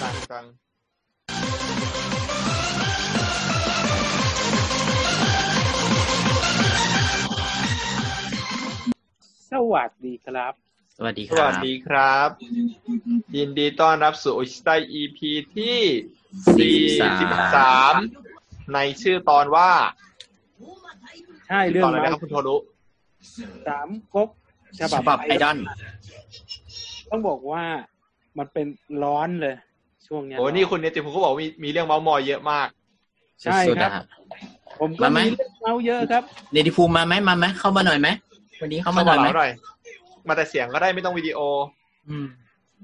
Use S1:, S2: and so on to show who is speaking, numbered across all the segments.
S1: จัง
S2: สวัสดีครับ
S3: สวัสดี
S1: ส
S3: ครั
S1: วั
S3: บ
S1: สดีครับ ยินดีต้อนรับสู่โอชิไต EP ที่
S3: สี่สิบสาม
S1: 43 ในชื่อตอนว่า
S2: ใช่เรื่อง
S1: ตอนอะไร
S2: ราว
S1: นะครับคุณโทรุ
S2: สามก๊กฉ
S3: ฉ
S2: บั
S3: บั
S2: บบ ไอ
S3: ไอ
S2: ด
S3: ด
S2: อล
S3: อล
S2: ต้องบอกว่ามันเป็นร้อนเลย ช่วงเนี้ย
S1: โอ้นี่คุณเนติภูมิเขาบอกว่ามีมีเรื่องเมาส์มอยเยอะมาก
S2: ใช่
S3: สุดๆ
S2: ครับ
S3: นะครับ
S2: ผมก็
S3: มาไหม
S2: มีเรื่องเมาเยอะครับ
S3: เนติภูมิมาไหมมาไหมเข้ามาหน่อยไหมวันนี้เข้ามาหน่อยไหม
S1: หน่อย มาแต่เสียงก็ได้ไม่ต้องวิดีโอ
S3: อืม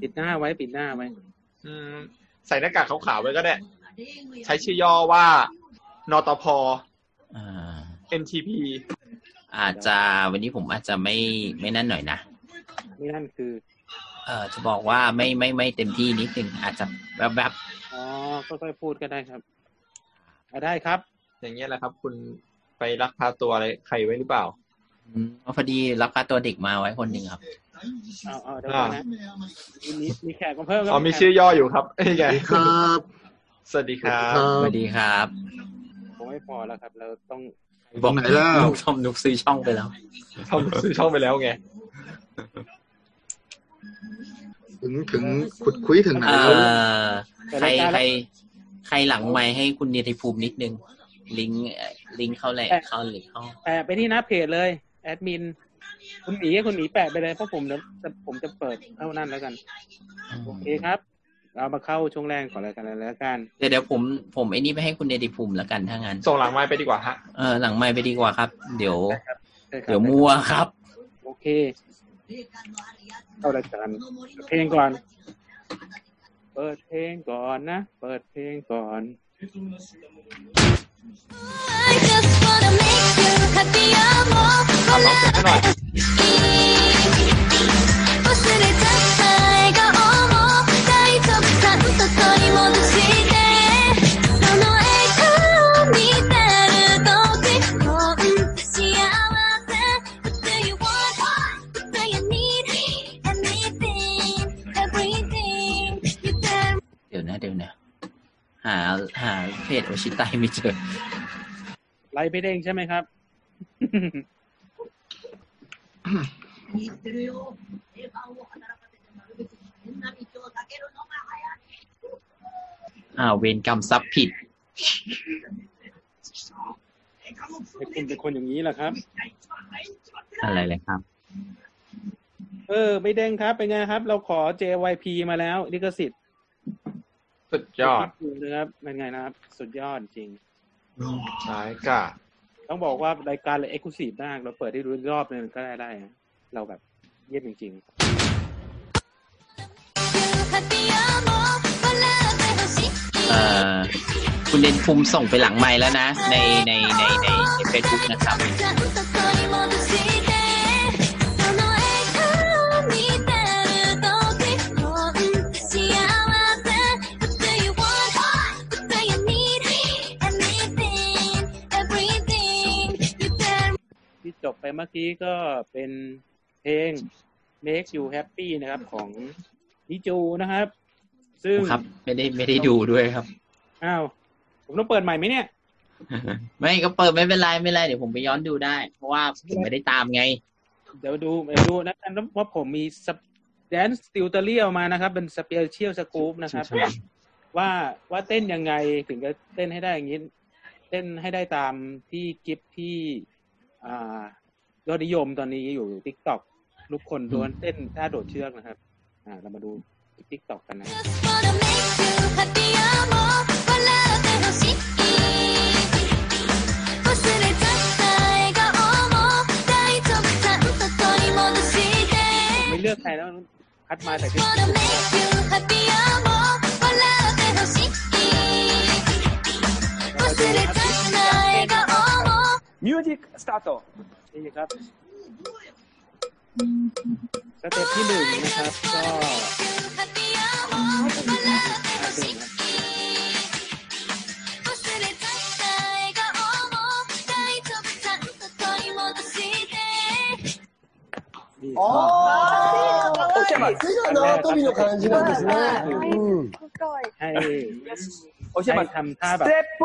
S2: ปิดหน้าไว้ปิดหน้าไว้
S1: อืมใส่หน้ากากขาวๆไว้ก็ได้ ใช้ชื่อย่อว่า นตพ
S3: อ่า
S1: NTP
S3: อาจจะวันนี้ผมอาจจะไม่ไม่นั่นหน่อยนะ
S2: นี่นั่นคือ
S3: เออจะบอกว่าไม่ไม่ไม่เต็มที่นิดนึงอาจจะแบบแบบ
S2: อ๋อค่อยๆพูดก็ได้ครับอ่ะได้ครับ
S1: อย่างเงี้ยแหละครับ คุณไปลักพาตัวอะไรใครไว้หรือเปล่า
S3: ๆอืมพอดีรับพาตัวเด็กมาไว้คนหนึ่งครับ
S2: เอาเอาเดี๋ยวก่อนนะมีมีมีแขกมาเพิ่มครั
S1: อ๋อมีชื่อย่ออยู่ครับเอ้ย ไง
S4: สวัสดีครับ
S1: สวัสดีครับ
S3: สวัสดีครับ
S2: ผมไม่พอแล้วครับ เราต้อง
S4: บอกไหนแล้ว
S3: นุกชมนุกซื้อช่องไปแล้ว
S1: ทำซื้อช่องไปแล้วไง
S4: ถึงถึงขุดคุยถึงไหน
S3: เอ
S4: แล้
S3: อ
S4: ว
S3: ใครใครใครหลังไมค์ให้คุณเนติภูมินิดนึง ลิงก์เอ่อลิงก์เข้าแหละเข้าหรือเข้า
S2: แปะไปที่หน้าเพจเลย แอดมิน คุณหมีให้คุณหมีแปะไปเลยเพราะผมเดี๋ยวจะผมจะเปิดเท่านั้นแล้วกัน โอเคครับ เรามาเข้าช่วงแรกก่อนเลยกันแล้วกัน
S3: เดี๋ยวเดี๋ยวผมผมไอ้นี่ไปให้คุณเนติภูมิแล้วกันถ้างั้น
S1: ส่งหลังไม้ไปดีกว่าฮะ
S3: เออหลังไมค์ไปดีกว่าครับ เดี๋ยว
S2: ได้ครับ
S3: เดี๋ยวมัวครับ
S2: โอเค เข้ารายการเปิดเพลงก่อน เปิดเพลงก่อนนะ เปิดเพลงก่อน
S5: I just wanna make you happy
S1: ทำร้องเพลงให้หน่อย
S5: 忘れちゃった笑顔も大丈夫さんと取り戻してその笑顔見てると自分って幸せ What do you want? What do you need? Anything, everything you tell
S3: เดี๋ยวนะเดี๋ยวนะหาหาเพจโอชิไตไม่เจอ
S2: ไลฟ์ไม่เด้งใช่ไหมครับ
S3: อ้าวเวรกรรมซับผิด
S2: ให้คุณเป็นคนอย่างนี้แหละครับ
S3: อะไรเลยครับ
S2: เออ ไม่เด้งครับ เป็นไงครับ เราขอ JYP มาแล้วลิขสิทธิ์
S1: สุดยอด
S2: นะครับเป็นไงนะครับ สุดยอดจริง
S1: สายกาด
S2: ต้องบอกว่ารายการเลยเอ็กซ์คลูซีฟมาก เราเปิดให้ดูอีกรอบนึงก็ได้ได้นะเราแบบเยี่ยมจริง
S5: you happy も笑ってほしい
S3: เอ่อคุณเนติภูมิส่งไปหลังไมค์แล้วนะ ในในในในในเฟซบุ๊กนะครับ
S5: ちゃんと取り戻してその笑顔見てると自分って幸せ What do you want? What do you need? Anything, everything you tell
S2: ๆ ที่จบไปเมื่อกี้ก็เป็นเพลง Make You Happy นะครับของนิจูนะครับ ซึ่ง
S3: ครับ ไม่ได้ไม่ได้ดูด้วยครับ
S2: อ้าว ผมต้องเปิดใหม่ไหมเนี่ย
S3: ไม่ก็เปิดไม่เป็นไรไม่เป็นไรเดี๋ยวผมไปย้อนดูได้ เพราะว่าผมไม่ได้ตามไง
S2: เดี๋ยวดูเดี๋ยวดูนะกันว่าผมมีแดนสติวเตอรี่ออกมานะครับ เป็นสเปเชียลสกู๊ปนะครับ ว่าว่าเต้นยังไงถึงจะเต้นให้ได้อย่างนี้ เต้นให้ได้ตามที่กิฟที่อ่ายอดนิยมตอนนี้อยู่ทิกตอกลูกคนล้วนเต้นท่าโดดเชือกนะครับ อ่า เรามาดูทิกตอกกันนะ
S5: Just wanna make you happy も笑ってほしい忘れちゃった笑顔も大丈夫ちゃんと取り戻して
S2: ไม่เลือกใครแล้วคัดมาแต่
S5: Wanna make you happy も笑ってほしい忘れちゃった笑顔も大丈夫ちゃんと取り戻してその笑顔見てると自分って幸せ What do you want? What do you need? Anything, everything you tell
S2: มิวสิกสตาร์ทนี่ครับสเต็ปที่หนึ่งนะครับ ก็เต้นนะน
S5: me
S2: ี่ครับ
S6: おー、
S7: 手が縄跳びの感じなんですね。うん。
S2: ให้
S6: おしまい
S2: ให้。ทำท่า
S6: ス
S2: แบบ
S6: テップ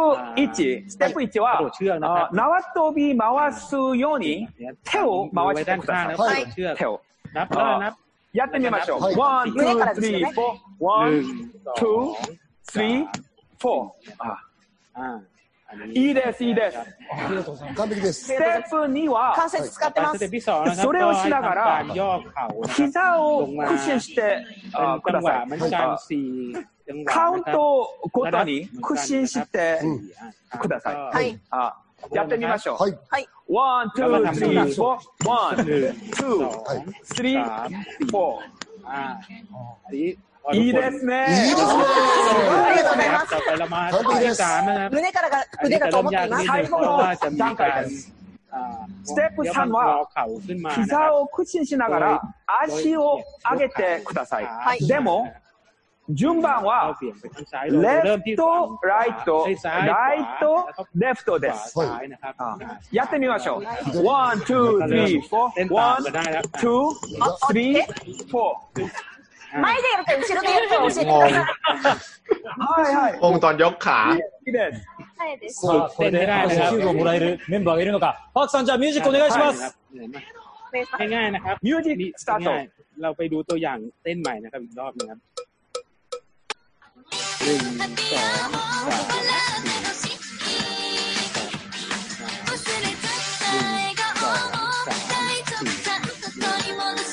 S6: 1、ステップ1
S2: กระโด
S6: は
S2: ดเชือกนะครั
S6: あ
S2: บ
S6: 縄跳び回すように手を
S2: มือ
S6: 回
S2: ไว้
S6: して
S2: ด้าน
S6: く
S2: ข้าง
S6: だ
S2: แล้ว
S6: さ
S2: กระโดดเชือก
S6: い。手を。
S2: นับแล้วนับ
S6: やってみましょう。
S7: はい
S6: ワン、ツー、スリー、フォー。ワ
S2: หนึ่ง
S6: ン、
S2: สอง
S6: スリー、フォー。あ
S2: อ่าอันนี้
S6: いいです、いいです。
S7: ありがとうございます。完璧です。
S6: ステップ2は
S8: 関節使って
S2: อ่า
S8: ま
S2: ส
S8: す
S2: เต็ป。ที่สองนะครับ
S6: それをしながら
S2: ก็ให้ทำการย่อเข่านะครับ
S6: 膝を屈伸して
S2: เป็น
S6: あく
S2: จั
S6: だ
S2: งหวะ
S6: さ
S2: เหมือน
S6: い。
S2: กัน
S6: あ
S2: สี่จังหวะ
S6: カウ
S2: นะ
S6: ン
S2: ครับ
S6: トごとに屈伸して
S2: สี่อ่ะ
S6: ください。
S2: ก็
S8: はい。
S6: あやってみましょ
S7: はい。
S6: う。ワン、ツー、スリー、フォー。ワン、
S2: ห
S6: ツ
S2: นึ่งส
S6: ー、
S2: อง
S6: スリ
S2: สา
S6: ー
S2: ม、
S6: フォー。
S2: อ่าอันนี้
S6: いい
S7: いい
S6: です
S7: です
S6: ね
S7: ね。。
S8: ありがとうござい
S2: ครับ
S8: ます。
S2: ต่อไปเรามาสเต็ปที่สามนะครับ
S8: 胸からが
S2: อัน
S8: 腕
S2: นี้
S8: が
S2: จะ
S8: と
S2: เริ่ม
S8: 思って
S2: ยาก
S8: いま
S2: นิ
S8: す
S2: ด。นึงเพราะว่าจะมีการอ่า
S6: ステップ
S2: ย
S6: 三
S2: ่อ
S6: は
S2: เข่าขึ้นมานะครับ
S6: 膝を屈伸しながら足を上げてください。
S2: はい
S6: でも、順番
S2: เอา
S6: は
S2: เปลี่ยนไปทางซ้ายลงเริ่มที่
S6: レフ
S2: ขวา
S6: ト、ライト
S2: ซ้ายซ้าย、ขวา
S6: ライト
S2: แล้วก็、
S6: レフト
S2: ข
S6: で
S2: วา
S6: す。
S2: ซ้ายนะครับ
S6: あやってみましょう。ワン、ツー、スリー、フォ
S2: เต้น
S6: ー。
S2: ตาม
S6: ワン、
S2: ก็ได้แล้วอ่ะ
S6: ツー、スリー、フォー。
S8: 前でやるか後ろでやるか教えて
S1: ง
S8: くだ
S1: ง
S8: さい。
S6: はいはい。
S1: งงตอนยกขา
S6: いいです。
S2: ฝึกเต้นให้ได้นะครับ
S9: キューブをもらえるメンバーがいるのか。パークさん、じゃあミュージックお願いします。
S2: เหนื่อยมากง่ายๆนะครับ
S6: ミュージ
S2: นี่
S6: ックスター
S2: ง่าย
S6: ト。
S2: ๆเราไปดูตัวอย่างเต้นใหม่นะครับอีกรอบหนึงครับหนึ่งสองสาม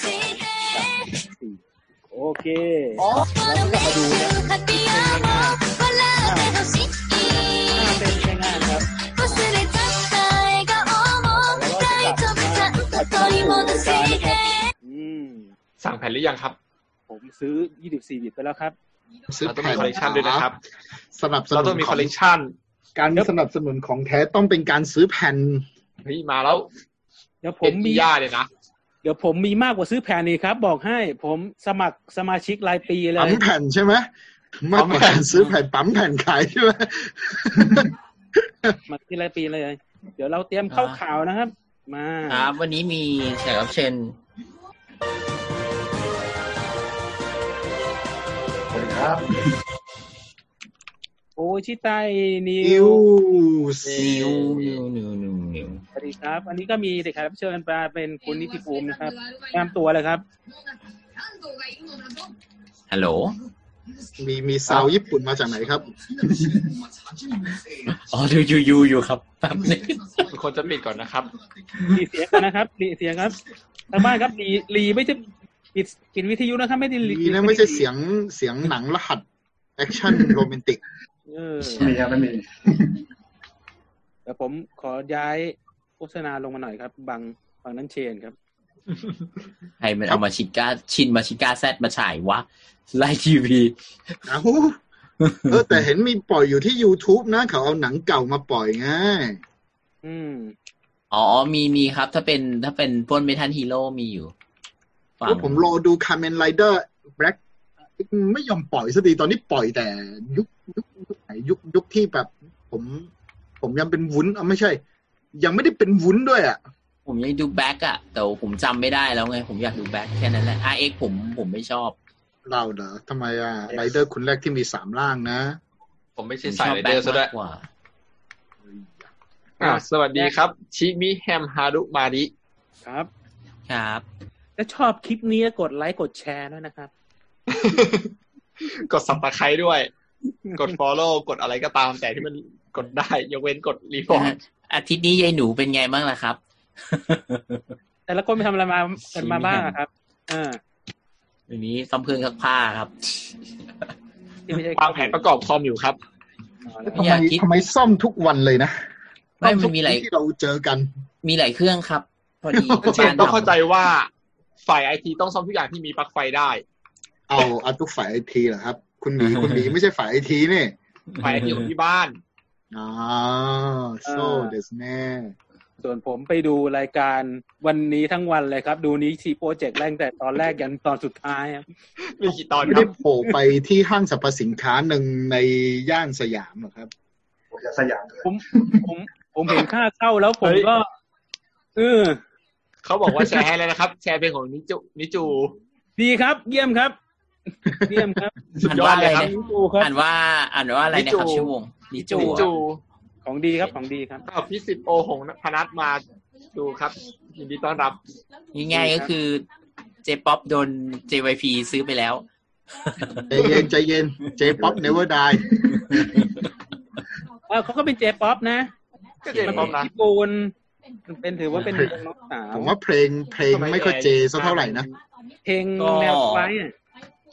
S2: สี่โอเค ถ้าเต้นง่ายๆนะครับ อืม
S1: สั่งแผ่นหรือยังครับ
S2: ผมซื้อ 24 บิตไปแล้วครับ
S4: ซื้อ
S1: เราต้อง
S4: แผ่
S1: มี
S4: น
S1: คอลเลกชันด้วยนะครับ
S4: สนับสนุน
S1: เราต้องมีคอลเลกชัน
S4: การสนับสนุนของแท้ต้องเป็นการซื้อแผ่น
S1: นี่มาแล้ว
S2: เดี๋ยวผ
S1: เห็
S2: ม
S1: น
S2: มี
S1: ย่าเลยนะ
S2: เดี๋ยวผมมีมากกว่าซื้อแผ่นอีกครับ บอกให้ผมสมัครสมาชิกรายปีเล
S4: ปั๊ม
S2: ย
S4: แผ่นใช่ไหมมากกว่าการซื้อแผ่นปั๊มแผ่นขายใช่ ไหม
S2: มาที่รายปีเลย เดี๋ยวเราเตรียมเข้าข่าวนะครับ มา
S3: ครับ วันนี้มีแขกรับเชิญ
S2: โอ้ยชิไตนิ
S4: อิ
S2: ว
S4: ว
S3: นิวนิวนิวนิวนิว
S2: สวัสดีครับ อันนี้ก็มีเด็กรับเชิญมาเป็นคุณนิติภูมินะครับแนะนำตัวเลยครับ
S3: ฮัลโหล
S4: มีมีซาวญี่ปุ่นมาจากไหนครับ
S3: อ๋อดูยูยูอยู่ครับแป๊บนึง
S1: ทุกคนจะปิดก่อนนะครับ
S2: ดีเสียงกันนะครับดีเสียงครับทางบ้านครับดีรีไม่ใช่ปิดปิดวิทยุนะครับ ไม่ได้รี
S4: นี่นะไม่ใช่เสียงเสียงหนังรหัสแอคชั่นโรแมนติก
S2: เออ
S9: みやめみ。
S2: เดี๋ยวผมขอย้ายโฆษณาลงมาหน่อยครับบางบางนั้นเชนครับ
S3: ใครมันเอามาชิก้าชินมาชิก้าแซดมาฉายวะไลน์ทีวี
S4: เอาเออแต่เห็นมีปล่อยอยู่ที่ YouTube นะ เขาเอาหนังเก่ามาปล่อยไง
S2: อืม
S3: อ๋อมีมีครับ ถ้าเป็นถ้าเป็นพวกเมทันฮีโร่มีอยู่ฟัง
S4: ก็ผมรอดูคา m เมนไรเดอร์แบล็กไม่ยอมปล่อยสักทีตอนนี้ปล่อยแต่ยุคยุคยุคไหนยุคยุคที่แบบ ผม ผมยังเป็นวุ้นเอาไม่ใช่ ยังไม่ได้เป็นวุ้นด้วยอ่ะ
S3: ผมยังดูแบ็กอะแต่ผมจำไม่ได้แล้วไง ผมอยากดูแบ็กแค่นั้นแหละ RX ผมผมไม่ชอบ
S4: เราเหรอทำไมอ่ะไรเดอร์คนแรกที่มีสามร่างนะ
S1: ผมไม่
S3: ผ
S1: ใช่
S3: มช
S1: สาย
S3: อบ
S1: ไร
S3: แบ็
S1: เดอก ร์ซะด้ว
S3: มาย กกว่า
S1: อ่ะสวัสดีครับ ชิมิแฮมฮารุมาริ
S2: ครับ
S3: ครับ
S2: ถ้าชอบคลิปนี้กดไลค์กดแชร์ด้วยนะครับ
S1: กดสับตะไคร้ด้วย กด follow กดอะไรก็ตาม แต่ที่มันกดได้ ยกเว้นกดรีพอร์ต
S3: นะฮะอาทิตย์นี้ยายหนูเป็นไงบ้างล่ะครับ
S2: แต่ละคนไปทำอะไรมากันมาบ้างอะครับอ่า
S3: วันนี้ซ่อมเครื่องซักผ้าครับ
S2: ที่ไม่ใช่
S1: วางแผนประกอบคอมอยู่ครับ
S3: อ
S4: ทำไม
S3: ยากคิด
S4: ทำไมซ่อมทุกวันเลยนะ
S3: ไม่มันมีหลาย
S4: ซ่อทุกที่ที่เราเจอกัน
S3: มีหลายเครื่องครับ พอดี
S1: เชนต้องเข้าใจว่าฝ่ายไอทีต้องซ่อมทุกอย่างที่มีปลั๊กไฟได้
S4: เอาเอาทุกฝ่ายไอทีเหรอครับ คุณหมีคุณหมีไม่ใช่ฝ่ายไอทีนี่
S1: ฝ่ายไอทีของที่บ้าน
S4: อ๋อโซเดสแน่
S2: ส่วนผมไปดูรายการวันนี้ทั้งวันเลยครับ ดูนี้ทีโปรเจกต์แรกตั้งแต่ตอนแรกยันตอนสุดท้ายครับ
S1: มีกี่ตอน
S4: ไม่
S1: ครั
S4: ได้
S1: บ
S4: โผล่ไปที่ห้างสรรพสินค้าหนึ่งในย่านสยามเหรอครับ
S7: สยาม
S2: ผมผมผมเห็นค่าเข้าแล้วผมก็เออ
S1: เขาบอกว่าแชร์ให้แล้วนะครับ แชร์เพลงของนิจูนิจู
S2: ดีครับ เยี่ยมครับ เยี่ยมครับ
S1: สุดยอดเลยครับ
S2: นิจูครับ
S3: อ่านว่าอ่านว่าอะไรนะครับชื่อวงนิจู
S1: นิจู
S2: ของดีครับของดีครับ
S1: อ้าวพี่สิบโอหงส์พนัทมาดูครับ ยินดีต้อนรับ
S3: ง่ายๆก็คือเจป๊อปโดน JYP ซื้อไปแล้ว
S4: ใจเย็นใจเย็น J-pop never die
S2: เออเขาก็เป็นเจป๊อปนะ
S1: ก็เจนพร้อมนะ
S2: ญี่ปุ่นเป็นถือว่าเป็นน้องสาว
S4: ผมว่าเพลงเพลงไม่ค่อยเจสักเท่าไหร่นะ
S2: เพลงแนวไว้อะ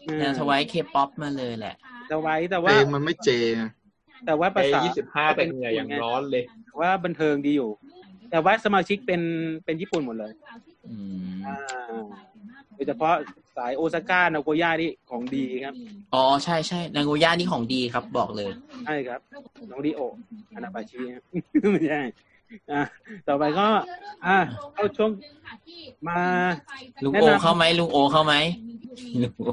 S2: เออ
S3: แนวทวายเคป๊อปมาเลยแหละ
S2: แนวไว้แต่
S4: เพ
S2: ว่า
S4: ลงมันไม่เจนะ
S2: แต่ว่า
S1: ไป
S2: ภาษา
S1: ยี่สิบห้าแต่เหงื่ออย่างร้อนเลย
S2: แต่ว่าบันเทิงดีอยู่ แต่ว่าสมาชิกเป็นเป็นญี่ปุ่นหมดเลย
S3: อืม
S2: อ่าโดยเฉพาะสายโอซาก้านาโกย่านี่ของดีครับ
S3: อ๋อใช่ใช่นางโกย่านี่ของดีครับบอกเลย
S2: ใช่ครับน้องดิโออานาบาชิครับ ไม่ใช่อ่าต่อไปก็ อ่าเข้าช่วงมา
S3: ลุงโอเข้าไหมลุงโอเข้าไหมลุงโอ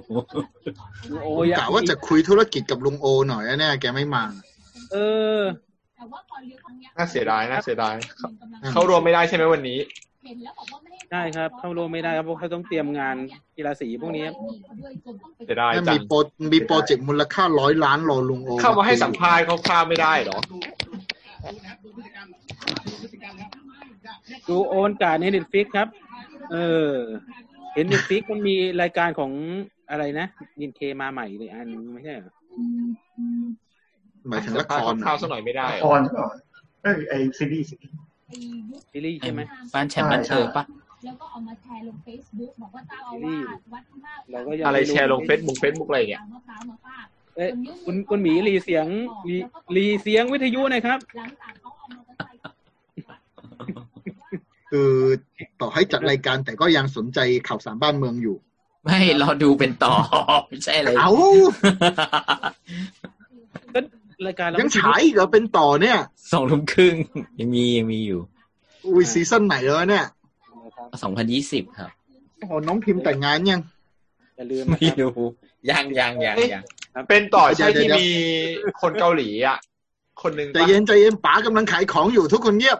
S2: โอ
S4: ผม
S2: ย
S4: กะว่าจะคุยธุรกิจกับลุงโอหน่อยแน่แกไม่มา
S2: เออ
S1: น่าเสียดายน่าเสียดาย
S4: อืม
S1: เข้ารวมไม่ได้ใช่ไหมวันนี้
S2: ใช่ครับ เข้าร่วมไม่ได้ครับเพราะเขาต้องเตรียมงานกีฬาสีพวกนี้ครับ
S1: เสียดายจั
S4: มี
S1: ง
S4: โปรมีโปรเจกต์มูลค่าร้อยล้านรอลุงโอ
S1: เข้ามาให้สัมภาษณ์เขาข้ามไม่ได้เหรอ
S2: ดูโอนการในเน็ตฟิกครับ เออ เห็นเน็ตฟิกมันมีรายการของอะไรนะยินเคมาใหม่เลยอันนึงไม่ใช่เหรอ
S4: หมายถึง
S1: สั
S4: ละ
S1: ม
S4: ค
S1: ภาษ
S4: ร
S1: ณ์ข้าวๆสัก
S4: เหรอ
S1: หน่อยไม่ได้เหร
S6: อ
S1: อ
S6: อนก่อนเอ้ยไอซีรีส์
S2: ซีรีส์ใช่ไหม
S3: บ้านแชมป์บ้านเธอปะ
S2: ซีรีส์เราก็ยัง
S1: อะไร
S2: ม่
S1: แชร์ลงเฟซบุ๊กเฟซบุ๊กอะไรอย่างเงี้ย
S2: เอ๊ะคุณคุณหมีรีเสียงรีรีเสียงวิทยุหนะครับ
S4: คือต่อให้จัดรายการแต่ก็ยังสนใจข่าวสารบ้านเมืองอยู่
S3: ไม่รอดูเป็นต่อ ไม่ใช่เลย
S4: เอ้า
S2: ก็รายการเรา
S4: ยังฉายอีกเหรอเป็นต่อเนี่ย
S3: สองทุ่มครึ่งยังมียังมีอยู่
S4: อุ้ยซีซั่นไหนแล้วเนี่ย
S2: นะครับ
S3: สองพันยี่สิบครับ
S4: โอ้โหน้องพิมพ์แต่งงานยัง
S2: อย่าลืมนะ
S3: ไม่
S2: ครับ
S3: รู้ยังยังยังยัง
S1: เป็นต่อ
S4: เดี๋
S1: ใช่
S4: ยวๆ
S1: ที่มีคนเกาหลีอ่ะ คนหนึ่ง
S4: ใจ
S1: ปะ
S4: เย็นใจเย็นป๋ากำลังขายของอยู่ทุกคนเงียบ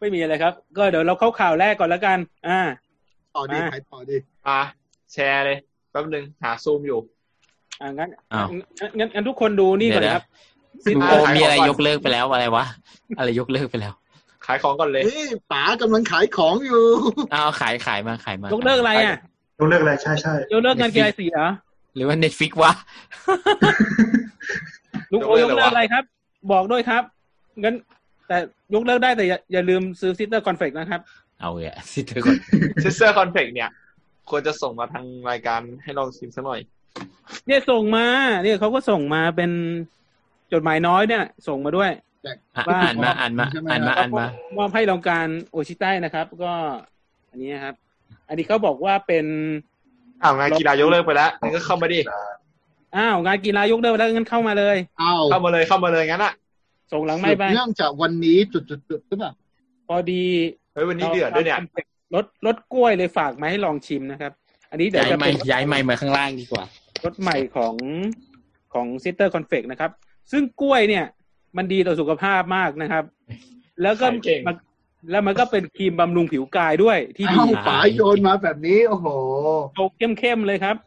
S2: ไม่มีอะไรครับ ก็เดี๋ยวเราเข้าข่าวแรกก่อนแล้วกัน อ่า
S4: ต่อดี
S2: มา
S4: ขายต่อดี
S1: มาแชร์เลยแป๊บนึงหาซูมอยู่
S2: อ่างั้น
S3: อ้าว
S2: งั้นงั้นงั้นทุกคนดูนี่ก่อนนะครับ
S3: ลุง
S1: อ่ะ
S3: โอ
S1: ขาย
S3: มีอะไร
S1: ของก่อน
S3: ยกเลิกไปแล้วอะไรวะอะไรยกเลิกไปแล้ว
S1: ขายของก่อนเลย
S4: นี่ป๋ากำลังขายของอยู่
S3: เอาขายขายมาขายมาย ย
S2: กเลิกอะไรอ่ะ
S6: ดูเรื่องอะไรใช่ใช่
S2: ยกเลิกงานกีฬาสีเหรอ
S3: หรือว่าเน็ตฟิกวะ
S2: ลุงโอยกเลิกอะไรครับ บอกด้วยครับ งั้น แต่ยกเลิกได้แต่อย่าอย่าลืมซื้อซิสเตอร์คอนเฟกนะครับ
S3: เอาเลยอะซิเตอร์ก่ อน
S1: ซิสเตอร์คอนเฟกเนี่ย ควรจะส่งมาทางรายการให้ลองชิมสักหน่อย
S2: เนี่ยส่งมา เนี่ยเขาก็ส่งมาเป็นจดหมายน้อยเนี่ย ส่งมาด้วย
S3: อ่ะ
S2: บ้า
S3: อ่านมาอ่านมาอ่านมาอ่านมา
S2: มอบให้รองการโอชิไต้นะครับ ก็อันนี้นะครับ อันนี้เขาบอกว่าเป็น
S1: อ้าวงานกีฬายกเลิกไปแล้วงั้นก็เข้ามาดิ
S2: อ้าวงานกีฬายกเลิกแล้วงั้นเข้ามาเลย
S4: เอ้า
S1: เข้ามาเลยเข้ามาเลยงั้นอ่ะ
S2: ส่งหลังไม่ไป
S4: เนื่องจากวันนี้จุดจุดจุดหรือเปล่า
S2: พอดี
S1: เฮ้ยวันนี้เดือดด้วยเนี่ย
S2: รถรถกล้วยเลยฝากมาให้ลองชิมนะครับ อันนี้เดี๋ยว
S3: ย้าย
S2: จะ
S3: ไม้
S2: เป็น
S3: ย้ายไม้มาข้างล่างดีกว่า
S2: รสใหม่ของของซิสเตอร์คอนเฟกนะครับ ซึ่งกล้วยเนี่ย มันดีต่อสุขภาพมากนะครับ แล้วก็มันแล้วมันก็เป็นครีมบำรุงผิวกายด้วยที่ดี
S4: เอ้าป๋าโยนมาแบบนี้ โอ้โห
S2: โชกเข้มๆเลยครับ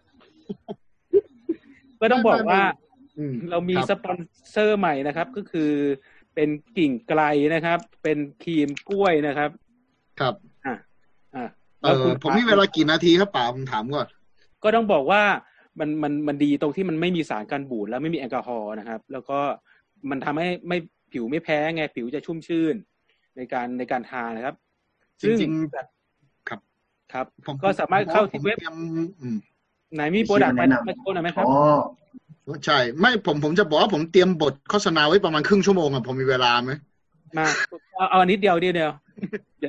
S2: ก็ต้องบอกว่า
S4: อืม
S2: เรามี
S4: คบ
S2: สปอนเซอร์ใหม่นะครับ ก็คือเป็นกิ่งไกลนะครับ เป็นครีมกล้วยนะครับ
S4: ครับ
S2: อ่ะ
S4: เอ
S2: แล้ว
S4: อ
S2: คุณ
S4: ผมมีเวลากี่นาทีครับป๋าผมถามก่อน
S2: ก็ต้องบอกว่ามันมันมันดีตรงที่มันไม่มีสารกันบูด แล้วไม่มีแอลกอฮอล์นะครับ แล้วก็มันทำให้ไม่ผิวไม่แพ้ไงผิวจะชุ่มชื่น ในการในการทานนะครับ
S4: จริง
S2: ซึ่
S4: ครับ
S2: ครับ
S4: ผม
S2: ก็สามารถเข้าที่
S4: ผม
S2: เว็บ
S4: ตรียมอืม
S2: ไหนมีโปรดักต์ไหมมาโชว์หน่อยไหมครับ
S6: อ๋อ
S4: ใช่ ไม่ผมผมจะบอกว่าผมเตรียมบทโฆษณาไว้ประมาณครึ่งชั่วโมงอะผมมีเวลาไหม
S2: มาเอาเอาอันนิดเดียวเดียวเดียว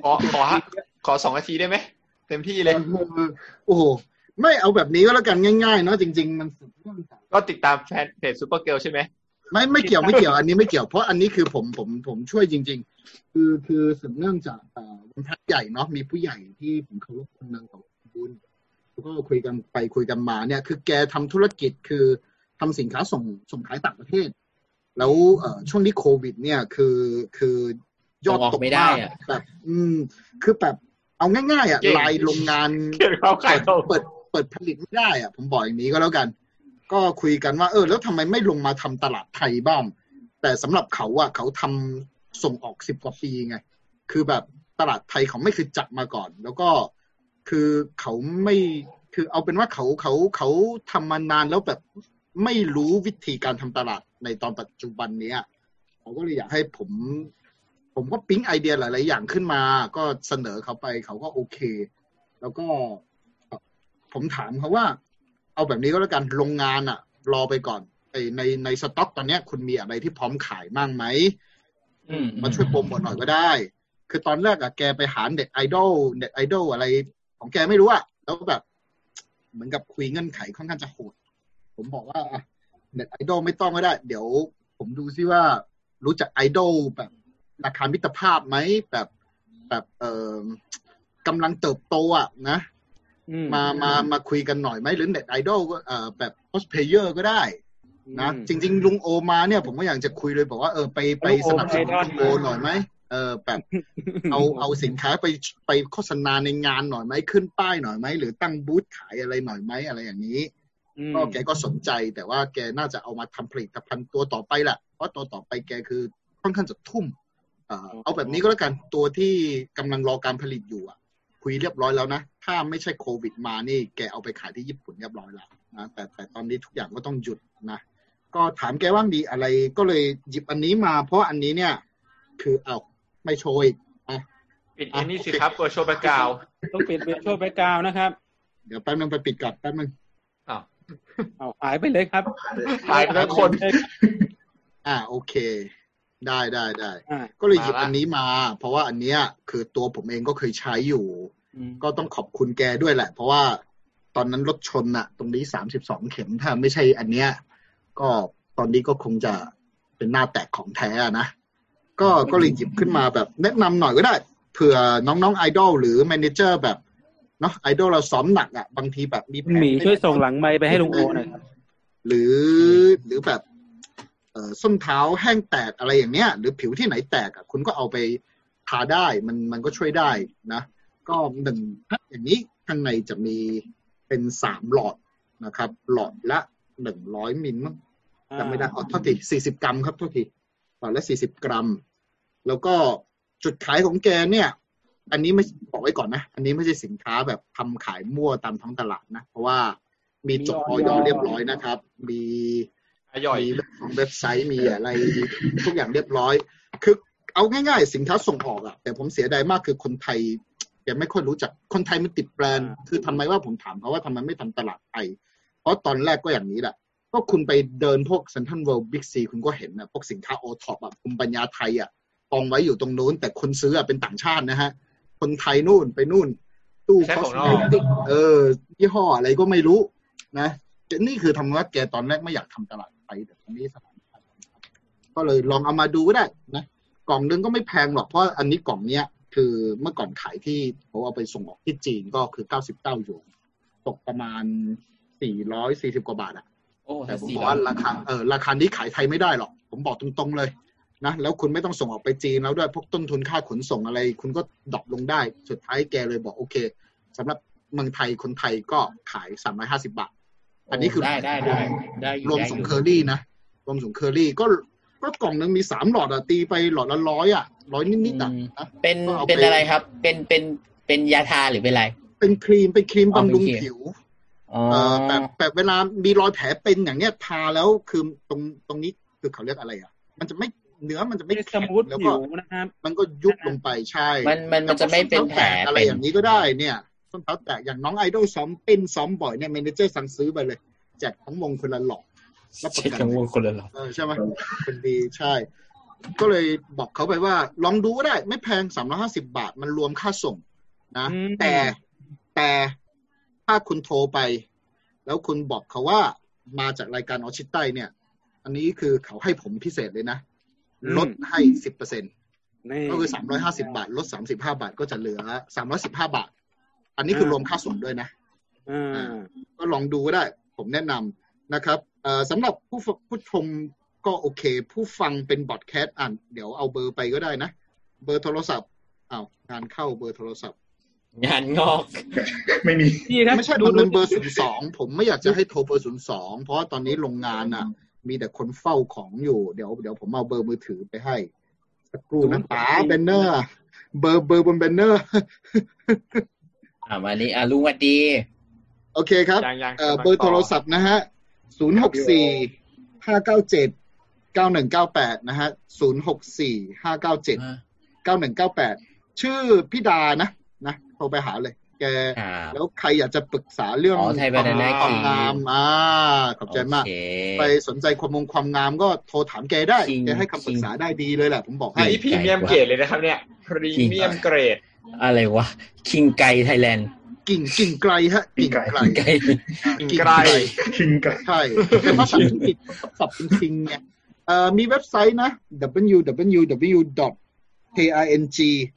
S1: ขอขอฮะขอสองนาทีได้ไหมเต็มที่เลย
S4: เออโอ้โหไม่เอาแบบนี้ก็แล้วกันง่ายๆเนาะจริง ๆ มันสุดยอดจริง
S1: ก็ติดตามแฟนเพจซูเปอร์เกลใช่ไหม
S4: ไม่ไม่เกี่ยวไม่เกี่ยวอันนี้ไม่เกี่ยวเพราะอันนี้คือผมผมผมช่วยจริง ๆ คือคือสืบเนื่องจากเอ่อวันพระใหญ่เนาะมีผู้ใหญ่ที่ผมเคารพคนหนึ่งของบุญแล้วก็คุยกันไปคุยกันมาเนี่ย คือแกทำธุรกิจคือทำสินค้าส่งส่งขายต่างประเทศ แล้วเอ่อช่วงนี้โควิด เนี่ยคือคือยอด
S3: ส่งออก
S4: ตก
S3: ไม่ได้
S4: าก
S3: อะ
S4: แบบ อืม คือแบบ เอาง่ายๆอ่ะ
S1: เก่ง
S4: ลายโรงงาน
S1: เขียนข้าวไข่ต้ม
S4: เปิดเปิดผลิตไม่ได้อะผมบอกอย่างนี้ก็แล้วกัน ก็คุยกันว่า เออ แล้วทำไมไม่ลงมาทำตลาดไทยบ้าง แต่สำหรับเขาอะเขาทำส่งออกสิบกว่าปีไง คือแบบตลาดไทยเขาไม่เคยจับมาก่อน แล้วก็คือเขาไม่คือเอาเป็นว่าเขาเขาเขาทำมานานแล้วแบบไม่รู้วิธีการทำตลาดในตอนปัจจุบันเนี้ยเขาก็เลยอยากให้ผม ผมก็ปิ๊งไอเดียหลาย ๆ อย่างขึ้นมา ก็เสนอเขาไปเขาก็โอเค แล้วก็ ผมถามเขาว่า เอาแบบนี้ก็แล้วกันโรงงานอะรอไปก่อนไอ้ในในสต็อกตอนเนี้ย คุณมีอะไรที่พร้อมขายบ้างไหม
S3: อืม
S4: มาช่วยโปรโมทหน่อยก็ได้ คือตอนแรกอะแกไปหาเน็ตไอดอลเน็ตไอดอลอะไร ของแกไม่รู้อะแล้วแบบ เหมือนกับคุยเงื่อนไขค่อนข้างจะโหด ผมบอกว่าเน็ตไอดอลไม่ต้องก็ได้ เดี๋ยวผมดูซิว่ารู้จักไอดอลแบบราคามิตรภาพไหมแบบแบบเอ่อกำลังเติบโตอะนะ
S2: อืม
S4: มามามาคุยกันหน่อยไหมหรือเน็ตไอดอลก็เอ่อแบบโพสเพเยอร์ก็ได้นะ
S2: อืม
S4: จริง ๆ ลุงโอมาเนี่ยผมก็อยากจะคุยเลยบอกว่าเออไปไป
S2: ลุงโอ
S4: สนับสนุน
S2: ไปไอดอล
S4: ลุงโอหน่อยไหมเออแบบ เอาเอาสินค้าไปไปโฆษณาในงานหน่อยไหมขึ้นป้ายหน่อยไหมหรือตั้งบูธขายอะไรหน่อยไหมอะไรอย่างนี้
S2: อืม
S4: ก็แกก็สนใจแต่ว่าแกน่าจะเอามาทำผลิตภัณฑ์ตัวต่อไปแหละเพราะตัวต่อไปแกคือค่อนข้างจะทุ่มเอ่อเอาแบบนี้ก็แล้วกันตัวที่กำลังรอการผลิตอยู่อ่ะ คุยเรียบร้อยแล้วนะ ถ้าไม่ใช่โควิดมานี่แกเอาไปขายที่ญี่ปุ่นเรียบร้อยแล้วนะแต่แต่ตอนนี้ทุกอย่างก็ต้องหยุดนะ ก็ถามแกว่ามีอะไรก็เลยหยิบอันนี้มา เพราะอันนี้เนี่ย คือเอาไม่โชยอ่ะ
S1: ปิดอันนี้สิครับกลัวโชว์ประกาว
S2: ต้องปิดเป็นช่วยไปกาวนะครับ
S4: เดี๋ยวแป๊บนึงไปปิดก่อนแป๊บนึง
S1: อ้าว
S2: เอาหายไปเลย ครับ
S1: หายไปทั้งคน
S4: อ่าโอเค ได้ได้ได้
S2: อ่า
S4: ก็เลยหยิบ
S1: มาละ
S4: อันนี้มา เพราะว่าอันเนี้ยคือตัวผมเองก็เคยใช้อยู่
S2: อืม
S4: ก็ต้องขอบคุณแกด้วยแหละ เพราะว่าตอนนั้นรถชนอะตรงนี้สามสิบสองเข็มถ้าไม่ใช่อันเนี้ย ก็ตอนนี้ก็คงจะเป็นหน้าแตกของแท้อะนะ ก็ก็เลยหยิบขึ้นมาแบบแนะนำหน่อยก็ได้เผื่อน้องๆไอดอลหรือแมเนเจอร์แบบเนาะไอดอลเราซ้อมหนักอะบางทีแบบมีแผ
S2: คุณหมีช่วยส่งหลังไมค์ไปให้ลุงโอหน่อยครับ
S4: หรือหรือแบบ เอ่อส้นเท้าแห้งแตกอะไรอย่างเนี้ย หรือผิวที่ไหนแตกอะคุณก็เอาไปทาได้มันมันก็ช่วยได้นะ ก็หนึ่งแพ็คอย่างนี้ข้างในจะมีเป็นสามหลอดนะครับ หลอดละหนึ่งร้อยมิลมั้งจำไม่ได้อ๋อเท่าทีสี่สิบกรัมครับเท่าทีหลอดละสี่สิบกรัม แล้วก็จุดขายของแกเนี่ย อันนี้ไม่บอกไว้ก่อนนะ อันนี้ไม่ใช่สินค้าแบบทำขายมั่วตามท้องตลาดนะ เพราะว่ามีจดออยเรียบร้อยนะครับ มี
S1: อร่อย
S4: มีเรื่องของเว็บไซต์มีอะไรทุกอย่างเรียบร้อย คือเอาง่ายๆ สินค้าส่งออกอะแต่ผมเสียดายมากคือคนไทยยังไม่ค่อยรู้จักคนไทยมันติดแบรนด์
S2: อ่า
S4: คือทำไมว่าผมถามเขาว่าทำไมไม่ทำตลาดไทย เพราะตอนแรกก็อย่างนี้แหละก็คุณไปเดินพวกเซ็นทรัลเวิลด์บิ๊กซีคุณก็เห็นนะพวกสินค้าโอท็อปแบบภูมิปัญญาไทยอะกองไว้อยู่ตรงนู้น แต่คนซื้ออะเป็นต่างชาตินะฮะ คนไทยนู่นไปนู่น ตู้
S1: ใช้
S4: ค
S1: ข
S4: อส
S1: อง
S4: เม
S1: นอก
S4: ติกเออยี่ห้ออะไรก็ไม่รู้ นะแต่นี่คือทำว่าแกตอนแรกไม่อยากทำตลาดไปแต่ตอนนี้สถานการณ์ก็เลยลองเอามาดูก็ได้นะกล่องนึงก็ไม่แพงหรอกเพราะอันนี้กล่องเนี้ย คือเมื่อก่อนขายที่เขาเอาไปส่งออกที่จีนก็คือเก้าสิบเก้าหยวนตกประมาณสี่ร้อยสี่สิบกว่าบาทอะ
S3: โอ้
S4: แต่ผม
S3: สี่
S4: บอก
S3: ร้อย
S4: ว่าราคาเออราคานี้ขายไทยไม่ได้หรอก ผมบอกตรงๆเลยนะแล้วคุณไม่ต้องส่งออกไปจีนแล้วด้วยพวกต้นทุนค่าขนส่งอะไร คุณก็ดรอปลงได้สุดท้ายแกเลยบอกโอเคสำหรับเมืองไทยคนไทยก็ขาย 350 บาท อันนี้คือ
S3: ได้ได้ได้ได้อยู่
S4: รวม
S3: ได้อ
S4: ส่ง
S3: ยู่
S4: เคอรี่นะ รวมส่งเคอรี่ก็ก็กล่องนึงมีสามหลอดอะตีไปหลอดละร้อยอะร้อยนิดๆอะนะ
S3: เป็น
S4: ก็เอาไป
S3: เป็นอะไรครับ เป็นเป็นเป็นยาทาหรือเป็นอะไร
S4: เป็นครีมเป็นครีม
S3: เอาไป
S4: บำรุง
S3: เกี่ยว
S4: ผิว
S3: อ๋อ
S4: เอ่อแบบแบบเวลามีรอยแผลเป็นอย่างเนี้ยทาแล้วคือตรงตรงนี้คือเขาเรียกอะไรอ่ะ มันจะไม่เนื้อมันจะไม่
S2: เป็นส
S4: แข็ง
S2: มูท
S4: แล้ว
S2: ผิ
S4: ก็
S2: วนะครับ
S4: มันก็ยุบลงไปใช่
S3: มันมันมันจะไม่เป็นแผล
S4: ต่ว่าส้ท้าตกอะไร
S3: เป็น
S4: อย่างนี้ก็ได้เนี่ยส้นเท้าแตกอย่างน้องไอดอลซ้อมเป็นซ้อมบ่อยเนี่ยเมเนเจอร์สั่งซื้อไปเลยแจกทั้งวงคนละหลอกรับประ
S10: เช็ค
S4: กัน
S10: กังวลคนละหรอ
S4: เออใช่ไหมคนดีใช่ ก็เลยบอกเขาไปว่า ลองดูก็ได้ ไม่แพงสามร้อห้าสิบาท มันรวมค่าส่ง นะ
S2: อืม
S4: แต่แต่ถ้าคุณโทรไป แล้วคุณบอกเขาว่ามาจากรายการออชิตไตเนี่ย อันนี้คือเขาให้ผมพิเศษเลยนะ ลดให้สิบเปอร์เซ็น
S2: นี่
S4: ก็คือสามร้อยห้าสิบาท ลดสามสิบห้าบาทก็จะเหลือสามร้อยสิบห้าบาท อันนี้คือรวมค่าส่งด้วยนะ
S2: อ่า
S4: ก็ลองดูก็ได้ ผมแนะนำนะครับเอ่อสำหรับผู้ฟผู้ชมก็โอเค ผู้ฟังเป็นบอดแคสต์อ่านเดี๋ยวเอาเบอร์ไปก็ได้นะ เบอร์โทรศัพท์อ้าวงานเข้าเบอร์โทรศัพท์
S3: งานงอก
S6: ไม่มี
S2: พี่ครับ
S4: ไม่ใช่
S2: ดูดู
S4: มันเป็นเบอร์ศูนย์สองผมไม่อยากจะให้โทรเบอร์ศูนย์สองเพราะว่าตอนนี้โรงงานอ่ะ มีแต่คนเฝ้าของอยู่เดี๋ยวเดี๋ยวผมเอาเบอร์มือถือไปให้สักครู่นะป๋าแบนเนอร์ เบอร์เบอร์บนแบนเนอร์
S3: อ่าวันนี้อ่ะลุงหวัดดี
S4: โอเคครับ
S1: ยังยัง
S4: เอ่อเบอร์โทรศัพท์นะฮะ 064 597 9198 นะฮะ 064 597 9198 ชื่อพี่ดานะ นะ โทรไปหาเลย แก
S3: อ่า
S4: แล้วใครอยากจะปรึกษาเรื่อง
S3: อ๋อไทย Banana
S4: ควา
S3: King
S4: มงามอ่าขอบใจมาก
S3: โอเค
S4: ไปสนใจความมงความงามก็โทรถามแกได้
S3: จริง
S4: แกให้คำปรึกษา
S3: จริง
S4: ได้ดีเลยแหละ ผมบอกให้
S1: นี่พรีเมียมเกรดเลยนะครับเนี่ยพรีเมียมเกรด
S3: อะไรวะ คิงไกไทยแลนด์
S4: กิ่งกิ่งไกลฮะ กิ่งไกล
S3: ไก
S1: กิ่งไกล
S6: คิงกับ
S4: ใช่เป็นภาษาอังกฤษสับเป็นคิงเนี่ยเอ่อมีเว็บไซต์นะ www kring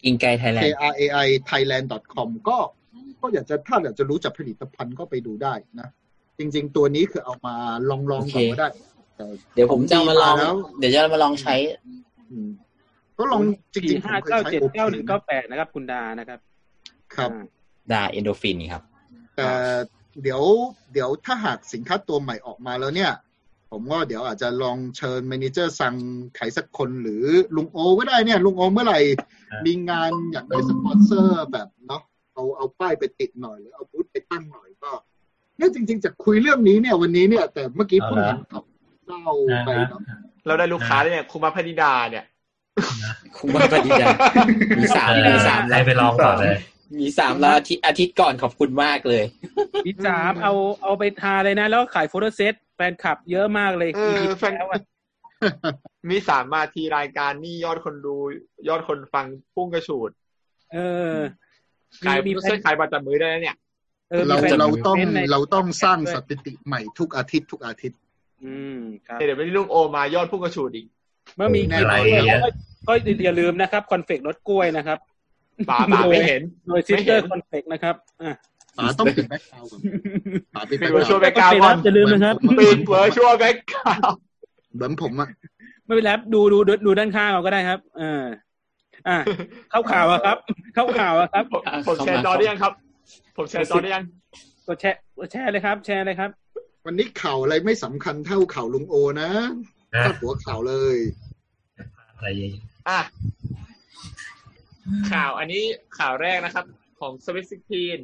S3: กิงไกไทยแลนด์
S4: krai thailand com ก็ก็อยากจะถ้าอยากจะรู้จักผลิตภัณฑ์ก็ไปดูได้นะ จริง ๆ ตัวนี้คือเอามาลองลองก่อนก็ได้ แต่
S3: เดี๋ยวผมจะเอามาลอง
S4: ขดีแล้ว
S3: เดี๋ยวจะเอามาลองใช้
S4: อืมก็ลองจริ
S2: สี่
S4: งๆผม
S2: ห้า
S4: เคย
S2: เก้า
S4: ใช้
S2: เจ็ด
S4: โอ
S2: เก้าหนึ่ง
S4: ค
S2: เก้าแปดนะครับ คุณดานะครับ
S4: ครับ
S2: อ่า
S3: ดาเอนโดฟินครับ
S4: แต่เดี๋ยวเดี๋ยวถ้าหากสินค้าตัวใหม่ออกมาแล้วเนี่ย ผมก็เดี๋ยวอาจจะลองเชิญเมเนเจอร์สั่งใครสักคนหรือลุงโอก็ได้เนี่ยลุงโอเมื่อไหร่
S3: ครับ
S4: มีงานอยากได้สปอนเซอร์แบบเนาะเอาเอาป้ายไปติดหน่อยหรือเอาบูธไปตั้งหน่อยก็เนี่ยจริง ๆ จะคุยเรื่องนี้เนี่ยวันนี้เนี่ย แต่เมื่อกี้เพิ่งเห็นกับเจ้าไปเนาะ
S1: เราได้ลูกค้าด้วยเนี่ยคุมาพนิดาเนี่ย
S3: คุณว่าปฏิดามีสามมีสาม
S11: ได้ไปลองก่อนเลย
S3: มีสามแล้วอาทิตย์อาทิตย์ก่อนขอบคุณมากเลย
S2: อีสามเอาเอาไปทาเลยนะ แล้วขายโฟโต้เซตแฟนคลับเยอะมากเลย
S1: เออแฟน
S2: แล้วอะ
S1: มีสามมาทีรายการนี่ยอดคนดู ยอดคนฟังพุ่งกระฉูด
S2: เออ
S1: ขาย
S2: มี
S1: เส้นขายบาตรมือได้แล้วเนี่ย
S2: ออมี
S4: เรา
S2: แฟน
S4: เราต้อง
S2: เม้นต์ใน
S4: เราต้องสร้างสถิติใหม่ทุกอาทิตย์ทุกอาทิตย์
S2: อืมครับ
S1: เดี๋ยวไม่ได้ลูกโอมายอดพุ่งกระฉูดอี ก
S2: เมื่อมีคลิป
S11: อะไร
S2: ด้วย
S11: เนี่ย
S2: ก็ก็อย่าลืมนะครับคอนเฟกรสกล้วยนะครับ
S1: ป๋าป๋าไม่เห็น
S2: โดยซิสเตอร์
S1: ไม่เห็น
S2: คอนเฟกนะครับอ่ะ
S4: ป๋าต้องปิดแบ็คกราวด์ก่อนป๋าปิด
S1: ปิ
S4: แบ็
S1: ดเวอ
S4: คก
S1: ร์ชวล
S4: ราวด์
S1: แบ็กกราวด์ก่อน
S2: อย่าลืมนะครับ
S1: ปิดเวอร์ชวลแบ็กกราวด์
S4: เหมือนผมอะ
S2: ไม่เป็นไรครับดูดูดูดูด้านข้างเราก็ได้ครับเอออ่ะเข้าข่าวอะครับ เข้าข่าวอะครับ
S1: ผมผมแชร์จอได้ยังครับ ผมแชร์จอได้ยัง
S2: กดแชร์กดแชร์เลยครับ แชร์เลยครับ
S4: วันนี้ข่าวอะไรไม่สำคัญเท่าข่าวลุงโอนะพาดหัวข่าวเลย
S11: อะไรเยอะ
S1: อ่ะ ข่าวอันนี้ข่าวแรกนะครับ ของสวิตซิทีน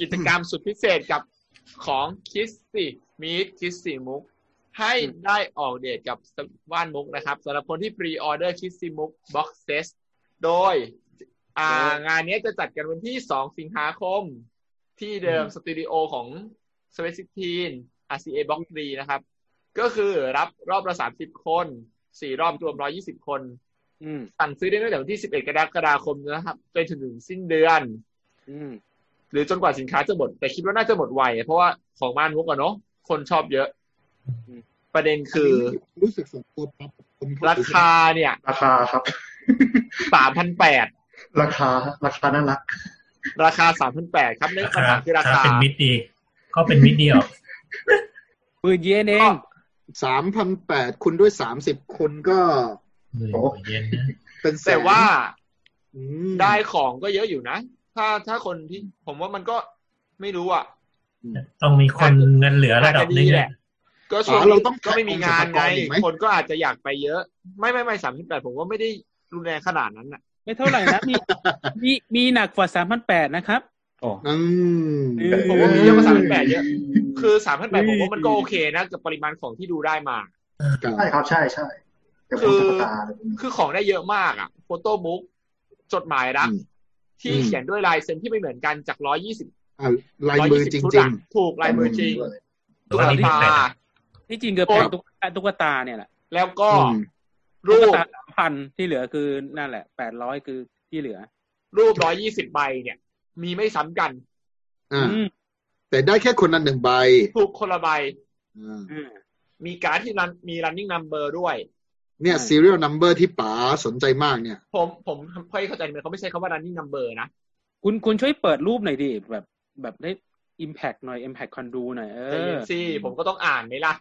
S1: กิจกรรมสุดพิเศษกับของคิสซี่มีดคิสซี่มุก ให้ได้ออกเดทกับว่านมุกนะครับสำหรับคนที่พรีออเดอร์คิสซี่มุกบ็อกเซสโดย อ่างานเนี้ยจะจัดกันวันที่ 2 สิงหาคม ที่เดิมสตูดิโอของสวิตซิทีน RCA Box 3นะครับ ก็คือรับรอบละ30 คน 4 รอบรวม 120 คน
S2: อืม
S1: สั่งซื้อได้ตั้งแต่วันที่ 11 กรกฎาคมนะครับจนถึงสิ้นเดือน
S2: อืม
S1: หรือจนกว่าสินค้าจะหมด แต่คิดว่าน่าจะหมดไว เพราะว่าของบ้านมุกอะเนาะคนชอบเยอะ
S2: อืม
S1: ประเด็นคือ
S4: รู้สึกส่วนตัวครับผม
S1: ราคาเนี่ย
S6: ราคาครับ
S1: สามพันแปด
S6: ราคาราคาน่ารัก
S1: ราคาสามพันแปดครับเนื่องปัญหาคือราคา
S11: เป็นมิตรดีก็เป็นมิตรดีออก
S2: หมื่นเยนเอง
S4: สามพันแปดคุณด้วยสามสิบคนก็
S11: หมื่น
S6: โอ้
S11: กว่าเย็นนะ
S4: เป็นสน
S1: แต่ว่า
S4: อืม
S1: ได้ของก็เยอะอยู่นะ ถ้าถ้าคนที่ผมว่ามันก็ไม่รู้อ่ะ
S11: ต้องมีคนเงินเหลือระดับหนึง
S1: แห
S11: แห
S1: ละ
S11: ละ
S1: ก็ช่ว
S4: ป๋างเราต้อง
S1: ก็ไม่มีงานไง
S4: ขยองสรรพากรอีกหม
S1: คนก็อาจจะอยากไปเยอะ ไม่ไม่ไม่สามพันแปดผมว่าไม่ได้รุนแรงขนาดนั้นอะ
S2: ไม่เท่าไหร่นะมีมีมีหนักกว่าสามพันแปดนะครับ
S3: โอ้
S4: อืม
S1: ผมว่ามีเยอะกว่าสามพันแปดเยอะ คือสามพันแปดผมว่ามันก็โอเคนะกับปริมาณของที่ดูได้มา
S4: ครับ
S6: ใช่ครับใช่ใช่เดี๋ยวผมจะประกาศ
S1: คือของได้เยอะมากอ่ะโฟโต้บุ๊กจดหมายรักที่เขียนด้วยลายเซ็นที่ไม่เหมือนกันจากร้อยยี่สิบ
S4: อ่ะลายมือจ
S1: ชุด
S4: ริง
S1: อะถูก
S4: ๆ
S1: ลายมือจริง
S11: หรือ
S1: ตุ๊ก
S11: ว่ามี
S1: ตา
S11: แต่ละ
S2: ที่จริงเกือบ
S1: โอ้
S2: แปดตุ๊กตาตุ๊กตาเนี่ยแหละ
S1: แล้วก็
S4: อืม
S1: รู
S2: ตุ๊ก
S1: ป
S2: ตาสามพันที่เหลือคือนั่นแหละแปดร้อยคือที่เหลือ
S1: รูปร้อยยี่สิบใบเนี่ย มีไม่ซ้ำกัน
S2: อ
S4: อ่า
S2: อืม
S4: แต่ได้แค่คนละหนึ่งใบ
S1: ถูกคนละใบ
S4: อ่า
S2: อืม
S1: มีการ์ดที่รันมี running number ด้วย
S4: เนี่ย serial number ที่ป๋าสนใจมากเนี่ย
S1: ผมผมค่อยเข้าใจเลยเขาไม่ใช่คำว่า running number นะ
S2: คุณคุณช่วยเปิดรูปหน่อยดิแบบแบบได้ Impact หน่อย Impact คอนดูหน่อยเอ
S1: แต่เย็
S2: อน
S1: ซี่ผมก็ต้องอ่านไหมล่ะ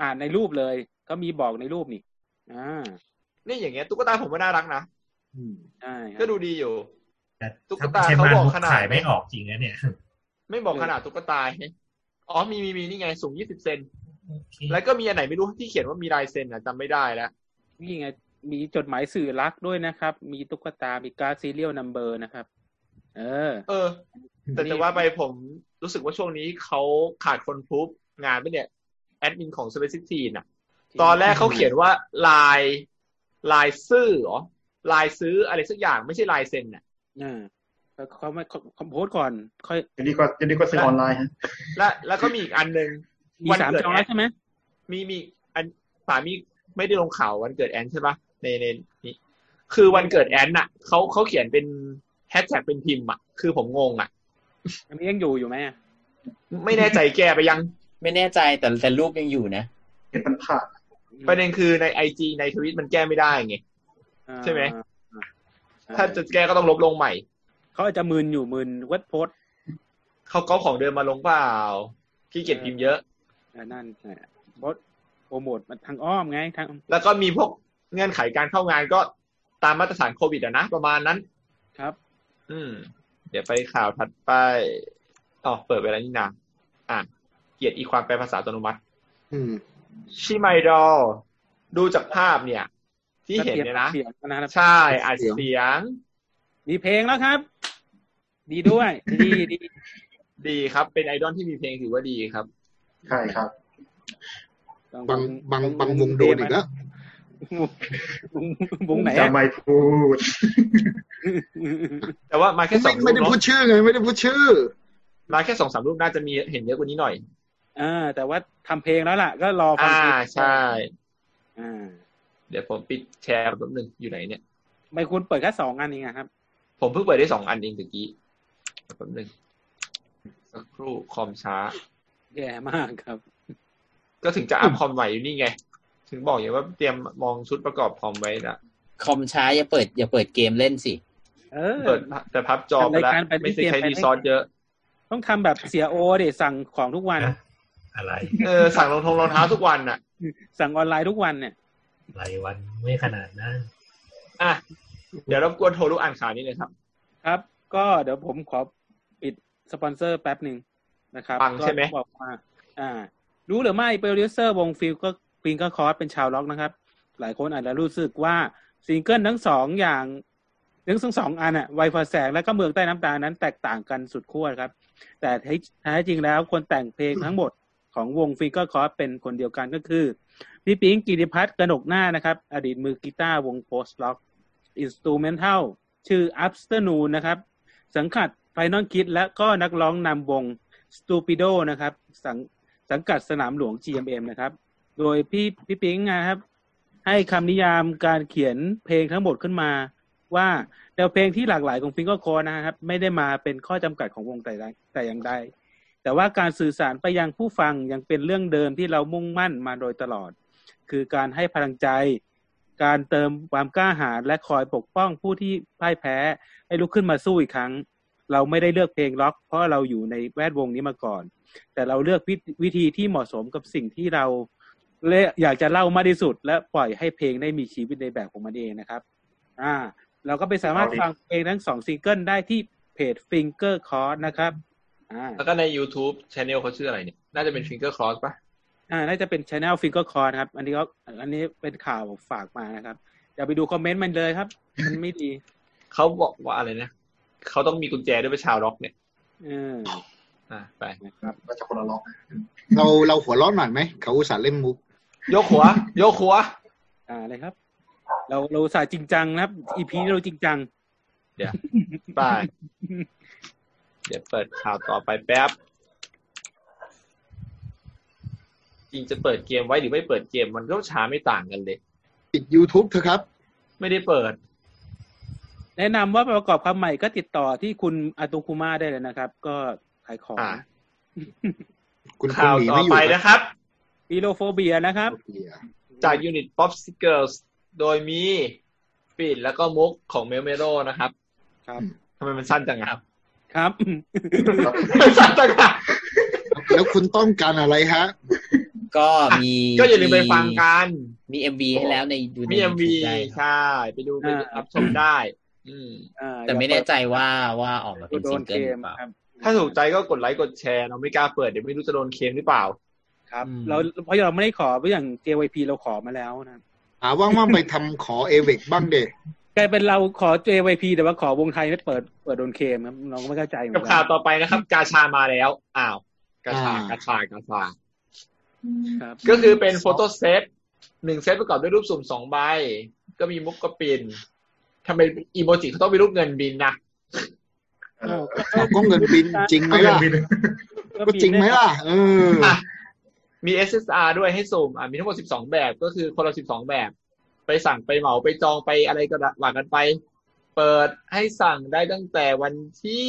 S2: อ่านในรูปเลยก็มีบอกในรูปนี่อ่า
S1: นี่อย่างเงี้ยตุ๊กตาผมว่าน่ารักนะ
S4: อืม
S2: ใช่ค
S1: ก็
S2: รับ
S1: ดูดีอยู่ ตุ๊ก
S11: ถ้า
S1: ตา
S11: ใช้
S1: เขา
S11: บ้าน
S1: บอก
S11: มุก
S1: ขนาด
S11: ขายไม่ออกจริงนะเนี่ย
S1: ไม่บอกขนาดตุ๊กตาไงอ๋อมีมีมีนี่ไงสูงยี่สิบเซน
S11: โอเค
S1: แล้วก็มีอันไหนไม่รู้ที่เขียนว่ามีลายเซ็นอ่ะจำไม่ได้แล้ว
S2: นี่ไงมีจดหมายสื่อรักด้วยนะครับ มีตุ๊กตา มีการ์ดซีเรียลนัมเบอร์นะครับ เออ
S1: เออ แต่จะว่าไปผมรู้สึกว่าช่วงนี้เขาขาดคนพรูฟงานไปะเนี่ย แอดมินของ s p e c i f i น่ะ ตอนแรกเขาเขียนว่าลายลายซื้อเหรอลายซื้ออะไรสักอย่างไม่ใช่ลายเซ็นน่ะ
S2: อ่าแล้วเขาไม่เขาเขาโพสต์ก่อน ค่อย
S6: เดี๋ยวนี้ก็เดี๋ยวนี้ก็ซื้อออนไลน์ฮะ
S1: และแล้วก็มีอีกอันหนึ่ง
S2: มีสามจอง
S1: แอ
S2: แล้ว
S1: ด
S2: ใช่ไหม
S1: มีมีอันสามีไม่ได้ลงข่าววันเกิดแอนใช่ปะในในนี้คือวันเกิดแอนน่ะเขาเขาเขียนเป็นแฮชแท็กเป็นพิมพ์อ่ะคือผมงงอ่ะ
S2: อันนี้ยังอยู่อยู่ไหมอะ
S1: ไม่แน่ใจแกไปยัง
S3: ไม่แน่ใจแต่แต่รูปยังอยู่นะ
S6: เห็นมันผ่าน
S1: ประเด็นคือในไอจีในทวิตมันแก้ไม่ได้ไง ใช่ไหม
S2: อ่
S1: ถ้าจะแก้ก็ต้องลบลงใหม่
S2: เขาอาจจะมึนอยู่มึนเว็บโพสต์
S1: เขาก็ของเดิมมาลงเปล่าขี้เกียจพิมพ์เยอะ
S2: อ่านั่นแหละโพสต์โปรโมทมันทางอ้อมไงทาง
S1: แล้วก็มีพวกเงื่อนไขการเข้างานก็ตามมาตรฐานโควิดอะนะ ประมาณนั้น
S2: ครับ
S1: อืม เดี๋ยวไปข่าวถัดไปอ๋อเปิดเวลานี่นาอ่ะเกลียดอีความแปลภาษาอัตโนมัติ
S4: อืม
S1: ชิไมดอลดูจากภาพเนี่ย ที่เห็นเนี่ยนะ
S2: เสียงนะครับ
S1: ใช่อัดเสียง
S2: มีเพลงแล้วครับ ดีด้วย ดีดี
S1: ดีครับ เป็นไอดอลที่มีเพลงถือว่าดีครับ
S6: ใช่ครับ
S4: บางบางบางวงโดนอีกแล้ว
S2: วงวงไหน
S6: จะ
S2: อะ
S6: ไม่พูด
S1: แต่ว่ามาแค่สอ
S4: ไม่
S1: งรูป
S4: ไม่ได้
S1: เน
S4: พู
S1: อะ
S4: ดชื่อไงไม่ได้พูดชื่อ
S1: มาแค่สองสามรูปน่าจะมีเห็นเยอะกว่านี้หน่อย
S2: อ่าแต่ว่าทำเพลงแล้วล่ะ ก็รอฟัง
S1: อ่า
S2: เพลง
S1: ใช่
S2: อ่า
S1: เดี๋ยวผมปิดแชร์แป๊บนึงอยู่ไหนเนี่ย
S2: ไม่คุณเปิดแค่สองอันเองอะครับ
S1: ผมเพิ่งเปิดได้สองอันเองตะกี้แป๊บนึงสักครู่คอมช้า
S2: แย่มากครับ
S1: ก็ถึงจะอั พคอมใหม่อยู่นี่ไง ถึงบอกอย่างว่าเตรียมมองชุดประกอบคอมไว้นะ
S3: คอมช้าอย่าเปิด อย่าเปิดเกมเล่นสิ
S2: เออ
S1: เปิดแต่พับจอไปแล้
S2: ทำรา
S1: ว
S2: ยการไป
S1: ไม่ใช่ใช้
S2: เตรียมไป
S1: รีซอสเยอะ
S2: ต้องทำแบบเสียโอเดสั่งของทุกวัน
S11: นะอะไร
S1: เออสั่งรองทงรองเท้าทุกวันน่ะ
S2: สั่งออนไลน์ทุกวันเนี่ย
S11: รายวันไม่ขนาดนั้น
S1: อ่ะ เดี๋ยวรบกวนโทรรู้อ่านข่าวนี้เลยครับ
S2: ครับ ก็เดี๋ยวผมขอปิดสปอนเซอร์แป๊บหนึ่งนะครับ
S1: ฟังใช่ไหม
S2: ก็บอกว่าอ่า รู้หรือไม่โปรดิวเซอร์วงฟิลก็ฟิงก็คอสเป็นชาวล็อกนะครับ หลายคนอาจจะรู้สึกว่าซิงเกิลทั้งสองอย่างทั้งสองอันอะไวฟอแสงและก็เมืองใต้น้ำตานั้นแตกต่างกันสุดขั้วครับ แต่แท้แท้จริงแล้วคนแต่งเพลงทั้งหมดของวงฟิงก็คอสเป็นคนเดียวกันก็คือ พี่ปิงกิติพัฒน์กนกหน้านะครับ อดีตมือกีตาร์วงโพสต์ล็อกอินสตูเมนทัลชื่อ Afternoon นะครับ สังกัดไฟนอลคิดและก็นักร้องนำวง Stupido นะครับสังสังกัดสนามหลวง GMM นะครับ โดยพี่พี่ปิงนะครับ ให้คำนิยามการเขียนเพลงทั้งหมดขึ้นมา ว่าแนวเพลงที่หลากหลายของฟิงเกอร์โคนะครับ ไม่ได้มาเป็นข้อจำกัดของวงแต่ใดแต่อย่างใด แต่ว่าการสื่อสารไปยังผู้ฟังยังเป็นเรื่องเดิมที่เรามุ่งมั่นมาโดยตลอด คือการให้พลังใจ การเติมความกล้าหาญและคอยปกป้องผู้ที่พ่ายแพ้ ให้ลุกขึ้นมาสู้อีกครั้ง เราไม่ได้เลือกเพลงล็อก เพราะเราอยู่ในแวดวงนี้มาก่อน แต่เราเลือกวิธีวิธีที่เหมาะสมกับสิ่งที่เราเลอยากจะเล่ามากที่สุด และปล่อยให้เพลงได้มีชีวิตในแบบของมันเองนะครับ อ่า เราก็ไปสามารถฟังเพลงทั้งสองซิงเกิลได้ที่เพจ Finger c o r d นะครับอ่า
S1: แล้วก็ใน YouTube Channel เขาชื่ออะไรเนี่ย น่าจะเป็น Finger Cross ปะ
S2: อ่า น่าจะเป็นช anel finger c o r นะครับ อันนี้ก็ อันนี้เป็นข่าวฝากมานะครับ อย่าไปดูคอมเมนต์มันเลยครับ มันไม่ดี
S1: เขาบอกว่าอะไรนะเขาต้องมีกุญแจด้วยเป็นชาวร็อกเนี่ย
S2: เออ
S1: อ่ะไป
S2: นะครับ
S6: ก็จะคนละล็อก
S4: เราเราหัวเร้อนหน่อยไหม เขาอุตส่าห์เล่นมุก
S1: ยกหัว ยกหัว
S2: อ่าเลยครับ เราเราสายจริงจังนะครับ อีพีเราจริงจัง
S1: ไป เดี๋ยวเปิดข่าวต่อไปแป๊บ จริงจะเปิดเกมไว้หรือไม่เปิดเกมมันก็ช้าไม่ต่างกันเลย
S4: ปิด YouTube เถอะครับ
S1: ไม่ได้เปิด
S2: แนะนำว่าประกอบคำใหม่ก็ติดต่อที่คุณอาตุคุมาได้เลยนะครับ ก็ขายของ
S1: อ่า
S4: คุณคุณ
S1: ข่าว
S4: หนี
S1: ต่อ
S4: ไม่อยู่
S1: ไป
S4: นะ
S1: นะครับ
S2: ปีโลโฟเบียนะครับ
S1: จากยูนิต Pop s i g i r l s โดยมีปิดแล้วก็มุกของเมลเมโรนะครับ
S2: ครับ
S1: ทำไมมันสั้นจังครับ
S2: ครับ
S1: สั้นจังอะ
S4: แล้วคุณต้องการอะไรฮะ
S3: ก็มี
S1: ก็อย่าลืมไปฟังกัน
S3: มีเอ็มวีให้แล้วในดูใน
S1: มีเอ็มวี
S3: YouTube ได้ครับ
S1: ใช่ ไปดูไป
S2: อ่า
S1: รับชมได้ อืม
S2: อ่า
S3: แต่ไม่แน่ใจว่าว่าออกมาเป็น
S2: โด
S3: ซิ
S2: น
S3: ง
S2: เค
S3: เกิลหรื
S2: ม
S3: อเปล่า
S2: ครับ
S1: ถ้าถูกใจก็กดไลค์กดแชร์เราไม่กล้าเปิดเดี๋ยวไม่รู้จะโดนเคลมหรือเปล่า
S2: ครับ
S3: อืม
S2: เราเพราะเราไม่ได้ขอเพราะอย่าง JYP เราขอมาแล้วนะ
S4: หาว่างๆไปทำขอเอเวกบ้างเด
S2: กลายเป็นเราขอ JYP แต่ว่าขอวงไทยไม่เปิดเปิดโดนเคมครับเราก็ไม่เข้าใจเหมื
S1: กั
S2: อ
S1: บ
S2: นกั
S1: ข่าวน ต่อไปนะครับ กาชามาแล้ว อ้าว กาชากาชากาชา
S2: ครับ
S1: ก็คือเป็นโฟโต้เซตหนึ่งเซตประกอบด้วยรูปสุ่มสองใบ ก็มีมุกกระปินทำไมอีโมจิเขาต้องมีรูปเงินบินนะ
S6: เออ
S4: เอาก็เงินบินจริงไหมล่ะ ก็จริงไหมล่ะ เออ
S1: อ่ะมี SSR ด้วยให้สุ่มอ่ะมีทั้งหมด 12 แบบ ก็คือคนละ 12 แบบ ไปสั่งไปเหมาไปจองไปอะไรก็ว่ากันไป เปิดให้สั่งได้ตั้งแต่วันที่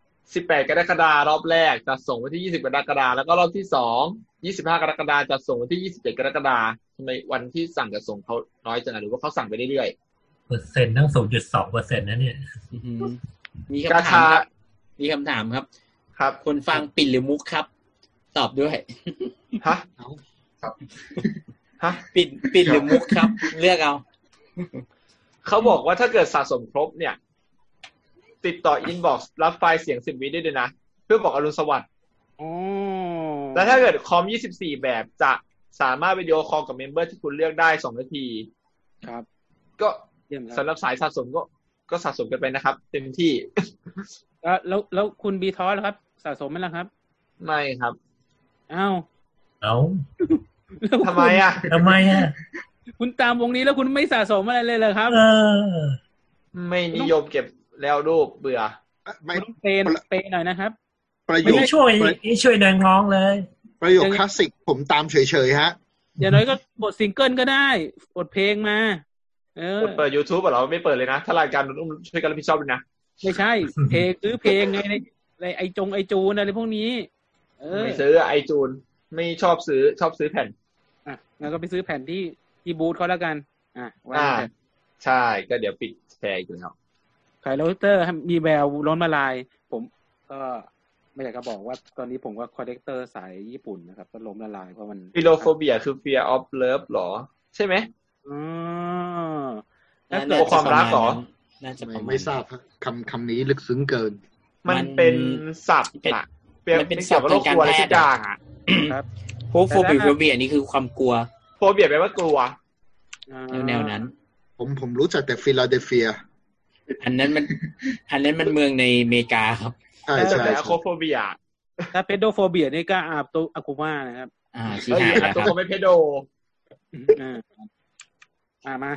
S1: 18 กรกฎาคมรอบแรกจะส่งวันที่ 20 กรกฎาคมแล้วก็รอบที่ 2 25 กรกฎาคมจะส่งวันที่ 27 กรกฎาคมทำไมวันที่สั่งกับส่งเขาน้อยจังอะหรือว่าเขาสั่งไปเรื่อยๆ
S11: เปอร์เซ็นต์ทั้งศูนย์จุดสองเปอร์เซ็นต์นะเนี่ย
S3: อืมมี
S1: กา
S3: คำถา
S1: ชาม
S3: ครับมีคำถามครับ
S1: ครับ
S3: คนฟังปิ่นหรือมุกครับ ตอบด้วย
S1: ฮะฮะ
S3: ปิ่นปิ่นหรือมุกครับ เลือกเอา
S1: เขาบอกว่าถ้าเกิดสะสมครบเนี่ย ติดต่ออินบ็อกซ์รับไฟล์เสียงสิบวิได้ด้วยนะ เพื่อบอกอรุณสวัสดิ์
S2: อ๋อ
S1: และถ้าเกิดคอม 24 แบบจะสามารถวิดีโอคอลกับเมมเบอร์ที่คุณเลือกได้ 2 นาที
S2: ครับ
S1: ก็
S2: เยี่ยมครั
S1: สำ
S2: บ
S1: หรับสายสะสมก็ก็สะสมกันไปนะครับ เต็ม ที่
S2: แล้วแล้วแล้วคุณบีทอสครับ สะสมไหมล่ะครับ
S1: ไม่ครับ
S2: อ้าว
S11: เอ้า
S2: แล้วคุณ
S1: ทำไมอ่ะ
S11: ทำไมอ่ะ
S2: คุณตามวงนี้แล้วคุณไม่สะสมอะไรเลยเหรอครับ
S11: เออ
S1: ไม่นิยมเก็บแล้วรูปเบื่อ
S4: ไม่
S2: คุณต้องเปนเปนหน่อยนะครับ
S4: ประโย
S11: ไม่
S4: ค
S11: ได้ช่วยไม่ช่วยแดงน้องเลย
S4: ประโยคคลาสสิกผมตามเฉยๆฮะ
S2: อย่างน้อยก็บทซิงเกิลก็ได้บทเพลงมา เอ อ
S1: เปิด YouTube อะเหรอไม่เปิดเลยนะ ถ้ารายการนุ่มช่วยกันรับผิดชอบด้วยนะ
S2: ไม่ใช่ เพลงซื้อเพลงไงในในไอจงไอจูนอะไรพวกนี้ เออ
S1: ไม่ซื้อไอจูนไม่ชอบซื้อชอบซื้อแผ่น
S2: อ่ะงั้นก็ไปซื้อแผ่นที่ที่บูธเขาแล้วกัน อ่ะว่า
S1: อ่า
S2: ไป
S1: ใช่ก็เดี๋ยวปิดแชร์อีกแล้ว
S2: ขายโรเตอร์ครับมีแววล้นมาลาย ผมก็ไม่อยากจะบอกว่าตอนนี้ผมว่าคอลเลกเตอร์สายญี่ปุ่นนะครับ ก็ล้มละลายเพราะมัน
S1: ฟิโลโฟเบียคือ fear of love หรอ ใช่ไหม
S2: อ๋อ
S3: น่
S2: แล้ว
S3: น่
S2: เกิด
S1: โอ้ความรักเหรอ
S3: น่าจะป
S4: ไม่
S3: ระมาณนั้น
S4: ไม่ทราบฮะคำคำนี้ลึกซึ้งเกิน
S3: มั
S1: มัน นเป็นศัพท์อะ
S3: มันเป็นศัพท์
S1: โรคกลัวอะไร
S3: ทาง
S1: สัก
S3: การแพทย์
S1: อย่างอะ
S2: ครับ
S3: พวกโฟบิวเบียนี่คือความกลัว
S1: โฟเบียแปลว่ากลัว
S3: แนวๆนั้น
S4: ผมผมรู้จักแต่ฟิลาเดลเฟีย
S3: อันนั้นมัน อันนั้นมันเมืองในอเมริกาครับ
S4: ใช่
S1: แต่
S4: ใช่
S1: แต่
S4: ใช่
S1: โคโฟเบีย
S2: ถ้าเพดโดโฟเบียนี่ก็อาบตุอากุมานะครับ
S3: อ่าชี้
S1: เอ้ย
S3: หาย
S1: อั
S3: แล้ว
S1: ต
S3: ค
S1: โก
S3: รับ
S1: ไม่เพโด
S2: อ่าอ่ามา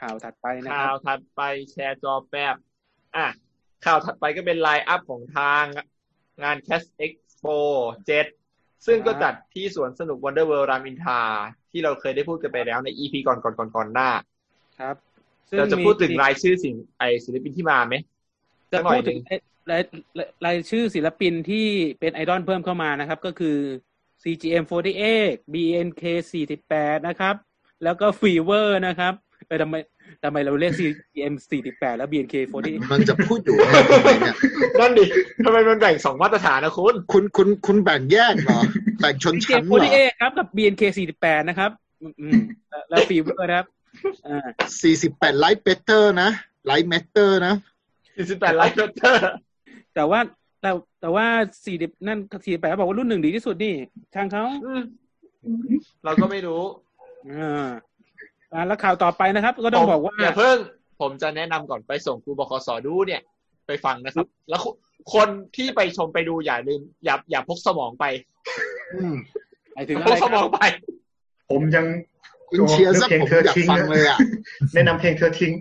S2: ข่าวถัดไปนะค
S1: ข่า
S2: รั
S1: ว
S2: บ
S1: ถัดไปแชร์จอแป๊บอ่ะข่าวถัดไปก็เป็นไลน์อัพของทางงาน c a s Expo 7 ซึ่งก็จัดที่สวนสนุก Wonder World รามอินทราที่เราเคยได้พูดกันไปแล้วใน EP ก่อนก่อนก่อนก่อนๆๆๆหน้า
S2: ครับ
S1: เราจะพูดถึง
S2: มี
S1: รายชื่อสิ่งไอศิลปินที่มาไหม
S2: จะ
S1: สักหน่
S2: พู
S1: อย
S2: ด
S1: หนึ่
S2: ถึง
S1: ง
S2: รายรายรายชื่อศิลปินที่เป็นไอดอลเพิ่มเข้ามานะครับ ก็คือ CGM48 BNK48 นะครับ แล้วก็ Fever นะครับเออทำไมทำไมเราเรียก CGM48 แล้ว BNK48
S4: มันจะพูดอยู่ว่า ทำไมเนี่ย
S1: นั่นดิทำไมมันแบ่งสองมาตรฐานนะคุณ
S4: คุณคุณคุณแบ่งแยกเหรอ แบ่งชนชั้นเหรอ
S2: BNK48 ครับกับ BNK48 นะครับอืมอืมแล้วแล้ว Fever นะครับอ่า
S4: สี่สิบแปดไลท์เบเตอร์นะไลท์เมเตอร์นะ
S1: 48ไลฟ์เตอร์
S2: แต่ว่าแต่แต่ว่าสี่ดิบนั่นสี่แปดบอกว่ารุ่นหนึ่งดีที่สุดนี่ทางเขา
S1: เราก็ไม่รู้
S2: อ่าอ่าแล้วข่าวต่อไปนะครับ ก็ต้องบอกว่า
S1: ผมอย่าเพิ่ง ผมจะแนะนำก่อนไปส่งครูบคสดูเนี่ย ไปฟังนะครับ แล้วคุคนที่ไปชมไปดูอย่าลืม อย่าอย่าพกสมองไป
S4: อืม
S2: หมายถึงอะ
S1: พ
S2: ไร
S1: กส
S2: ค
S1: ม
S2: รั
S1: อบ งไป
S6: ผมยัง
S4: คุณเชียร์ซะ
S6: ลื
S4: ผม
S6: พล
S4: อยากฟังเลยอ่ะ
S6: แนะนำเพลงเธอทิ้ง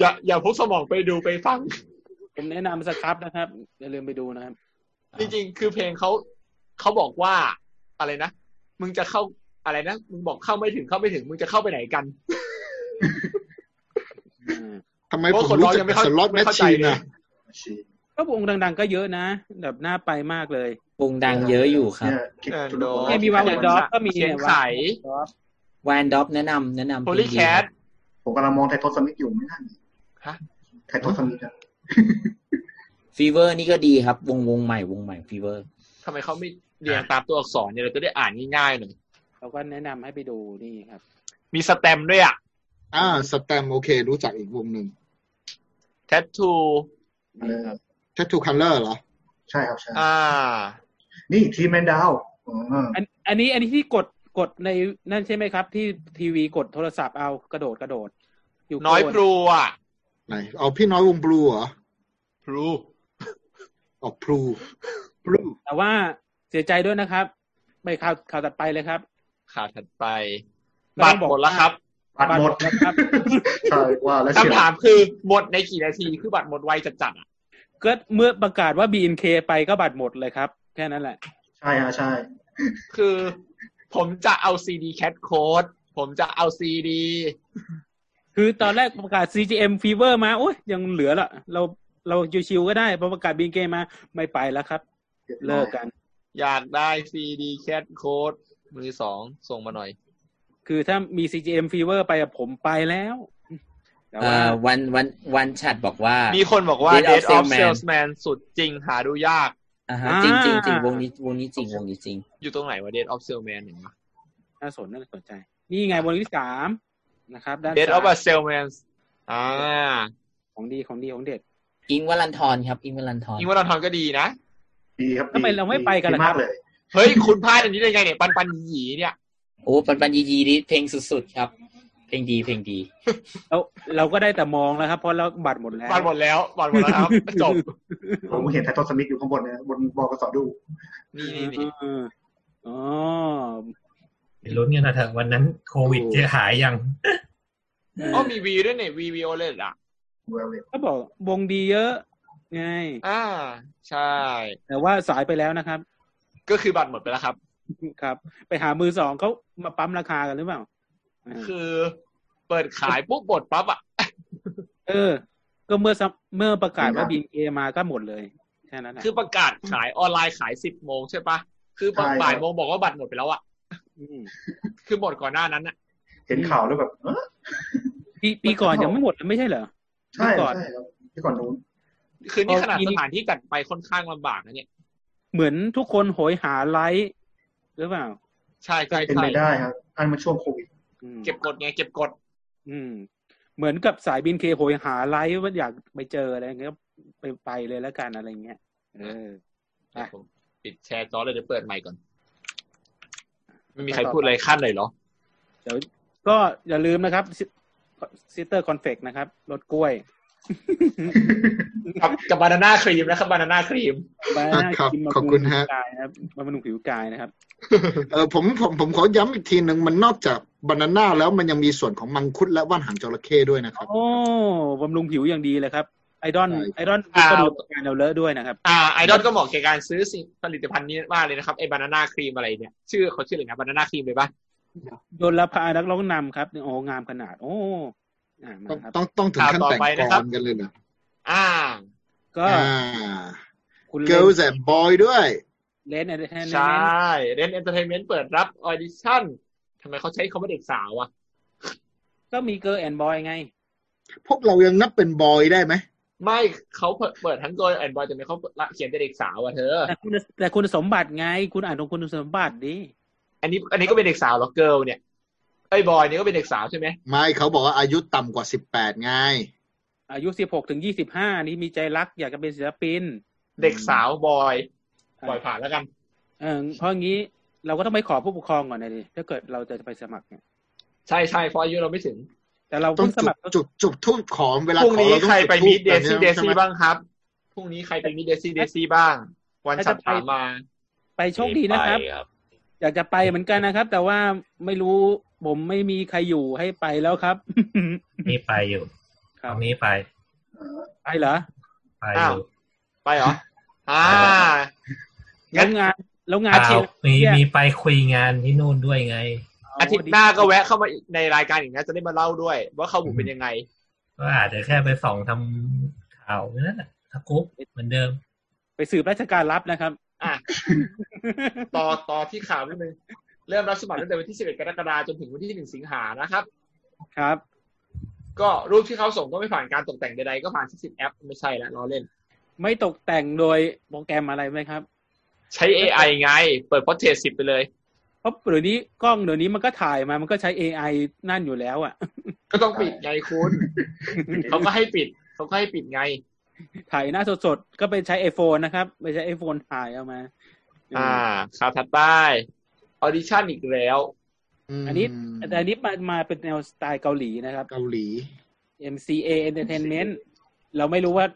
S1: อย่าอย่าพกสมองไปดูไปฟัง
S2: ผมแนะนำสครับนะครับอย่าลืมไปดูนะครับ
S1: จริงๆ คือเพลงเขาเขาบอกว่าอะไรนะ มึงจะเข้าอะไรนะ มึงบอกเข้าไม่ถึงเข้าไม่ถึง มึงจะเข้าไปไหนกัน
S2: อ่า
S4: ทำไม
S1: เพ
S4: ผ
S1: ราะ
S4: ม
S1: คน
S4: รู้
S1: ร้องยั
S4: จัก
S1: งไม่เข้า
S4: สล็อตแม
S1: ไม่
S4: ช
S1: เข้าใจ
S4: ชีน
S1: เลย
S4: อ่ะ
S2: ก็วงดัง ๆ ก็เยอะนะแบบน่าไปมากเลยว
S3: งดังเยอะอยู่ครับ
S6: เนี่ยคิกจุด
S1: โอ้
S2: เนี่ยมีวางดอฟก็มี
S1: เสีย
S2: เนี่
S1: ง
S2: ย
S1: ใส
S2: วางดอฟ
S3: แวนด็อปแนะนำแนะนำ
S1: โพลีแคท
S6: ผมกำลังมองไททอสมิธอยู่ไม่น่ามี
S1: ฮะ
S6: ไททอสมิธอะ
S3: ฟีเวอร์นี่ก็ดีครับ วงวงใหม่วงใหม่ฟีเวอร์
S1: ทำไมเขาไม่เรียงตามตัวอักษรเนี่ยเราจะได้อ่านง่ายๆหน่อย
S2: เราก็แนะนำให้ไปดูนี่ครับ
S1: มีสแตมป์ด้วยอ่ะ
S4: อ่าสแตมโอเค รู้จักอีกวงหนึ่ง
S1: แท t ทู
S6: มาเลยครับ
S4: ทัตทูคัลเลอร์เหรอ
S6: ใช่ครับใช่
S1: อ่า
S6: นี่ทีมแมนดาวอ๋อ
S2: อันอันนี้อันนี้ที่กดกดในนั่นใช่ไหมครับ ที่ทีวีกดโทรศัพท์เอากระโดดกระโดด อยู่
S1: น้อยพลูอ่ะ
S4: ไหน เอาพี่น้อยวงบลูเหรอ
S1: พลู
S4: ออกพลูบลู
S2: แต่ว่าเสียใจด้วยนะครับ ไปข่าวข่าวตัดไปเลยครับ
S1: ข่าวถัดไป
S2: ต้
S1: บั
S2: อ
S1: ต
S2: ง
S1: ร
S2: บอก
S1: หมดแล้วครับ
S6: บัตรหมด
S2: นะครับ
S6: ใช่ว่าแล้วเชีย
S1: คำถามคือหมดในกี่นาทีคือบัตรหมดไวจัดจัดๆอ่ะ
S2: ก็เมื่อประกาศว่า BNK ไปก็บัตรหมดเลยครับ แค่นั้นแหละ
S6: ใช่ฮะใช่
S1: คือ ผมจะเอาซีดีแคทโค้ดผมจะเอาซีดี
S2: คือตอนแรกประกาศ CGM Fever มาโอ้ยยังเหลือละเราเราชิวๆก็ได้พอประกาศ BNK มาไม่ไปแล้วครับ เลิกกัน
S1: อยากได้ซีดีแคทโค้ดมือสองส่งมาหน่อย
S2: คือถ้ามี CGM Fever ไปอะผมไปแล้วแต่
S3: เอ่
S2: ว่า
S3: อวันวันวันฉัดบอกว่า
S1: มีคนบอกว่า
S3: Dead of
S1: Dead of
S3: Salesman
S1: Salesman สุดจริงหาดูยาก
S3: อ่าฮะจริงจริงจริงวงนี้วงนี้จริงวงนี้จริง
S1: อยู่ตรงไหนวะ Dead of Salesman เนี่ย
S2: น่าสนน่าสนใจ นี่ไงวนที่สามนะครับด้าน
S1: Dead
S2: ซ้าย
S1: of a Salesman อ่า
S2: ของดีของดีของเด็ด
S3: อิงวัลันทรครับ อิงวัลันทร
S1: อิงวัลทอนก็ดีนะ
S6: ดีครับดี
S2: ทำไมเราไม่ไปกันล่ะ
S6: ดี
S2: ครั
S6: มา
S2: บ
S6: กเลย
S1: เฮ้ย คุณพลาดอันนี้ได้ไงเนี่ย ปันปันหยีเนี่ย
S3: โอ้ปันปันยียีนี่เพลงสุดๆครับ เพลงดีเพลงดี
S2: เราเราก็ได้แต่มองแล้วครับ เพราะเราบัตรหมดแล้ว
S1: บอลหมดแล้วบอลหมดแล้วครับ จบ
S6: ผมเห็นไททอนสมิธอยู่ข้างบนนะบนบกสดู
S1: นี่นี่นี่
S2: เอออ๋อ
S11: ไปลุ้นกันนะเถอะวันนั้นโควิดจะหายยัง
S1: อ๋อมีวีด้วยเนี่ยวีวีโอเลตอ่ะ
S6: Violet
S2: ก็บอกวงดีเยอะ ไง
S1: อ่า ใช่
S2: แต่ว่าสายไปแล้วนะครับ
S1: ก็คือบัตรหมดไปแล้วครับ
S2: ครับ ไปหามือสองเขามาปั๊มราคากันหรือเปล่าอ่า
S1: คือเปิดขายปุ๊บหมดปั๊บอ่ะ
S2: เออ ก็เมื่อสัปเมื่อประกาศว่า
S6: ครับ
S2: บีเอมาก็หมดเลยแค่นั้นนะ
S1: คือประกาศขายออนไลน์ขายสิบโมงใช่ปะคือ
S6: ใช่ครับ
S1: บ่ายโมงบอกว่าบัตรหมดไปแล้วอ่ะ
S2: ม
S1: คือหมดก่อนหน้านั้นอ่ะ
S6: เห็นข่าวแล้วแบบเอ้อ
S2: ปีปีก่อนยังไม่หมดเลยไม่ใช่เหรอ
S6: ใช่
S2: เมื่อก่อน
S6: ใช่ครับที่ก่อนนู้น
S1: คือนี่ขนาดสถานที่จัดไปค่อนข้างลำบากนะเนี่ย
S2: เหมือนทุกคนโหยหาไลท์หรือเปล่า
S1: ใช่ใช่
S6: เป็น
S1: ใช่
S6: ไปได้ครับอันมันช่วงโควิด
S2: อืม
S1: เก็บกดไงเก็บกด
S2: อืม เหมือนกับสายบินเคโหยหาไลท์ว่าอยากไปเจออะไรเงี้ยก็ไปไปเลยแล้วกันอะไรเงี้ยเออ อ่ะ
S1: ผมปิดแชร์จอเลยเดี๋ยวเปิดใหม่ก่อน ไม่มีใครพูดอะไรขั้นเลยเหรอ
S2: เดี๋ยวก็อย่าลืมนะครับซิสเตอร์คอนเฟกนะครับรสกล้วย
S1: กับ กับบานาน่าครีมนะครับบานาน่าครีม
S2: บานาน่า
S4: ครับ
S2: กินมา
S4: ขอบคุณ
S2: บำรุง
S4: ฮะ
S2: ผิวกายนะครับบำรุงผิวกายนะครับ
S4: เออผมผมผมขอย้ำอีกทีหนึ่งมันนอกจากบานาน่าแล้วมันยังมีส่วนของมังคุดและว่านหางจระเข้ด้วยนะครับ
S2: โอ้บำรุงผิวอย่างดีเลยครับ ไอดอน
S4: ใช่
S2: ไอดอน
S1: อ่า
S2: ก็ดูงานเราเลอะด้วยนะครับ
S1: อ่าไอดอลก็เหมาะแก่การซื้อสิผลิตภัณฑ์นี้มากเลยนะครับไอบานาน่าครีมอะไรเนี่ยชื่อเขาชื่ออะไรนะบานาน่าครีมเลยปะ
S2: ยนลภานักร้องนำครับโอ้งามขนาด โอ้อ่ามา
S4: ต้อง
S2: ครับ
S4: ต้องต้องถึงขั้นแต่งกรกันเลยเหรอ
S1: อ่า
S2: ก็
S4: อ่า
S2: คุณ
S4: girls and boy ด้วย
S2: เลนเอเดนเทน
S1: ใช่เรนเอนเตอร์เทนเมนต์เปิดรับออดิชั่นทำไมเขาใช้คำว่าเด็กสาวอะ
S2: ก็มีเกิร์ลแอนด์บอยไง
S4: พวกเรายังนับเป็นบอยได้ไหม
S1: ไม่เขาเปิดเปิดทั้งโกลแอนบอยแต่ไม่เขาเขียนแต่เด็กสาวอะเธอ
S2: แต่คุณแต่คุณสมบัติไง คุณอ่านตรงคุณสมบัติดิ
S1: อันนี้อันนี้ก็เป็นเด็กสาวเหรอเกิร์ลเนี่ยไอบอยเนี่ยก็เป็นเด็กสาวใช่ไหม
S4: ไม่เขาบอกว่าอายุต่ำกว่าสิบแปดไง
S2: อายุสิบหกถึงยี่สิบห้านี่มีใจรักอยากจะเป็นศิลปิน
S1: เด็กสาวบอยบอยผ่านแล้วกัน
S2: เออเพราะงี้เราก็ต้องไปขอผู้ปกครองก่อนนะดิถ้าเกิดเราจะไปสมัครเนี่ย
S1: ใช่ใช่เพราะอายุเราไม่ถึง
S2: แต่เรา
S4: ต้อ
S2: เพิ่
S4: ง
S2: งส
S4: จุ
S2: มั
S4: ด
S2: ครก็
S4: จุดจุดทูบขอเวลา
S1: พรุ่ง
S4: ขอ
S1: นี้
S4: เราต้อง
S1: ใครไป
S4: จุ
S1: มิดเด
S4: ธู
S1: ซี่
S4: ปกัน
S1: เด
S4: นี่ยใช่
S1: ซี่
S4: ไหม
S1: บ้างครับ พรุ่งนี้ใครไปมิดเด ซี่เดซี่บ้าง วันสัปดาห์มา
S2: ไปโชคดีนะครับ
S3: ไม่ไป
S2: อยากจะไปเหมือนกันนะครับ แต่ว่าไม่รู้ผมไม่มีใครอยู่ให้ไปแล้วครับ
S11: นี่ไปอยู่
S2: ครั
S11: ต
S2: บ
S11: รงนี้ไป
S2: ไปเหรอ
S11: ไปอยู่
S1: ไปเหรอ อ่า งั้
S2: แล้ว
S1: น
S2: งานแล้วงาน
S11: เป
S2: เชี
S11: ล่าย
S2: ร์
S11: มีมีไปคุยงานที่นู่นด้วยไง
S1: อาทิตย์หน้าก็แวะเข้ามาในรายการอีกนะจะได้มาเล่าด้วย ว่าเขาบุกเป็นยังไง
S11: ก็อาจจะแค่ไปส่องทำข่าวนั่นแหละสกู๊ปเหมือนเดิม
S2: ไปสืบราชการรับนะครับ
S1: อ่ะ ต่อต่อที่ข่าวนิดนึงเริ่มรับสมัครตั้งแต่วันที่ 11 กรกฎาคมจนถึงวันที่ 1 สิงหานะครับ
S2: ครับ
S1: ก็รูปที่เขาส่งก็ไม่ผ่านการตกแต่งใดๆก็ผ่าน10แอปไม่ใช่ละล้อเล่น
S2: ไม่ตกแต่งโดยโปรแกรมอะไรไหมครับ
S1: ใช้ AI ไง เปิดพอเทสสิบไปเลย
S2: เพราะเดี๋ยวนี้กล้องเดี๋ยวนี้มันก็ถ่ายมามันก็ใช้ AI นั่นอยู่แล้วอะ่ะ
S1: ก็ต้องปิดไงคุณ เขาก็ให้ปิด เขาก็ให้ปิดไง
S2: ถ่ายหน้าสดๆ ก็ไปใช้ iPhone นะครับ ไปใช้ iPhone ถ่ายเอามา
S1: อ่าข่าวถัดไปออดิชั่นอีกแล้ว
S4: ม
S2: อันนี้แต่อันนี้มามาเป็นแนวสไตล์เกาหลีนะครับ
S4: เกาหลี
S2: MCA Entertainment เราไม่รู้ว่า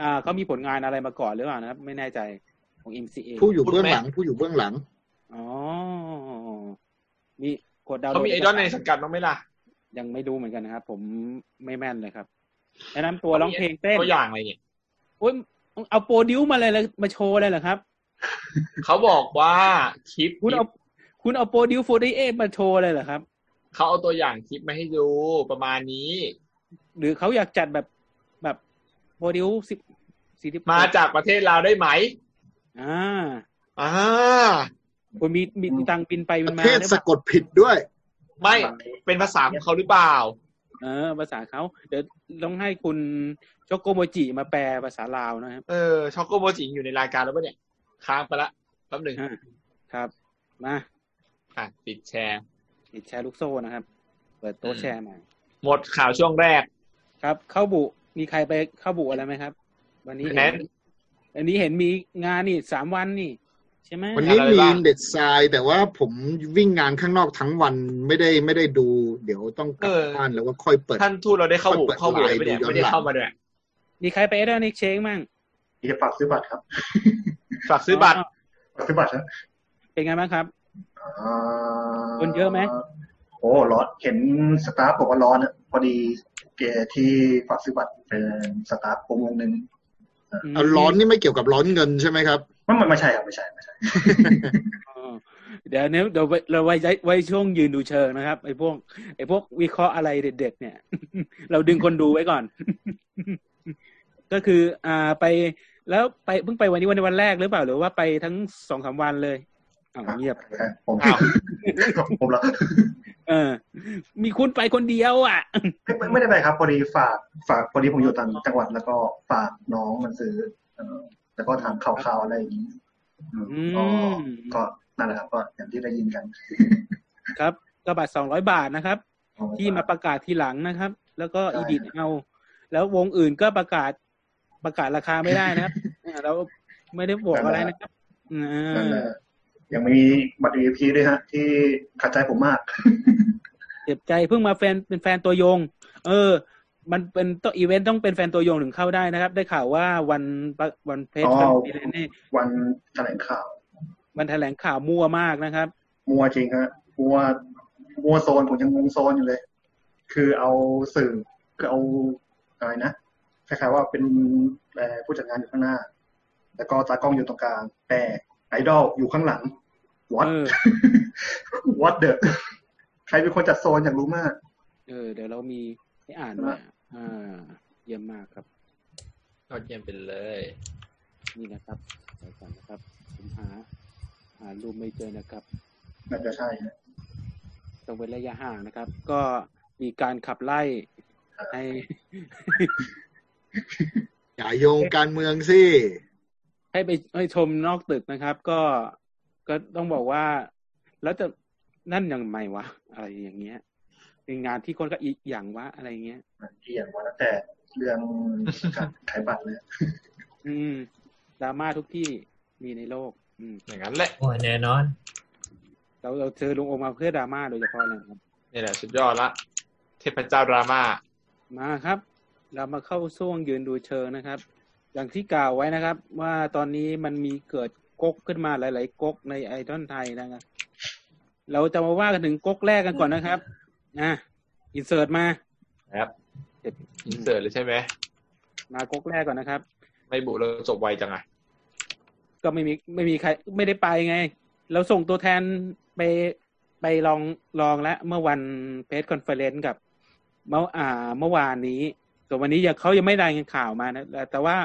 S2: อ่าเขามีผลงานอะไรมาก่อนหรือเปล่านะครับ ไม่แน่ใจของ MCA
S4: ผู้อยู่เบื้องหลัง ผู้อยู่เบื้องหลัง
S2: อ๋อ มีกดดาวน์โหล
S1: เขามีไอดอลในสังกัดบ้างไหมล่ะ
S2: ยังไม่ดูเหมือนกันนะครับ ผมไม่แม่นเลยครับแนะนำตัวร้องเพลงเต้น
S1: ตัวอย่างอะไรเนี่ย
S2: โอ้ยเอาโปรดิวมาเลยแล้วมาโชว์เลยเหรอครับ
S1: เขาบอกว่าคลิป
S2: คุณเอาคุณเอาโปรดิวโฟร์ดีเอมาโชว์เลยเหรอครับ
S1: เขาเอาตัวอย่างคลิปมาให้ดูประมาณนี้
S2: หรือเขาอยากจัดแบบแบบโปรดิวสิบสี่สิบ
S1: มาจากประเทศลาวได้ไหม
S2: อ่า
S1: อ่า
S2: คุณมีมีมีตังค์บินไปบิน
S4: ประ
S2: มา
S4: เทศ
S2: หรือเป
S4: สะ
S2: ล่าก
S4: ดผิดด้วย
S1: ไม่เป็นภาษาของเขาหรือเปล่า
S2: เออภาษาเขาเดี๋ยวต้องให้คุณโชโกโมจิมาแปลภาษาลาวนะครับ
S1: เออช็อกโกโบจิงอยู่ในรายการแล้วปะเนี่ย ค้างไปละแป๊บหนึ่ง
S2: อ่าครับ มา
S1: อ่ะปิดแชร์
S2: ปิดแชร์ลูกโซ่นะครับ เปิดโต๊ะแชร์มา
S1: หมดข่าวช่วงแรก
S2: ครับเข้าบุมีใครไปเข้าบุอะไรไหมครับ วันนี้
S1: แน่
S2: เห็นอันนี้เห็นมีงานนี่สามวันนี่ ใช่ไหม
S4: วันนี้
S1: อะไร
S4: มี
S1: บ้าง
S4: เด็ดทรายแต่ว่าผมวิ่งงานข้างนอกทั้งวันไม่ได้ไม่ได้ดู เดี๋ยวต้องกลับบ้านแล้วก็ค่อยเปิด
S1: ท่านทูตเราได้เข้าบุ
S4: เปิด
S1: เข้าบุ
S4: ไลน์
S1: ไปะเนี่ย
S4: ดูย้อน
S1: ไม่ได้
S4: หลัง
S1: เข้ามาด้วย
S2: มีใครไปเอเดนิกเชงมั่ง
S11: อย่าฝากซื้อบัตรครับ
S1: ฝากซื้อบัตร
S11: ฝากซื้อบัตรนะ
S2: เป็นไงบ้างครับ
S11: อ่า
S2: คนเยอะไหม
S11: โอ้ร้อนเห็นสตาฟบอกว่าร้อนอะพอดีเกที่ฝากซื้อบัตรเป็นสตาฟวงหนึ่ง
S2: ม
S4: เอาร้อนนี่ไม่เกี่ยวกับร้อนเงินใช่ไหมครับ
S11: ไม่ไม่ไม่ใช่ครับไม่ใช่ไม่ใช่
S2: อ๋อเดี๋ยวเนี้ยเดี๋ยวไว้เราไว้ใจไว้ช่วงยืนดูเชิงนะครับไอ้พวกไอ้พวกวิเคราะห์อะไรเด็ดๆเนี่ย เราดึงคนดูไว้ก่อน ก็คือ อ่าไปแล้วไปเพิ่งไปวันนี้วันในวันแรกหรือเปล่าหรือว่าไปทั้งสองสามวันเลยอ้าวเงียบ
S11: ไม่ใช่ผม
S1: อ้าว
S11: ผมเหรอ
S2: เออ มีคุณไปคนเดียวอ่ะ
S11: ไม่ไม่ไม่ได้ไปครับพอดีฝากฝากพอดีผมอยู่ต่างจังหวัดแล้วก็ฝากน้องมันซื้อเอ่อแล้วก็ถามข่าวๆอะไรอย่างนี้อืม
S2: อืม
S11: ก็ก็นั่นแหละครับก็อย่างที่ได้ยินกัน
S2: ครับกระบาดสองร้อยบาทนะครับ ที่มาประกาศทีหลังนะครับ แล้วก็อีดิทเอา แล้ววงอื่นก็ประกาศประกาศราคาไม่ได้นะครับ อ่าเราไม่ได้บอกอะไรนะครับอ่
S11: นั่นแหละ
S2: า
S11: ยังมีบัตร VIP ด้วยฮะ ที่ขัดใจผมมาก
S2: เจ็บใจเพิ่งมาแฟนเป็นแฟนตัวยง เออ มันเป็นต้องอีเวนต์ต้องเป็นแฟนตัวยงถึงเข้าได้นะครับ ได้ข่าวว่าวันประวันเพจวันเพจเนี่ย
S11: วันแถลงข่าว
S2: มันแถลงข่าวมั่วมากนะครับ
S11: มัวจริงฮะมัวมัวโซนผมยังงงโซนอยู่เลย คือเอาสื่อคือเอาอะไรนะคล้ายๆว่าเป็นเอ่อผู้จัดงานอยู่ข้างหน้า แล้วก็ตากล้องอยู่ตรงกลาง แต่ไอดอลอยู่ข้างหลัง what
S2: เออ
S11: what the ใครเป็นคนจัดโซนอยากรู้มาก
S2: เออ เดี๋ยวเรามีให้อ่านมาอ่า เยี่ยมมากครับ
S1: ยอดเยี่ยมไปเลย
S2: นี่นะครับเดี๋ยวก่อนนะครับผมหาหารูปไม่เจอนะครับ
S11: น่าจะใช่นะ
S2: ต้องเว้นระยะห่างนะครับ ก็มีการขับไล่ให้
S4: อย่าโยงการเมืองสิ
S2: ให้ไปให้ชมนอกตึกนะครับ ก็ก็ต้องบอกว่า แล้วจะนั่นยังไงวะอะไรอย่างเงี้ยเป็นงานที่คนก็อีกอย่างวะอะไรอย่างเงี้ย
S11: ที่อย่างว่าแต่เรื่องการขายบัตรเลย
S2: อืมดราม่าทุกที่มีในโลก อืม
S1: อย่างนั้นแหละ
S12: โอ้ยแน่นอน
S2: เราเราเจอลุงโอมาเพื่อดราม่าโดยเฉพาะเลยครับ
S1: นี่แหละสุดยอดละเทพเจ้าดราม่า
S2: มาครับ เรามาเข้าช่วงยืนดูเชิงนะครับ อย่างที่กล่าวไว้นะครับ ว่าตอนนี้มันมีเกิดก๊กขึ้นมาหลาย ๆก๊กในไอดอลไทยนะครับ เราจะมาว่ากันถึงก๊กแรกกันก่อนนะครับอ่ะอินเสิร์ตมา
S1: นะครับอินเสิร์ตเลยใช่ไหม
S2: มาก๊กแรกก่อนนะครับ
S1: ไม่บุเราจบไวจังอะ
S2: ก็ไม่มีไม่มีใครไม่ได้ไปไง เราส่งตัวแทนไปไปลองลองแล้วเมื่อวันเพจคอนเฟอเรนซ์กับเมื่ออ่าเมื่อวานนี้ส่วนวันนี้ยังเขายังไม่รายงานข่าวมานะแต่แต่ว่า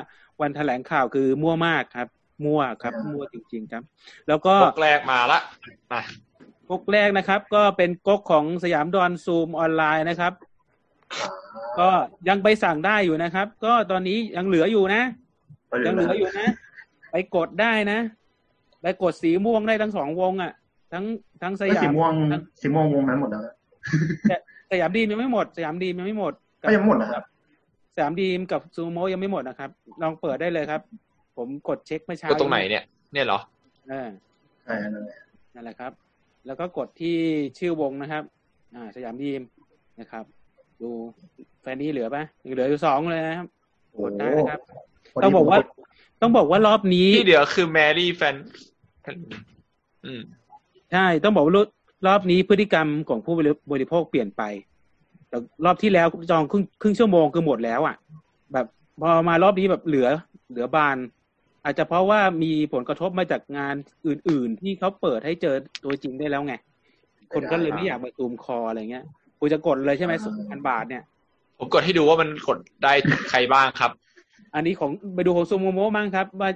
S2: วันแถลงข่าวคือมั่วมากครับ มั่วครับ มั่วจริง ๆครับ แล้วก็
S1: พวกแรกมาละอ่ะ
S2: ก๊กแรกนะครับ ก็เป็นก๊กของสยามดอนซูมออนไลน์นะครับ ก็ยังไปสั่งได้อยู่นะครับ ก็ตอนนี้ยังเหลืออยู่นะ
S11: ก็
S2: ยังเหลืออยู่นะ ไปกดได้นะ ไปกดสีม่วงได้ทั้งสองวงอ่ะ ทั้งทั้งส
S11: แล้ว
S2: ยา
S11: สี
S2: ม
S11: ม่วง
S2: ทั้ง
S11: สีม่วงวงนั้นหมดแล้วนะ
S2: สยามดีมยังไม่หมด สยามดีมยังไม่หมด
S11: ก็ยังไม่หมดนะครับ
S2: สามดีมกับซูโมยังไม่หมดนะครับ ลองเปิดได้เลยครับ ผมกดเช็คเมื่อเช้า
S1: ก็ตรงไหนเนี่ย เนี่ยเหรอ
S2: เออ
S6: ใช่นั่นแหละ
S2: นั่นแหละครับ แล้วก็กดที่ชื่อวงนะครับ อ่า สยามดีมนะครับ ดูแฟนนี้เหลือปะยังเหลืออยู่สองเลยนะครับ
S6: โอ้
S2: กดได้นะครับ
S6: พดี
S2: ต้องบอกว่า ต้องบอกว่ารอบนี้
S1: ที่เดี๋ยวคือแมรี่แฟน อืม
S2: ใช่ ต้องบอกว่ารอบรอบนี้พฤติกรรมของผู้บริโภคเปลี่ยนไป แต่รอบที่แล้วจองครึ่งครึ่งชั่วโมงคือหมดแล้วอะ่ะ แบบพอมารอบนี้แบบเหลือเหลือบาน อาจจะเพราะว่ามีผลกระทบมาจากงานอื่น ๆ ที่เขาเปิดให้เจอตัวจริงได้แล้วไง คนก็เลยไม่อยากมาตูมคออะไรเงี้ยกูจะกดเลยใช่ไหมสองพันบาทเนี่ย
S1: ผมกดให้ดูว่ามันกดได้ใครบ้างครับ
S2: อันนี้ของไปดูของซูโมโมะบ้างครับ ว่า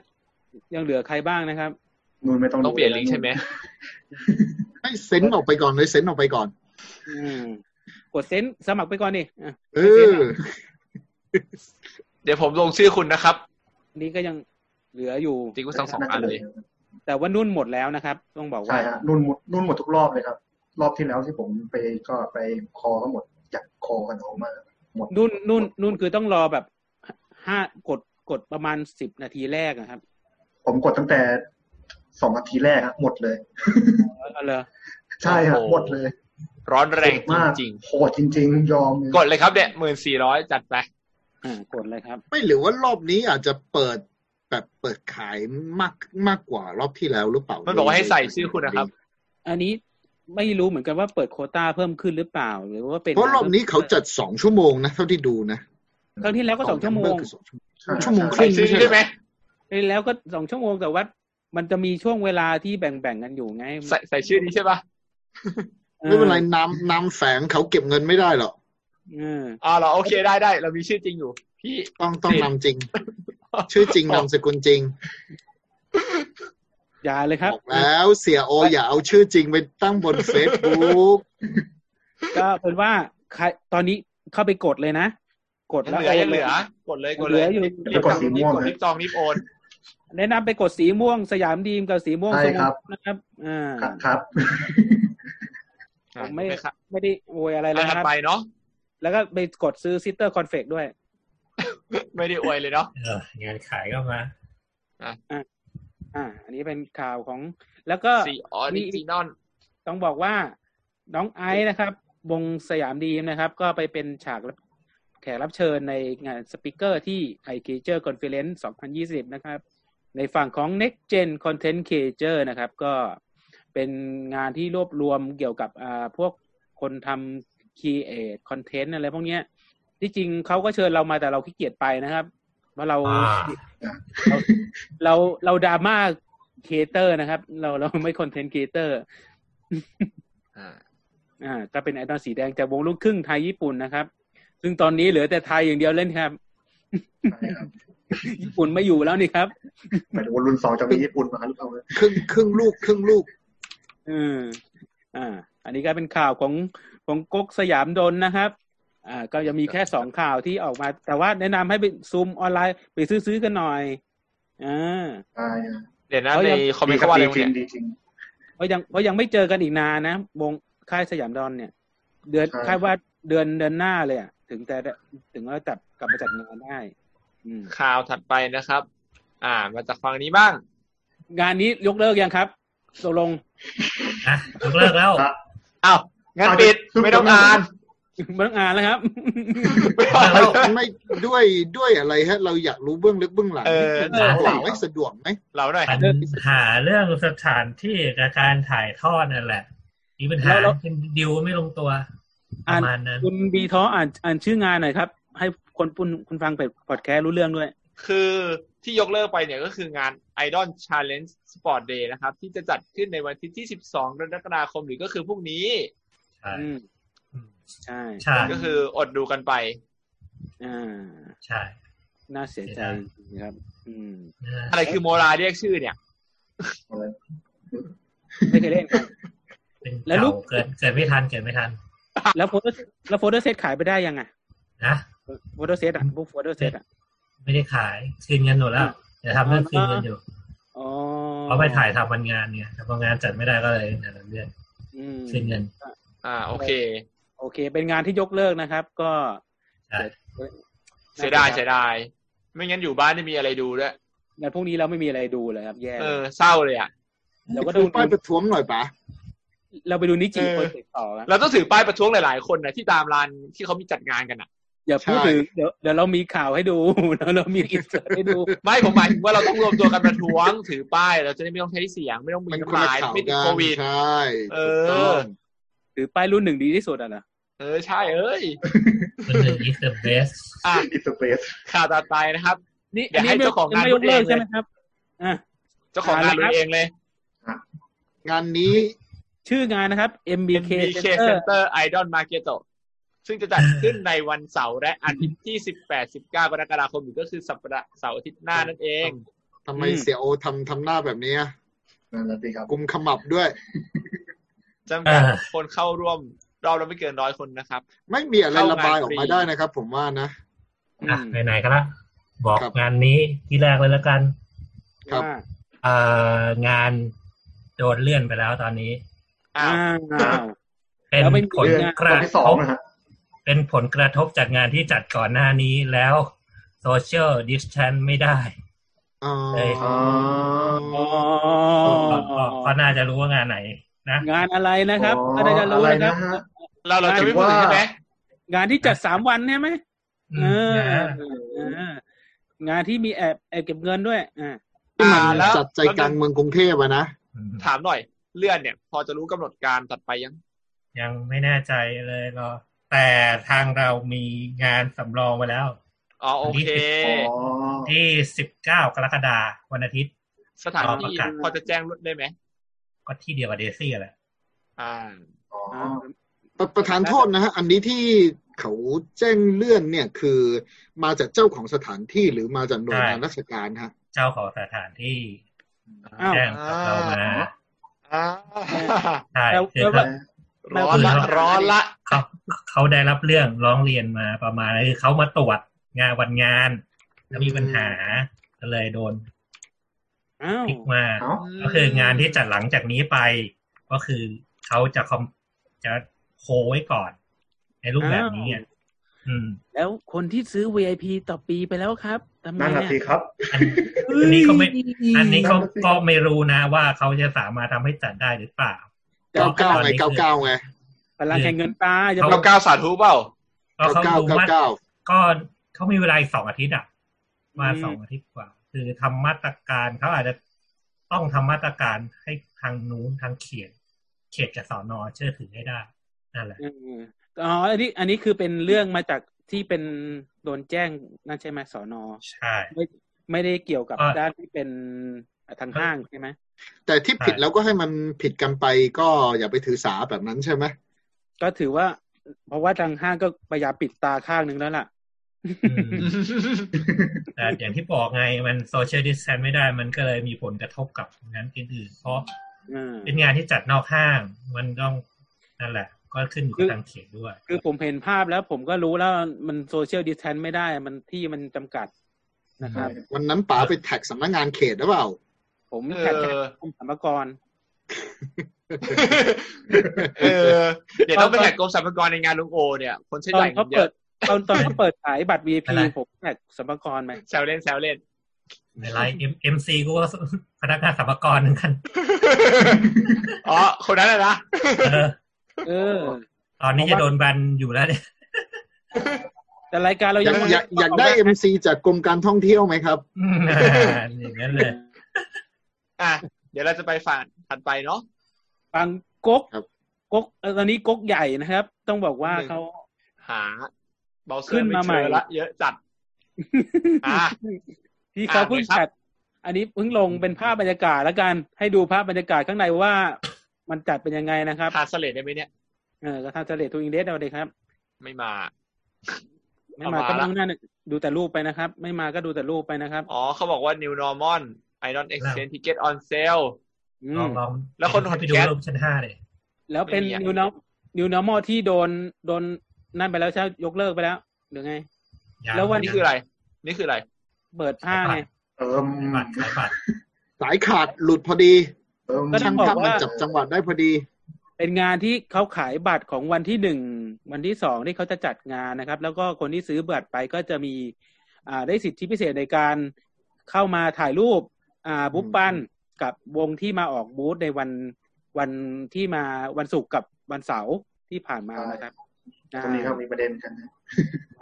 S2: ยังเหลือใครบ้างนะครับ
S6: นูนไม่ต้อง
S1: ต้องเปลี่ยนลิงก์ใช่ไหม
S4: ให้เซนต์ออกไปก่อนเลยเซนต์ออกไปก่อน
S2: อืมกดเซ็นสมัครไปก่อนดิอ่ะ
S4: เออ
S1: เดี๋ยวผมลงชื่อคุณนะครับ
S2: อันนี้ก็ยังเหลืออยู่
S1: จริงก็ทั้งสองอันเลย
S2: แต่ว่านุ่นหมดแล้วนะครับ ต้องบอก
S6: ใช่
S2: ว่า
S6: ฮะนุ่นหมดนุ่นหมดทุกรอบเลยครับ รอบที่แล้วที่ผมไปก็ไปคอก็หมดอยากคอกันออกมาหมด
S2: นุ่นนุ่นนุ่นคือต้องรอแบบห้ากดกดประมาณสิบนาทีแรกนะครับ
S6: ผมกดตั้งแต่สองนาทีแรกฮะหมดเลย
S2: เอาเลย
S6: ใช่ฮะ
S1: โอ้โห
S6: หมดเลย
S1: ร้อนแรง
S6: มาก
S1: จริง
S6: โหดจริง ๆ ยอม
S1: ๆ กดเลยครับเนี่ยหมื่นสี่ร้อยจัดไป
S2: อ่ากดเลยครับ
S4: ไม่หรือว่ารอบนี้อาจจะเปิดแบบเปิดขายมากมากกว่ารอบที่แล้วหรือเปล่า
S1: มั
S4: มัน
S1: บอกว่าให้ใส่ชื่อคุณนะครับ
S2: อันนี้ไม่รู้เหมือนกันว่าเปิดโควต้าเพิ่มขึ้นหรือเปล่า หรือว่าเป็น
S4: เพราะรอบนี้เขาจัดสองชั่วโมงนะเท่าที่ดูนะ
S2: ครั้งที่แล้วก็สองชั่วโมง
S4: คือสอชั่วโม
S6: ใช่
S4: ชั่วโมงครึ่
S1: ใส่
S4: ง
S1: ชื่อได้ไหม
S2: ครั้งที่แล้วก็สองชั่วโมงแต่ว่ามันจะมีช่วงเวลาที่แบ่งๆกันอยู่ไง
S1: ใส่ใส่ชื่อนี้ใช่ปะ
S2: อง อ
S4: ไม่เป็นไรน้ำน้ำแฝงเขาเก็บเงินไม่ได้หรอก
S2: เออ
S1: อ๋อเหรอโอเคได้ได้เรามีชื่อจริงอยู่ พี่
S4: ต้องต้องนำจริง ชื่อจริงนามสกุลจริง
S2: อย่าเลยครับ
S4: บอกแล้วเสียโออย่าเอาชื่อจริงไปตั้งบนเฟซบุ๊ก
S2: ก็เป็นว่าใครตอนนี้เข้าไปกดเลยนะ กด
S1: ยัง
S2: แล้ว
S1: เหลือยังเหลือ กดเลยกด
S2: เห
S1: เล
S2: ลือย อยู่
S6: ไปกดสี
S1: รีบ
S6: ม่วง
S1: กด
S6: ฮะ
S1: รีบจองรีบโอน
S2: แนะนำไปกดสีม่วงสยามดีมกับสีม่วง
S6: ใช่ครับ
S2: สมนะครับ อ่า
S6: ครับครับ
S2: ผมไม่ ไม่ได้โวยอะไร
S1: อั
S2: แล้
S1: น
S2: วนะ
S1: ถัด
S2: ครับ
S1: ไปเนาะ
S2: แล้วก็ไปกดซื้อซิสเตอร์คอนเฟกด้วย
S1: ไม่ได้อวยเลยเนาะ
S11: เอองานขายก็มา
S2: อ่า อันนี้เป็นข่าวของ แล้วก็
S1: สีออริจินอล
S2: ต้องบอกว่าน้องไอซ์นะครับ วงสยามดีมนะครับ ก็ไปเป็นฉากรับแขกรับเชิญในงานสปิเกอร์ที่ i c a g e r Conference 2020 นะครับ ในฝั่งของ Next Gen Content c a g e r นะครับ ก็เป็นงานที่รวบรวมเกี่ยวกับอ่าพวกคนทำ Create Content อะไรพวกเนี้ย ที่จริงเขาก็เชิญเรามาแต่เราขี้เกียจไปนะครับเพราะเรา
S11: อ่า
S2: เราเราเราดราม่าครีเอเตอร์นะครับ เราเราไม่คอนเทนต์ครีเอเตอร์
S1: อ่า
S2: อ่าก็เป็นไอดอลสีแดงจากวงลูกครึ่งไทยญี่ปุ่นนะครับ ซึ่งตอนนี้เหลือแต่ไทยอย่างเดียวเล่นครับ
S6: ใช่ครับ
S2: ญี่ปุ่นไม่อยู่แล้วนี่ครับ
S6: หมายถึงว่ารุ่นสองจะมีญี่ปุ่นมาหรือเปล่า
S4: ครึ่งครึ่งลูกครึ่งลูก
S2: อืมอ่า อันนี้ก็เป็นข่าวของของก๊กสยามดนนะครับ อ่า ก็จะมีแค่สองข่าวที่ออกมา แต่ว่าแนะนำให้ไปซูมออนไลน์ไปซื้อซื้อกันหน่อยอ่า
S6: ใช่ฮะ
S1: เดี๋ยวนะ
S2: เขา
S1: ใน
S2: ยัง
S1: คอมเมนต์
S6: ดี
S1: เขาว่าอะไร
S6: ดีจริง
S1: เนี่ย
S6: ดีจริง
S2: เพราะยังเพราะยังไม่เจอกันอีกนานนะ วงค่ายสยามดอนเนี่ย เดือน
S6: ใช่
S2: คาดว่าเดือนเดือนหน้าเลยอะถึงแต่ถึงว่าจับกลับมาจัดงานได้ อืม
S1: ข่าวถัดไปนะครับ อ่า มาจากฝั่งนี้บ้าง
S2: งานนี้ยกเลิกยังครับตกลง
S11: อ่ะยกเลิกแล้ว
S6: ครับ
S1: อ้าวงั้นปิดไม่ต้องอ่าน
S2: ไม่ต้องอ่านแล้วครับ
S1: ไม่ต้องอ่าน
S4: ไม่ด้วยด้วยอะไรฮะ เราอยากรู้เบื้องลึกเบื้องหลัง
S1: เออ
S4: ที่คุณบอกไว้สะดวกไหม
S1: เราหน่อย
S11: ปัญหาเรื่องสถานที่กับการถ่ายทอดนั่นแหละ มีปัญหา
S2: แล้วแล้ว
S11: เป็นดิวไม่ลงตัว ป
S2: อ่าน
S11: ระมาณนั้น
S2: คุณบีท้ออ่านอ่านชื่องานหน่อยครับ ให้คนคุณคุณฟังไปพอดแคสต์รู้เรื่องด้วย
S1: คือที่ยกเลิกไปเนี่ยก็คืองาน Idol Challenge Sport Day นะครับ ที่จะจัดขึ้นในวันที่ที่ 12กรกฎาคมหรือก็คือพรุ่งนี้
S11: ใช่
S2: อืม
S11: อืม
S2: ใช่
S11: ใช่
S1: ก็คืออดดูกันไป
S2: อ่า
S11: ใช่
S2: น่าเสียใจจริงๆครับ อืม
S11: นะ
S1: อะไรคือโมราเรียกชื่อเนี่ย
S2: ไม่เคยเล่นครับ
S11: เป็น
S2: แล้วลู
S11: เก่าก เกิดเกิดไม่ทันเกิดไม่ทัน
S2: แล้วโฟโต้แล้วโฟโต้เซตขายไปได้ยังไง
S11: นะ
S2: โฟโต้เซตอ่ะพวกโฟโต้เซตอ่ะ
S11: ไม่ได้ขายคืนเงินหมดแล้วเดี๋ยวทำเรื่องคืนเงินอยู่
S2: อ๋อ
S11: เพราะไปถ่ายทำวันงานเนี่ยแต่พองานจัดไม่ได้ก็เลยเดี๋ยวเลื่อน
S2: อืม
S11: คืนเงิน
S1: อ่า โอเค
S2: โอเค เป็นงานที่ยกเลิกนะครับ ก็
S11: ใช่
S1: เสียดายเสียดาย ไม่งั้นอยู่บ้านไม่มีอะไรดูด้วย
S2: งานพวกนี้เราไม่มีอะไรดูเลยครับ แย่
S1: เออ เศร้าเลยอ่ะ
S2: เราก็
S4: ดู
S2: ดู
S4: ป้ายประท้วงหน่อยปะ
S2: เราไปดูนิจิ
S1: เออ
S2: โปรเจกต์ต่อครับ
S1: เราต้องถือป้ายประท้วงหลายๆคนนะที่ตามร้านที่เขามีจัดงานกันอ่ะ
S2: อย่าพูดถึงเดี๋ยวเดี๋ยวเรามีข่าวให้ดู เดี๋ยวเรามีอินเสิร์ตให้ดู
S1: ไม่ผมหมายถึงว่าเราต้องรวมตัวกันประท้วง ถือป้ายเราจะได้ไม่ต้องใช้เสียง ไม่ต้องมี
S4: มันคน
S1: ห
S4: ละ
S1: มาย
S4: ข่าว
S1: ไม่ติด
S4: กัน
S1: โควิด
S4: ใช่
S1: เอ
S4: ถูกต้
S1: อ
S4: อง
S2: หรือป้ายรุ่นหนึ่งดีที่สุดอ่ะนะ
S1: เออใช่เอ้ย
S11: คนหนึ่ง is the best
S1: อ่ะ
S6: อินเตอร์เฟซ
S1: ข่าวต่อไปนะครับ นี่
S2: อัน
S1: เดี๋ยว
S2: นี้
S1: ให้
S2: ไม่
S1: เจ้าของงาน
S2: ไม่ย
S1: พูด
S2: ก
S1: เอ
S2: เลิ
S1: ง
S2: ก
S1: เล
S2: ใช่
S1: ย
S2: ไหมครับอ่ะ
S1: เจ้าของงาน
S2: อ่า
S1: พู
S2: นะครับ
S1: ดเองเลย
S4: งานนี้
S2: ชื่องานนะครับ MBK
S1: MBK
S2: Center
S1: Center Idol Market ซึ่งจะจัดขึ้นในวันเสาร์และอาทิตย์ที่ 18 19กรกฎาคมหรือก็คือสัปดาห์เสาร์อาทิตย์หน้านั่นเอง
S4: ทำไม
S2: อืม
S4: เสียโอทำทำหน้าแบบนี้อะ
S6: นั่นแหละสิครับ
S4: กุมขมับด้วย
S1: จำกัด
S11: อ่า
S1: คนเข้าร่วมรอบละไม่เกินร้อยคนนะครับ
S4: ไม่มีอะไร
S1: เข้างาน
S4: ระบายออ
S1: ฟ
S4: ก
S1: รี
S4: มาได้นะครับ ผมว่านะ
S2: อื
S11: อ่ะ
S2: ม
S11: ไหนๆก็ละ บอก
S4: ครับ
S11: งานนี้ที่แรกเลยละกัน
S4: ครับ
S2: ว่า
S11: เอ่องานโดนเลื่อนไปแล้วตอนนี้
S1: อ้าว
S2: อ้าว
S11: เป็น
S2: แล้วไม่มี
S11: ผล
S6: เดือน
S11: ก
S6: วั
S11: ระ
S6: นที่
S11: ท
S6: สอง
S11: บ
S6: นะฮะ
S11: เป็นผลกระทบจากงานที่จัดก่อนหน้านี้แล้วโซเชียลดิสแทนไม่ได้
S4: อ๋อ
S11: เอ้ย
S6: อ๋อ
S2: อ๋อ
S11: ก็ก็ก็น่าจะรู้ว่างานไหน นะ
S2: งานอะไรนะครับ
S6: อ๋อ
S2: ก็น่าจะรู้
S6: อะไร
S2: นะครับ
S6: นะฮะ
S1: เราเราจะไม่
S6: ถือ
S1: พูด
S6: ว่า
S1: ใช่ไหม
S2: งานที่จัดสามวันใช่ไหม
S11: อื
S2: เออ
S11: มนะ
S2: เอองานที่มีแอบแอบเก็บเงินด้วยอ่า
S4: ที่มัน
S1: อ่าแล้ว
S4: จัดใจกลางเมืองกรุงเทพอะนะ
S1: ถามหน่อย เลื่อนเนี่ย พอจะรู้กำหนดการตัดไปยัง
S11: ยังไม่แน่ใจเลยรอแต่ทางเรามีงานสำรองไว้แล้ว
S1: อ๋อโอเค
S6: อ๋อ
S11: ที่สิบเก้ากรกฎาคมวันอาทิตย์
S1: สถานที่
S11: อ๋อประกาศ
S1: พอจะแจ้งได้ไหม
S11: ก็ที่เดียวกับเดซี่แหละ
S1: อ่า
S6: อ๋อ
S2: อ่า
S4: ประประธานโทษนะฮะ อันนี้ที่เขาแจ้งเลื่อนเนี่ยคือมาจากเจ้าของสถานที่หรือมาจากหน่วยงานราชการฮะ
S11: เจ้าของสถานที่
S2: อ้าว
S11: แจ้งกับเรามา
S1: อ่า
S11: ใช่
S2: แล้ว
S11: คือ
S2: แล้ว
S11: เขา
S1: ร้อนละร้อนละ
S11: เขาเขาได้รับเรื่องร้องเรียนมาประมาณคือเขามาตรวจงานวันงานแล้วมีปัญหาก็เลยโดน
S2: อ้าว
S11: พลิกมา
S6: เอ้า
S11: ก็คืองานที่จัดหลังจากนี้ไป ก็คือเขาจะคอมจะโคไว้ก่อน ในรูปแบบนี้อ่ะอืม
S2: แล้วคนที่ซื้อ VIP ต่อปีไปแล้วครับทำไง
S6: นั่นแหละสิ
S2: เนี่ย
S6: ครับ
S11: อันนี้เขาไม่ อันนี้เขา
S6: นั่นน่ะสิ
S11: ก็ไม่รู้นะว่าเขาจะสามารถทำให้จัดได้หรือเปล่า
S4: เก้าเก้าไงเก้าเก้าไง
S2: พลังแห่งเงินตาจะ
S11: เขา
S2: บอ
S1: เรา
S2: ก
S1: ก้าวสาธุเปล่า
S11: ก็
S4: เก้า
S11: เขา
S4: เก้าเก้า
S11: ดูว่า
S4: เก้า
S11: ก็เขามีเวลาอีกสองอาทิตย์อ่ะ มาสองอาทิตย์กว่า คือทำมาตรการเขาอาจจะต้องทำมาตรการให้ทางนู้นทางเขตเขตกับสอนอเชื่อถือให้ได้นั่นแหละ
S2: เอออ๋ออันนี้อันนี้คือเป็นเรื่องมาจากที่เป็นโดนแจ้งนั่นใช่ไหมสอนอ
S11: ใช่
S2: ไม่ไม่ได้เกี่ยวกับ
S11: อ่า
S2: ด้านที่เป็นทางห้างใช่ไหม
S4: แต่ที่ผิดแล้วก็ให้มันผิดกันไปก็อย่าไปถือสาแบบนั้นใช่ไหม
S2: ก็ถือว่า เพราะว่าทางห้างก็พยายามปิดตาข้างหนึ่งแล้วล่ะ
S11: อืมแต่อย่างที่บอกไงมันโซเชียลดิสแทนไม่ได้ มันก็เลยมีผลกระทบกับงานอื่นๆเพราะ
S2: อืม
S11: เป็นงานที่จัดนอกห้าง มันต้องนั่นแหละ ก็ขึ้นอยู่กับทางเขตด้วย
S2: คือผมเห็นภาพแล้วผมก็รู้แล้วมันโซเชียลดิสแทนไม่ได้มันที่มันจำกัดนะครับ
S4: วันนั้นป๋าไปแท็กสำนักงานเขตหรือเปล่า
S2: ผม
S1: เอ
S2: แท็ก
S1: อ
S2: กรมสรรพากร
S1: เออ เดี๋ยวต้องไปแท็กกรมสรรพากรในงานลุงโอเนี่ย คนใช้
S2: ตอ
S1: จ่าน ยเงิ
S2: เขา
S1: นเย
S2: เปิด
S1: อะ
S2: ตอนตอนเขาเปิดขายบัตร VIP
S11: อะไร
S2: ผมแท็กสรรพากรไป
S1: แซวเล่นแซวเล่ น
S11: ในไลน์เอ็มซีก็ ว่าพนักงานสรรพากรเหมือนกัน
S1: อ๋อ คนนั้นน่ะนะ
S11: เออ
S2: เออ
S11: ตอนนี้จะโดนแบนอยู่แล้วเนี่ย
S2: แต่รายการเรา
S4: อ
S2: ยั
S4: ยาง กอยาก
S2: ม่
S4: อยากได้เอ็มซีจากกรมการท่องเที่ยวไหมครับ
S11: อย่างนั้นเลย
S1: อ่ะ เดี๋ยวเราจะไปฝั่งถัดไปเนาะ
S2: ฟังก๊ก
S4: ครับ
S2: ก๊กเอ่อตอนนี้ก๊กใหญ่นะครับ ต้องบอกว่าเขา
S1: หาเบราว์เซอร์
S2: ขึ้นมาใหม่
S1: ไเจอละเยอะจัด อ่ะ
S2: ที่เขาเพิ่ง
S1: อ่าหน่อยครั
S2: จั
S1: บ
S2: ดอันนี้เพิ่งลงเป็นภาพบรรยากาศแล้วกัน ให้ดูภาพบรรยากาศข้างในว่ามันจัดเป็นยังไงนะครับ
S1: ทานสเลดได้ไหมเนี่ย
S2: เออกระทำเจเลตทูอิงเดสเอาเลยครับ
S1: ไม่มา
S2: ไม่มา
S1: เอา
S2: ก็
S1: มาละ
S2: นั่งหน้าหนึ่งดูแต่รูปไปนะครับ ไม่มาก็ดูแต่รูปไปนะครับ
S1: อ๋อเขาบอกว่า new normal i don't exchange ticket on sale
S2: อืม
S11: ลองลอง
S1: แล้วคนหด
S11: ไปดู
S1: แก๊ส
S11: รูปชั้นห้าเลย
S2: แล้วเป็น
S1: ไม่มีอะ
S2: new norm new normal ที่โดนโดนนั่นไปแล้วใช่ไหมยกเลิกไปแล้วหรือไง
S11: ยา
S2: แล้ววั
S1: นี่คืออะไร นี่คืออะไร
S2: เปิดห้างไง
S6: เอิม
S11: บัตรขายบัตร
S4: สายขาดหลุดพอดี
S6: เอิม
S2: ก็
S4: ช่างภาพมันจับจังหวัดได้พอดี
S2: เป็นงานที่เขาขายบัตรของวันที่หนึ่งวันที่สองที่เขาจะจัดงานนะครับ แล้วก็คนที่ซื้อบัตรไปก็จะมี อ่าได้สิทธิพิเศษในการเข้ามาถ่ายรูป อ่าบุ๊ปปันกับวงที่มาออกบูธในวันวันที่มาวันศุกร์กับวันเสาร์ที่ผ่านมานะครับอ่า
S6: ตรงนี้ก็มีประเด็นกันนะ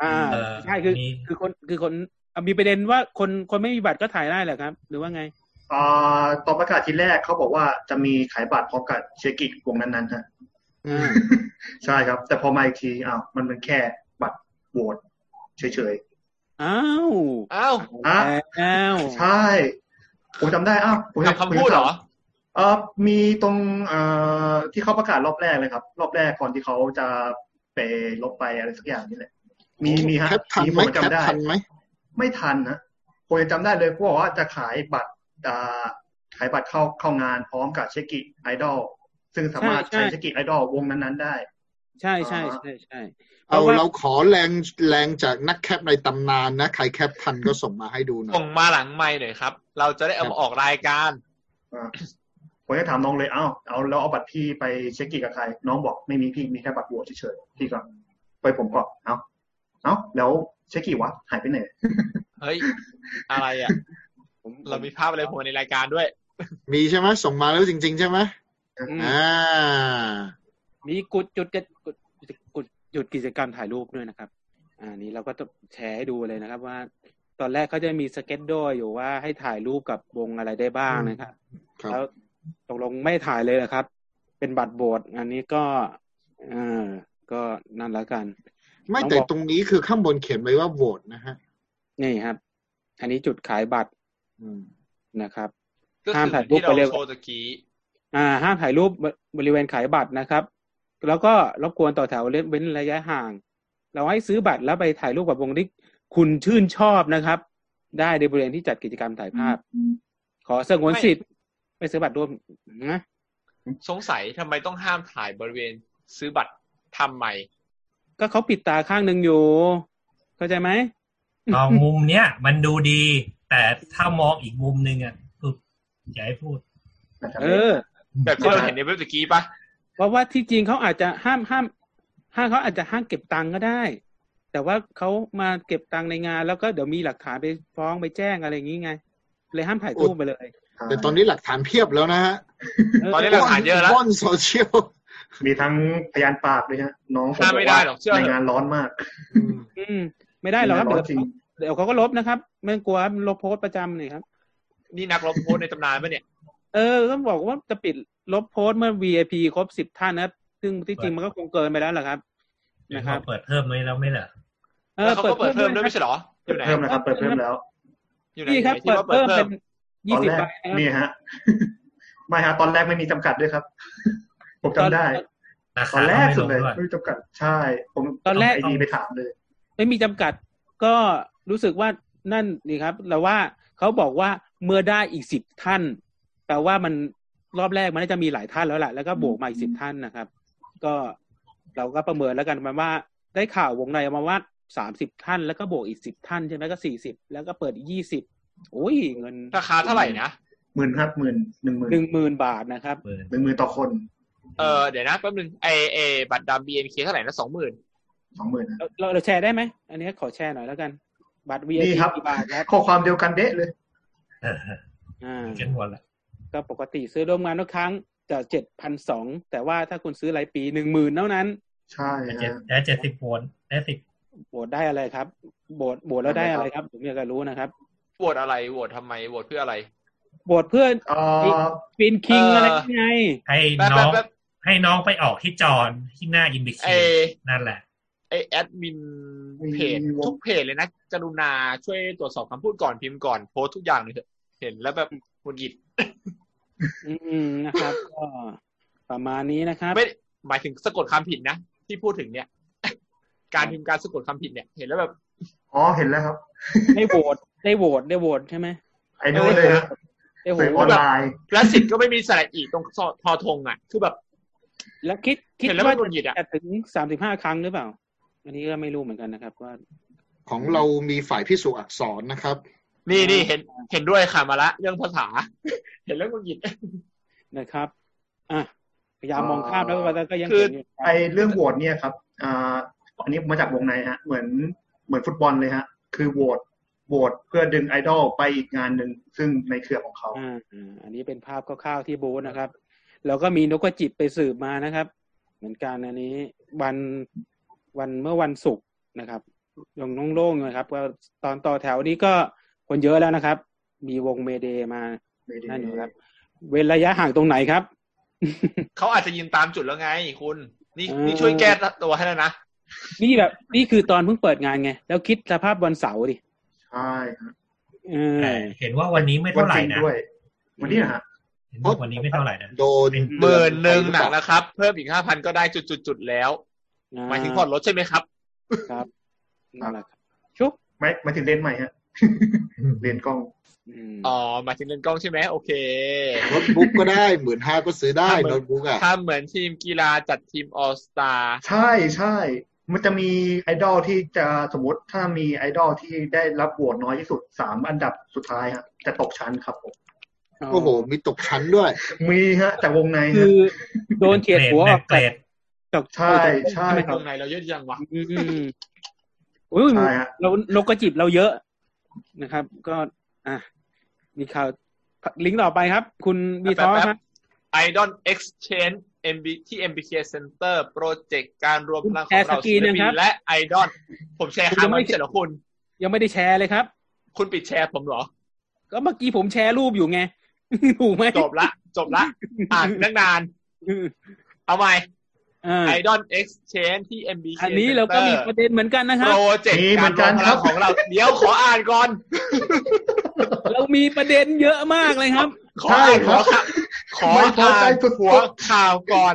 S2: อ่า
S11: เออ
S2: ใช่คือ
S11: มี
S2: คือคนคือคนอ่ะมีประเด็นว่าคนคนไม่มีบัตรก็ถ่ายได้เหรอครับ หรือว่าไง
S6: อ่าตอนประกาศทีแรกเขาบอกว่าจะมีขายบัตรพร้อมกับเชียร์กิจวงนั้นๆฮะ
S2: อ่า
S6: ใช่ครับ แต่พอมาอีกทีอ้าวมันเป็นแค่บัตรโหวตเฉย
S2: อ้าว
S1: อ้าว
S6: ๆอ่ะ
S2: อ้าว
S6: ใช่ ผมจำได้อ้าวผม
S1: กลับคำพูดเหรอ
S6: เออมีตรงเอ่อที่เขาประกาศรอบแรกเลยครับ รอบแรกก่อนที่เขาจะไปลบไปอะไรสักอย่างนี่แหละมีมีฮะ
S4: แคปทัน
S6: มี
S4: ไห
S6: ผม ม
S4: แคป
S6: จำได้
S4: ทันไหม
S6: ไม่ทันนะผมยังจำได้เลยเขาบอกว่าจะขายบัตรอ่าขายบัตรเข้าเข้างานพร้อมกับเชกิไอดอลซึ่งสามารถใช้เชกิไอดอลวงนั้นๆได้
S2: ใช่ใช่ใช่ใช่
S4: เอา
S2: พะว่
S4: เราขอแรงแรงจากนักแคปในตำนานนะ ใครแคปทันก็ส่งมาให้ดูหน่อ
S1: ส่
S4: ย
S1: งมาหลังไม่หน่อยครับ เราจะได้เอามาออกรายการ
S6: ผมก็ถามน้องเลย เอ้า เอาแล้วเอาบัตรพี่ไปเช็คกี่กับใคร น้องบอกไม่มีพี่มีแค่บัตรโหวตเฉยๆ พี่ก็ไปผมก็ เอ้า เอ้า แล้วเช็คกี่วะ หายไปไหน
S1: เฮ้ย อะไรอ่ะ เรามีภาพอะไรโผล่ในรายการด้วย
S4: มีใช่ไหมส่งมาแล้วจริง ๆ ใช่ไหม
S2: อืม
S4: อ่า
S2: มีกุดจุดกดกุดกุดหยุดกิจกรรมถ่ายรูปด้วยนะครับ อ่านี้เราก็จะแชร์ให้ดูเลยนะครับ ว่า ตอนแรกเขาจะมีสเก็ตดอยอยู่ว่าให้ถ่ายรูปกับวงอะไรได้บ้างนะครับ
S4: ครับ
S2: แล้วตกลงไม่ถ่ายเลยนะครับ เป็นบัตรโบสอันนี้ก็เออก็นั่นละกัน
S4: ไม่แต่ตรงนี้คือข้างบนเขียนไว้ว่าโหวตนะฮะ
S2: นี่ครับ อันนี้จุดขายบัตร
S4: อืม
S2: นะครับ
S1: ก็
S2: ห้าม
S1: คือ
S2: ถ่ายรูป
S1: ที่
S2: ไป
S1: เรา
S2: เร็ว
S1: โชว์ตะกี้
S2: อ่าห้ามถ่ายรูปบบริเวณขายบัตรนะครับ แล้วก็รบกวนต่อแถวเว้นระยะห่าง เราให้ซื้อบัตรแล้วไปถ่ายรูปกับวงที่คุณชื่นชอบนะครับ ได้ในบริเวณที่จัดกิจกรรมถ่ายภาพ ขอสงวน
S1: ไม่
S2: สิทธิ์ไม่ซื้อบัตรร่วมนะ
S1: สงสัยทำไมต้องห้ามถ่ายบริเวณซื้อบัตรทำใหม่
S2: ก็เขาปิดตาข้างหนึ่งอยู่ เข้าใจไหม
S11: มองมุมเนี้ยมันดูดี แต่ถ้ามองอีกมุมหนึ่งอ่ะคืออย่าให้พูด
S6: นะครับ
S2: เออ
S1: แบบที่เราเห็นในเว็บตะกี้ปะ
S2: เพราะว่าที่จริงเขาอาจจะห้ามห้ามห้ามเขาอาจจะห้ามเก็บตังค์ก็ได้ แต่ว่าเขามาเก็บตังค์ในงาน แล้วก็เดี๋ยวมีหลักฐานไปฟ้องไปแจ้งอะไรอย่างนี้ไง เลยห้ามถ่ายรูปไปเลย
S4: แต่ตอนนี้หลักฐานเพียบแล้วนะฮะ
S2: เ
S1: ตอนนี้หลักฐานเยอะแล้ว
S4: บอนโซเชียล
S6: มีทั้งพยานปากเลยฮะ น้องผ
S1: ห้าม
S6: บ
S1: ไม่
S6: อก
S1: ได้
S6: ว่า
S1: หรอกเชื่อ
S6: ในงานร้อนมาก
S4: อืม
S2: อืมไม่ได้หรอกครับ
S6: ในงานร้อ
S2: เดี๋ยว
S6: นจริง
S2: เขาเดี๋ยวเขาก็ลบนะครับไม่ต้องกลัวครับลบโพสต์ประจำนี่ครับ
S1: นี่นักรบโพสต์ในตำนานปะเนี่ย
S2: เออต้องบอกว่าจะปิดลบโพสต์เมื่อ VIP ครบสิบท่านนะครับซึ่งที่จริงมันก็คงเกินไปแล้วแหละครับ นะ
S11: นะ
S2: ค
S11: ค
S2: รั
S11: รับ บเปิดเพิ่มไหมแล้วไม่เหรอ
S2: เออ
S1: แล้วเขาก็เปิดเพิ่มด้วยไม่ใช่เหรอ อยู่ไหน
S6: เพิ่มนะครับ เปิดเพิ่มแล้ว
S1: อยู่ไหน
S2: นี่ครับ
S1: ที่
S2: เปิด
S1: ว่า
S2: เพิ่มเป็น
S6: ต
S2: ยี่
S6: อน
S2: สิบ
S6: แร
S2: ใบนะค
S6: ก
S2: รับ
S6: นี่ฮะ ไม่ฮะ ตอนแรกไม่มีจำกัดด้วยครับ ผมจำได้
S11: รา
S6: ตอ
S11: คาน
S6: แรก
S11: ไม่
S6: สุด
S11: ลง
S6: เลย
S11: ด้วย
S6: ไม่มีจำกัด ใช่ ผม
S2: ตอนแรก
S6: ไอดีไปถามเลย
S2: ไม่มีจำกัดก็รู้สึกว่านั่นนี่ครับเราว่าเขาบอกว่าเมื่อได้อีกสิบท่านแปลว่ามันรอบแรกมันน่าจะมีหลายท่านแล้วแหละแล้วก็บวกมาอีกสิบท่านนะครับ ก็เราก็ประเมินแล้วกันมาว่าได้ข่าววงในมาว่าสามสิบท่านแล้วก็บวกอีกสิบท่านใช่ไหมก็สี่สิบแล้วก็เปิดยี่สิบโอ้ยเงิน
S1: ราคาเท่าไหร่นะ
S6: หมื่นห้าหมื่นหนึ่งหมื่น
S2: หนึ่งหมื่นบาทนะครับ
S11: เปิด
S6: หนึ่งหมื่นต่อคน
S1: เออเดี๋ยวนะแป๊บนึงไอเอบัตรดำ BNK เท่าไหร่นะสองหมื่น
S6: สองหมื่น
S2: เราเราเราแชร์ได้ไหมอันนี้ขอแชร์หน่อยแล้วกัน บัตร
S6: นี่
S2: VIP
S6: ครับ
S2: กี่บาทครับ
S6: ข้อความเดียวกันเดะเลย
S11: เออ
S2: อ่า
S11: กันหมดละ
S2: ก็ปกติซื้อร่วมงานทุกครั้งจะเจ็ดพันสองแต่ว่าถ้าคุณซื้อรายปีหนึ่งหมื่นเท่านั้น
S6: ใช่
S11: เจ็ด
S6: ฮะ
S11: ได้เจ็ดสิบโวลต์ได้สิบ
S2: โบสได้อะไรครับ โบสโบสแล้วได้อะไรครับผมอยากจะรู้นะครับ
S1: โหวตอะไรโหวตทำไมโหวตเพื่ออะไร
S2: โบสเพื่อน
S6: เอ่อ
S2: ปินคิง
S1: เอ่ออ
S2: อะไรไง
S11: ให้
S1: แป๊บ
S11: น้
S1: แป๊
S11: อบ ง
S1: แป๊บ
S11: ให้น้องไปออกที่จอนที่หน้าอินบิ
S1: ไอ
S11: คีนั่นแหละ
S1: ไอแอดมินเพจทุกเพจเลยนะกรุณาช่วยตรวจสอบคำพูดก่อนพิมพ์ก่อนโพสต์ทุกอย่างเลยเถอะเห็นแล้วแบบหงุดหงิด
S2: อืมนะครับ ก็ประมาณนี้นะครับ
S1: ไม่หมายถึงสะกดคำผิดนะ ที่พูดถึงเนี่ย การพิมพ์การสะกดคำผิดเนี่ย เห็นแล้วแบบ
S6: อ๋อเห็นแล้วครับ
S2: ได้โบสได้โบสได้โบสใช่ไหม
S6: ไอ้นู่นเลยฮะ
S2: ได้โห
S6: สื่อออนไลน์
S1: แล้วสิทธิ์ก็ไม่มีสระอีตรงซอทอทงอ่ะ คือแบบ
S2: แล้วคิดคิด
S1: เห็นแล้วมั
S2: ว่าน
S1: หงุดหงิดอ่ะ
S2: จะถึงสามสิบห้าครั้งหรือเปล่า อันนี้ก็ไม่รู้เหมือนกันนะครับว่า
S4: ของเรามีฝ่ายพิสูจน์อักษรนะครับ
S1: นี่นี่เห็นเห็นด้วยค่ะมาละเรื่องภาษา เห็นแล้วหงุดหงิด
S2: นะครับ อ่ะ พยายามมองข้ามแล้วมันก็ยัง
S6: คือ
S2: เห็นอยู่
S6: ไอเรื่องโหวตเนี่ยครับ อ่า อันนี้มาจากวงในฮะ เหมือนเหมือนฟุตบอลเลยฮะ คือโหวตโหวตเพื่อดึงไอดอลไปอีกงานหนึ่งซึ่งในเครือของเขา
S2: อ่าอ่าอันนี้เป็นภาพคร่าวๆที่บูธนะครับ แล้วก็มีนกกระจิบไปสืบมานะครับ เหมือนกันอันนี้วันวันเมื่อวันศุกร์นะครับลงโล่งๆนะครับก็ตอนต่อแถวนี้ก็คนเยอะแล้วนะครับ มีวงเมเดมานั่นอยู่ครับ เว้นระยะห่างตรงไหนครับ
S1: เขาอาจจะยืนตามจุดแล้วไงคุณ นี่
S2: อืม
S1: นี่ช่วยแก้ตัวให้แล้วนะ
S2: นี่แบบนี่คือตอนเพิ่งเปิดงานไง แล้วคิดสภาพวันเสาร์ดิ
S6: ใช่ฮะ
S2: เออ
S11: แต่เห็นว่าวันนี้ไม่เท่าไหร่นะ
S6: วันจงด้วย วันนี้นะฮะ
S11: เห็นว่าวันนี้ไม่เท่าไหร่นะ
S4: โดน
S1: หมื่นหนึ่งห
S4: นั
S1: นักนะครับ เพิ่มอีกห้าพันก็ได้จุดจุดจุดๆๆแล้ว หมายถึงผ่อนรถใช่ไหมครับ
S2: ครับนั่นแหละครับชุบ
S6: ไม่หมายถึงเลนส์ใหม่ฮะ เลนส์กล้อง
S2: อืม
S1: อ๋อหมายถึงเงินกล้องใช่ไหมโอเค
S4: โน้ตบุ๊กก็ได้หมื่นห้าก็ซื้อได้โน้ตบุ๊กอ่ะ
S1: ถ้าเหมือนทีมกีฬาจัดทีมออสตา
S6: ใช่ใช่ มันจะมีไอดอลที่จะสมมติถ้ามีไอดอลที่ได้รับโหวตน้อยที่สุดสามอันดับสุดท้ายฮะจะตกชั้นครับผม
S4: โอ้โห มีตกชั้นด้วย
S6: มีฮะ แต่วงใน
S2: คื
S6: ฮะ
S2: อโดนเขียดหัวออก
S11: เกรด
S2: จาก
S6: ใช่ใช่ครั
S1: ต
S6: บ
S1: รงไหนเราเยอะจังวะ
S2: อืมอุ้ย
S6: ใช่ฮะ
S2: เราลกกระจิบเราเยอะนะครับ ก็ อ่ะมีข่าวลิงก์ต่อไปครับ คุณบีทอสครับ
S1: ไอดอลเอ็กซ์เชนที่ MBK Center โปรเจกต์การรวมพลังข
S2: แช
S1: อ
S2: ร์
S1: ง
S2: ส
S1: เรา
S2: กรีน
S1: ศิล
S2: นะ
S1: ปิ
S2: คนรับ
S1: และไอดอลผมแชร์ค้างไว้ไม่เสร็จเหรอคุณ
S2: ยังไม่ได้แชร์เลยครับ
S1: คุณปิดแชร์ผมเหรอ
S2: ก็เมื่อกี้ผมแชร์รูปอยู่ไง ถูกไหม
S1: จบละ จบละ อ่านตั้งนาน เอาใหม่
S2: อ่า
S1: ไอดอลเอ็กซ์เชนที่ MBK
S2: อันนี้เราก็มีป
S1: Center
S2: ระเด็นเหมือนกันนะค
S1: โป
S2: รับ
S1: รเจกต์การรวมพลังของเรา เดี๋ยวขออ่านก่อน
S2: เรามีประเด็นเยอะมากเลยครับ
S1: ขออ่านหัวข่าวขอ
S6: ไม่พอ
S1: อ่า
S6: ใจ
S1: น
S6: สุดๆ
S1: หัวข่าวก่อน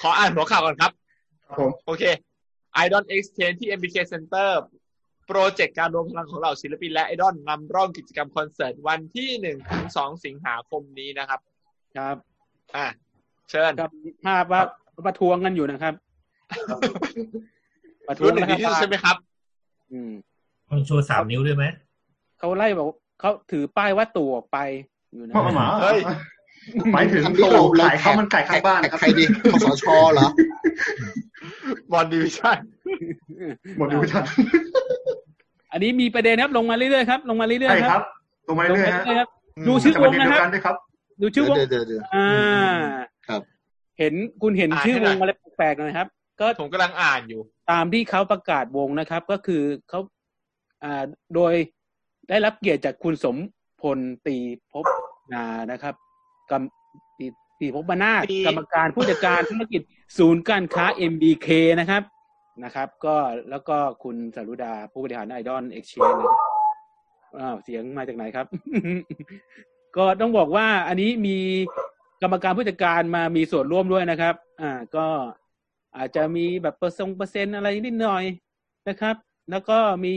S1: ขออ่านหัวข่าวก่อนครับ
S6: ครับผม
S1: โอเค Idol Exchange ที่ MBK Center โปรเจกต์การรวมพลังของเหล่าศิลปินและไอดอลนำร่องกิจกรรมคอนเสิร์ตวันที่หนึ่งถึงสองสิงหาคมนี้นะครับ
S2: ครับ
S1: อ่ะ เชิญ
S2: กับภาพว่าประท้วงกันอยู่ นะครับประท้ว
S1: รุ่
S2: ง
S1: นหนึ่ง
S2: นะค
S1: ดี
S2: รับ
S1: ที่สุดใช่ไหมครับ
S2: อืม
S11: คนชูสามนิ้วด้วยไหม
S2: เขาไล่บอกเขาถือป้ายว่าตู่ออกไปอยู่นะ
S6: มาหมา
S1: เฮ้ย
S6: หมายถึง
S4: อันนี้
S6: โต
S4: เราเรา
S6: ขายข้าวมันไก่ข้างบ้านนะครับ
S4: ใครดีคสชเหรอ
S1: บอลดิวิชั่น
S6: หมดดูทัน
S2: อันนี้มีประเด็นครับลงมาเรื่อยๆครับลงมาเรื่อย
S6: ใช่
S2: ๆ
S6: ค
S2: ค
S6: รั
S2: รับ บ
S6: ลงมา
S2: ลง
S6: เรื่อย
S2: มา
S6: ๆฮะ
S2: เรื่อยๆครับ
S1: อืม
S2: ดูชื่อ
S6: จะมาเดียวกันด้วยครับ
S2: ดูชื่อวง
S4: เดี๋ยวเดี๋ยวเดี๋ยว
S2: อ่า
S4: ครับ
S2: เห็นคุณเห็นชื่อวงอะไรแปลกๆหน่อยครับ ก็
S1: ผมกำลังอ่านอยู่
S2: ตามที่เขาประกาศวงนะครับ ก็คือเขาอ่าโดยได้รับเกียรติจากคุณสมพลตีพบนานะครับกำตีตีพบมานาค
S1: ตี
S2: กรรมการผู้จัดการธุรกิจศูนย์การค้า MBK นะครับนะครับ ก็แล้วก็คุณสรุดาผู้บริหารไอดอลเอ็กชนอ้าวเสียงมาจากไหนครับ ก็ต้องบอกว่าอันนี้มีกรรมการผู้จัดการมามีส่วนร่วมด้วยนะครับ อ่าก็อาจจะมีแบบเปอร์เซ็นต์เปอร์เซ็นต์อะไรนิดหน่อยนะครับ แล้วก็มี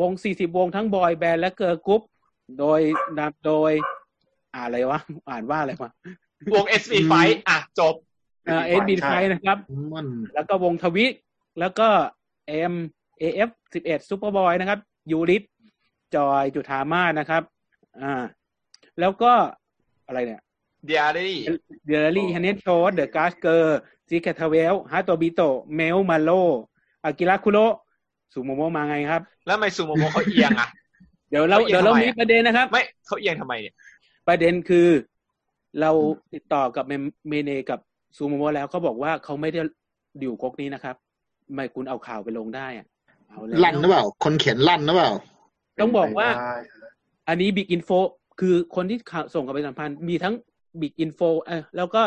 S2: วง 40 วงทั้งบอยแบนด์และเกิร์ลกรุ๊ป โดยนำโดยอ่านอะไรวะ อ่านว่าอะไรวะ
S1: วง s อ f i อ่ะ จบ
S2: เอ่อเอ็ดบินไฟนะครับ
S4: มัน
S2: แล้วก็วงทวิกแล้วก็เอ็มเอฟสิบเอ็ดซูเปอร์บอยนะครับยูริสจอยจุธามาสนะครับ อ่า แล้วก็อะไรเนี่ย
S1: เดียรี่
S2: เดลลี่ฮันเนตโชสเดอะกาสเกอร์ซิกแคทเวลฮาโตบิโตเมลมาโลอากิระคุโรสุโมโมะมาไงครับ
S1: แล้วทำไมซูโมโมเขาเอียงอ่ะ
S2: เดี๋ยวเรา
S1: เขาเอี
S2: เดี๋
S1: ยง
S2: ยวเรา
S1: ทำไม
S2: มี
S1: อะ
S2: ประเด็นนะครับ
S1: ไม่เขาเอียงทำไมเนี่ย
S2: ประเด็นคือเราติดต่อกับเมเมเนกับซูโมโมะแล้วเขาบอกว่าเขาไม่ได้อยู่ก๊กนี้นะครับทำไม่คุณเอาข่าวไปลงได้อะเอาแว
S4: ลั่นหรือเปล่า คนเขียนลั่นหรือเปล่า
S2: ต้องบอกว่า
S6: ได้
S2: อันนี้บิ๊กอินโฟคือคนที่ข่าวส่งกับไปสัมพันธ์มีทั้งบิ๊กอินโฟเออแล้วก็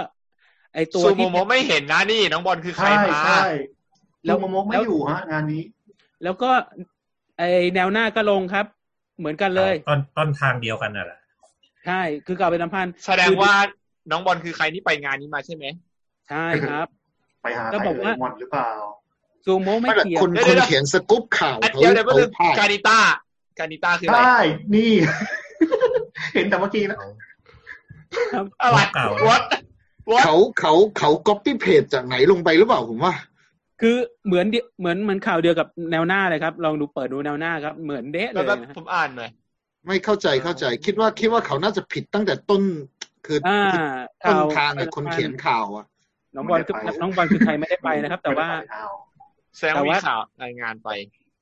S2: ไอตัว
S1: ซูโม
S2: ที่
S1: โมไม่เห็นนะนี่ น้องบอลคือใคร
S6: ใช่
S1: มา
S6: ใช่
S2: แล้
S6: แล้ว
S2: ว
S6: มโมกไม่อยู่ฮะ งานนี้
S2: แล้วก็ไอแนวหน้าก็ลงครับ เหมือนกันเลย
S11: ต้นต้นทางเดียวกันน่ะแหละ
S2: ใช่คือก่าวเป็นสัมพันธ์
S1: แสดงว่าน้องบอลคือใครที่ไปงานนี้มาใช่ไหม
S2: ใช่ครับ
S6: ไปหา
S2: ก็
S6: ใคร
S2: บอก
S6: เล
S2: ว่า
S6: ยมอนหรือเปล่า
S2: ซูโม่ไม่
S4: ไม่แต่
S2: เกี่ยว
S4: คน
S1: เดี๋ยว
S4: คน
S1: เดี๋ยว
S4: เขียนสกู๊ปข่าว
S1: อัน
S4: เขา
S1: เดียวเดี๋ยว
S4: เขา
S1: เพิ่ง
S4: พลาด
S1: กานิต้า กานิต้าคืออะไร
S6: ได้ นี่ เห็นแต่เมื่อกี้แล้ว
S1: อะไร
S11: เก่า
S1: วัดวัด
S4: เขาเขาเขาก๊อปปี้เพจจากไหนลงไปหรือเปล่าผมว่า
S2: คือเหมือนเดียเหมือนเหมือนข่าวเดียวกับแนวหน้าเลยครับ ลองดูเปิดดูแนวหน้าครับ เหมือนเดะเล
S1: แล้
S2: ยว
S1: ก็
S2: นะ
S1: ผมอ่านหน่อย
S4: ไม่เข้าใจเข้าใจ คิดว่าคิดว่าเขาน่าจะผิดตั้งแต่ต้น คือ
S2: อ่า
S4: คื
S2: ข่า
S4: อต้น
S2: ว
S4: ทางอะคนเขียนข่าวอะ
S2: น้องบอลคือน้องบอลคือใครไม่ได้ไปนะครับ แต่ว่า
S1: แสดงว่า
S2: แต่
S1: มี
S2: ว่า
S1: ข่าวรายงานไป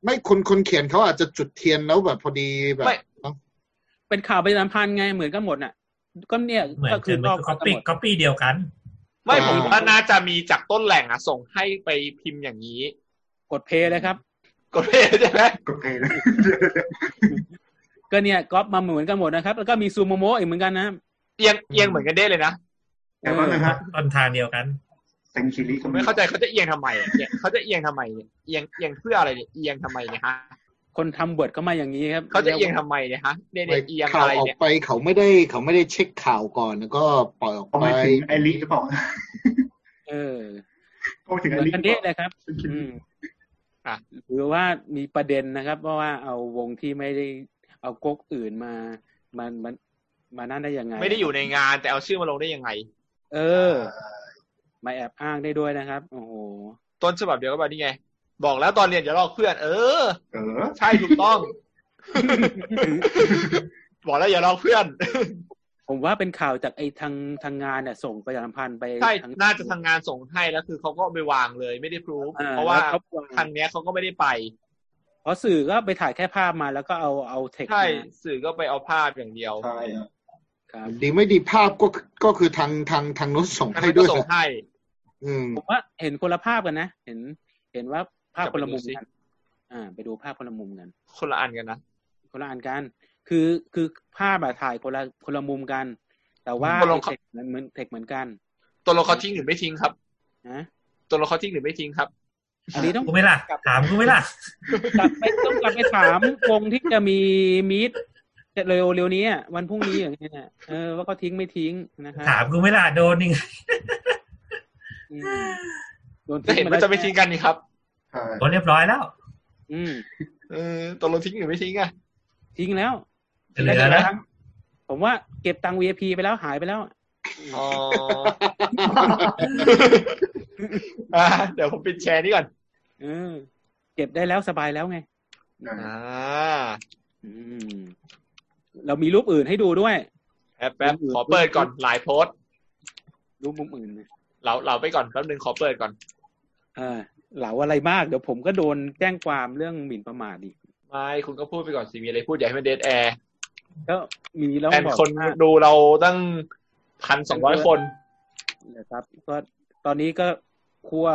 S4: ไม่คนคนเขียนเขาอาจจะจุดเทียนแล้วแบบพอดีแบบ
S1: ไม่
S4: เนอะ
S2: เป็นข่าวประชาสัมพันธ์ไงเหมือนกันหมดน่ะ ก็เนี่ย
S11: เหมือน
S2: ก็
S11: คื
S2: คืออ
S11: มัน
S2: ลอก
S11: ก็
S2: กัน
S11: ปี
S2: หมด
S11: ก็ปีเดียวกัน
S1: ไม่ผมว่าน่าจะมีจากต้นแหล่งอะส่งให้ไปพิมพ์อย่างนี้
S2: กดเพย์เลยครับ
S1: กดเพจใช่ไหม
S6: กดเพลย์เลย
S2: ก็เนี่ยก๊อปมาเหมือนกันหมดนะครับ แล้วก็มีซูโมโมะอีกเหมือนกันนะ
S1: เอียงเอียงเหมือนกันได้เลยนะ
S6: แต่ว่านะฮะ
S11: ต้นทางเดียวกัน
S6: เซนชิริ
S1: ผมไม่เข้าใจเขาจะเอียงทำไมอะเนี่ยเขาจะเอียงทำไมเนี่ยเอียงเอียงเพื่ออะไรเนี่ยเอียงทำไมเนี่ยฮะ
S2: คนทำเบิร์ดก็มาอย่างนี้ครับ
S1: เขาจะเอียงทำไมเนี่ยฮะเนี่ยเนี่ยเอียง
S4: ข่า
S1: อะ
S4: ว
S1: ไร
S4: ออก
S1: เนี่ย
S4: ไปเขาไม่ได้เขาไม่ได้เช็คข่าวก่อนแล้วก็ปล่อยออก
S6: เขา
S4: ไป
S6: ไม่ถึงไอริหรือเปล่า
S2: เออ
S6: เขาถึง
S2: เห
S6: ไอ
S2: มือน
S6: ริ
S2: กันเด้เลยครับ
S6: เซนชิ
S2: อื
S6: ริ
S2: มหรือว่ามีประเด็นนะครับ เพราะว่าเอาวงที่ไม่ได้เอาก๊กอื่นมามันมันมานั่นได้ยังไง
S1: ไม่ได้อยู่ในงานแต่เอาชื่อมาลงได้ยังไง
S2: เออ มาแอบอ้างได้ด้วยนะครับ โอ้โห
S1: ต้นฉบับเดียวก็แบบนี้ไง บอกแล้วตอนเรียนอย่าลอกเพื่อน เออ
S6: เออ
S1: ใช่ถูกต้อง บอกแล้วอย่าลอกเพื่อน
S2: ผมว่าเป็นข่าวจากไอ้ทางทางงานเนี่ยส่งประชาสัมพันธ์ไป
S1: ใช่
S2: ทง
S1: น่าจะทางงานส่งให้แล้วคือเขาก็เอาไปวางเลยไม่ได้พรูฟ
S2: อ่
S1: เพราะว่า
S2: แล้ข
S1: ครั้งเนี้ยเขาก็ไม่ได้ไป
S2: เพราะสื่อก็ไปถ่ายแค่ภาพมาแล้วก็เอาเอาเทค
S1: ใช่สื่อก็ไปเอาภาพอย่างเดียว
S6: ใช่อะ
S2: ครับ
S4: ดีไม่ดีภาพก็คือก็คือทางทางทางโน้นส่ง
S1: ทาง
S4: ให้
S1: นั้น
S4: ด้
S1: ก็
S4: วย
S1: ส่งให้
S4: อืม
S2: ผมว่าเห็นคนละภาพกันนะ เห็น เห็นว่าภาพ
S1: จะไป
S2: คนละมุม
S1: ดูสิ
S2: กันอ่า ไปดูภาพคนละมุมกัน
S1: คนละอันกันนะ
S2: คนละอันกัน คือ คือภาพอะถ่ายคนละคนละมุมกัน แต่ว่าเทคมันเหมือนเทคเหมือนกัน
S1: ตัวละครทิ้งหรือไม่ทิ้งครับ
S2: นะ
S1: ตัวละครทิ้งหรือไม่ทิ้งครับ
S2: อันนี้ต้อง
S11: กูไหม่ล่ะ ถามกูไหม่ล่ะ
S2: กลับไปต้องกลับไปถามวงที่จะมีมีดเร็วเร็วนี้อะวันพรุ่งนี้อย่างเงี้ยนะเออว่าเขาทิ้งไม่ทิ้งนะฮะ
S11: ถามกูไหม่ล่ะ โดนยังไง
S2: อืมโดน
S1: จะ
S2: ทิ้ง
S1: เห็น
S2: มา
S1: ว่า
S2: แล้ว
S1: จะไม่ทิ้งกันนี่ครับ
S6: ใช่
S11: โดนเรียบร้อยแล้ว
S2: อืม
S1: เออตัวลงทิ้งหรือไม่ทิ้งอะ
S2: ทิ้งแล้ว
S11: เหลือแล้ว
S2: ผมว่าเก็บตังค์ VIP ไปแล้วหายไปแล้ว
S1: อ๋อ อ่ะเดี๋ยวผมปิดแชร์นี้ก่อน
S2: เออ เก็บได้แล้วสบายแล้วไง
S6: นะ
S1: อ่า
S2: อืม เรามีรูปอื่นให้ดูด้วย
S1: แป๊บแป๊บขอเปิดก่อนหลายโพสต์
S2: รูปมุมอื่นนะ
S1: เราเราไปก่อนแป๊บนึงขอเปิดก่อน
S2: เออเหลาอะไรมากเดี๋ยวผมก็โดนแจ้งความเรื่องหมิ่นประมาทอีก
S1: ไม่คุณก็พูดไปก่อนสิมีอะไรพูดอย่าให้มันเดทแอร์
S2: ก็มีแล้ว
S1: แฟน
S2: บอก
S1: คน
S2: ว่า
S1: ดูเราตั้งพันสองร้อยคน
S2: นะครับ ก็ตอนนี้ก็คั่ว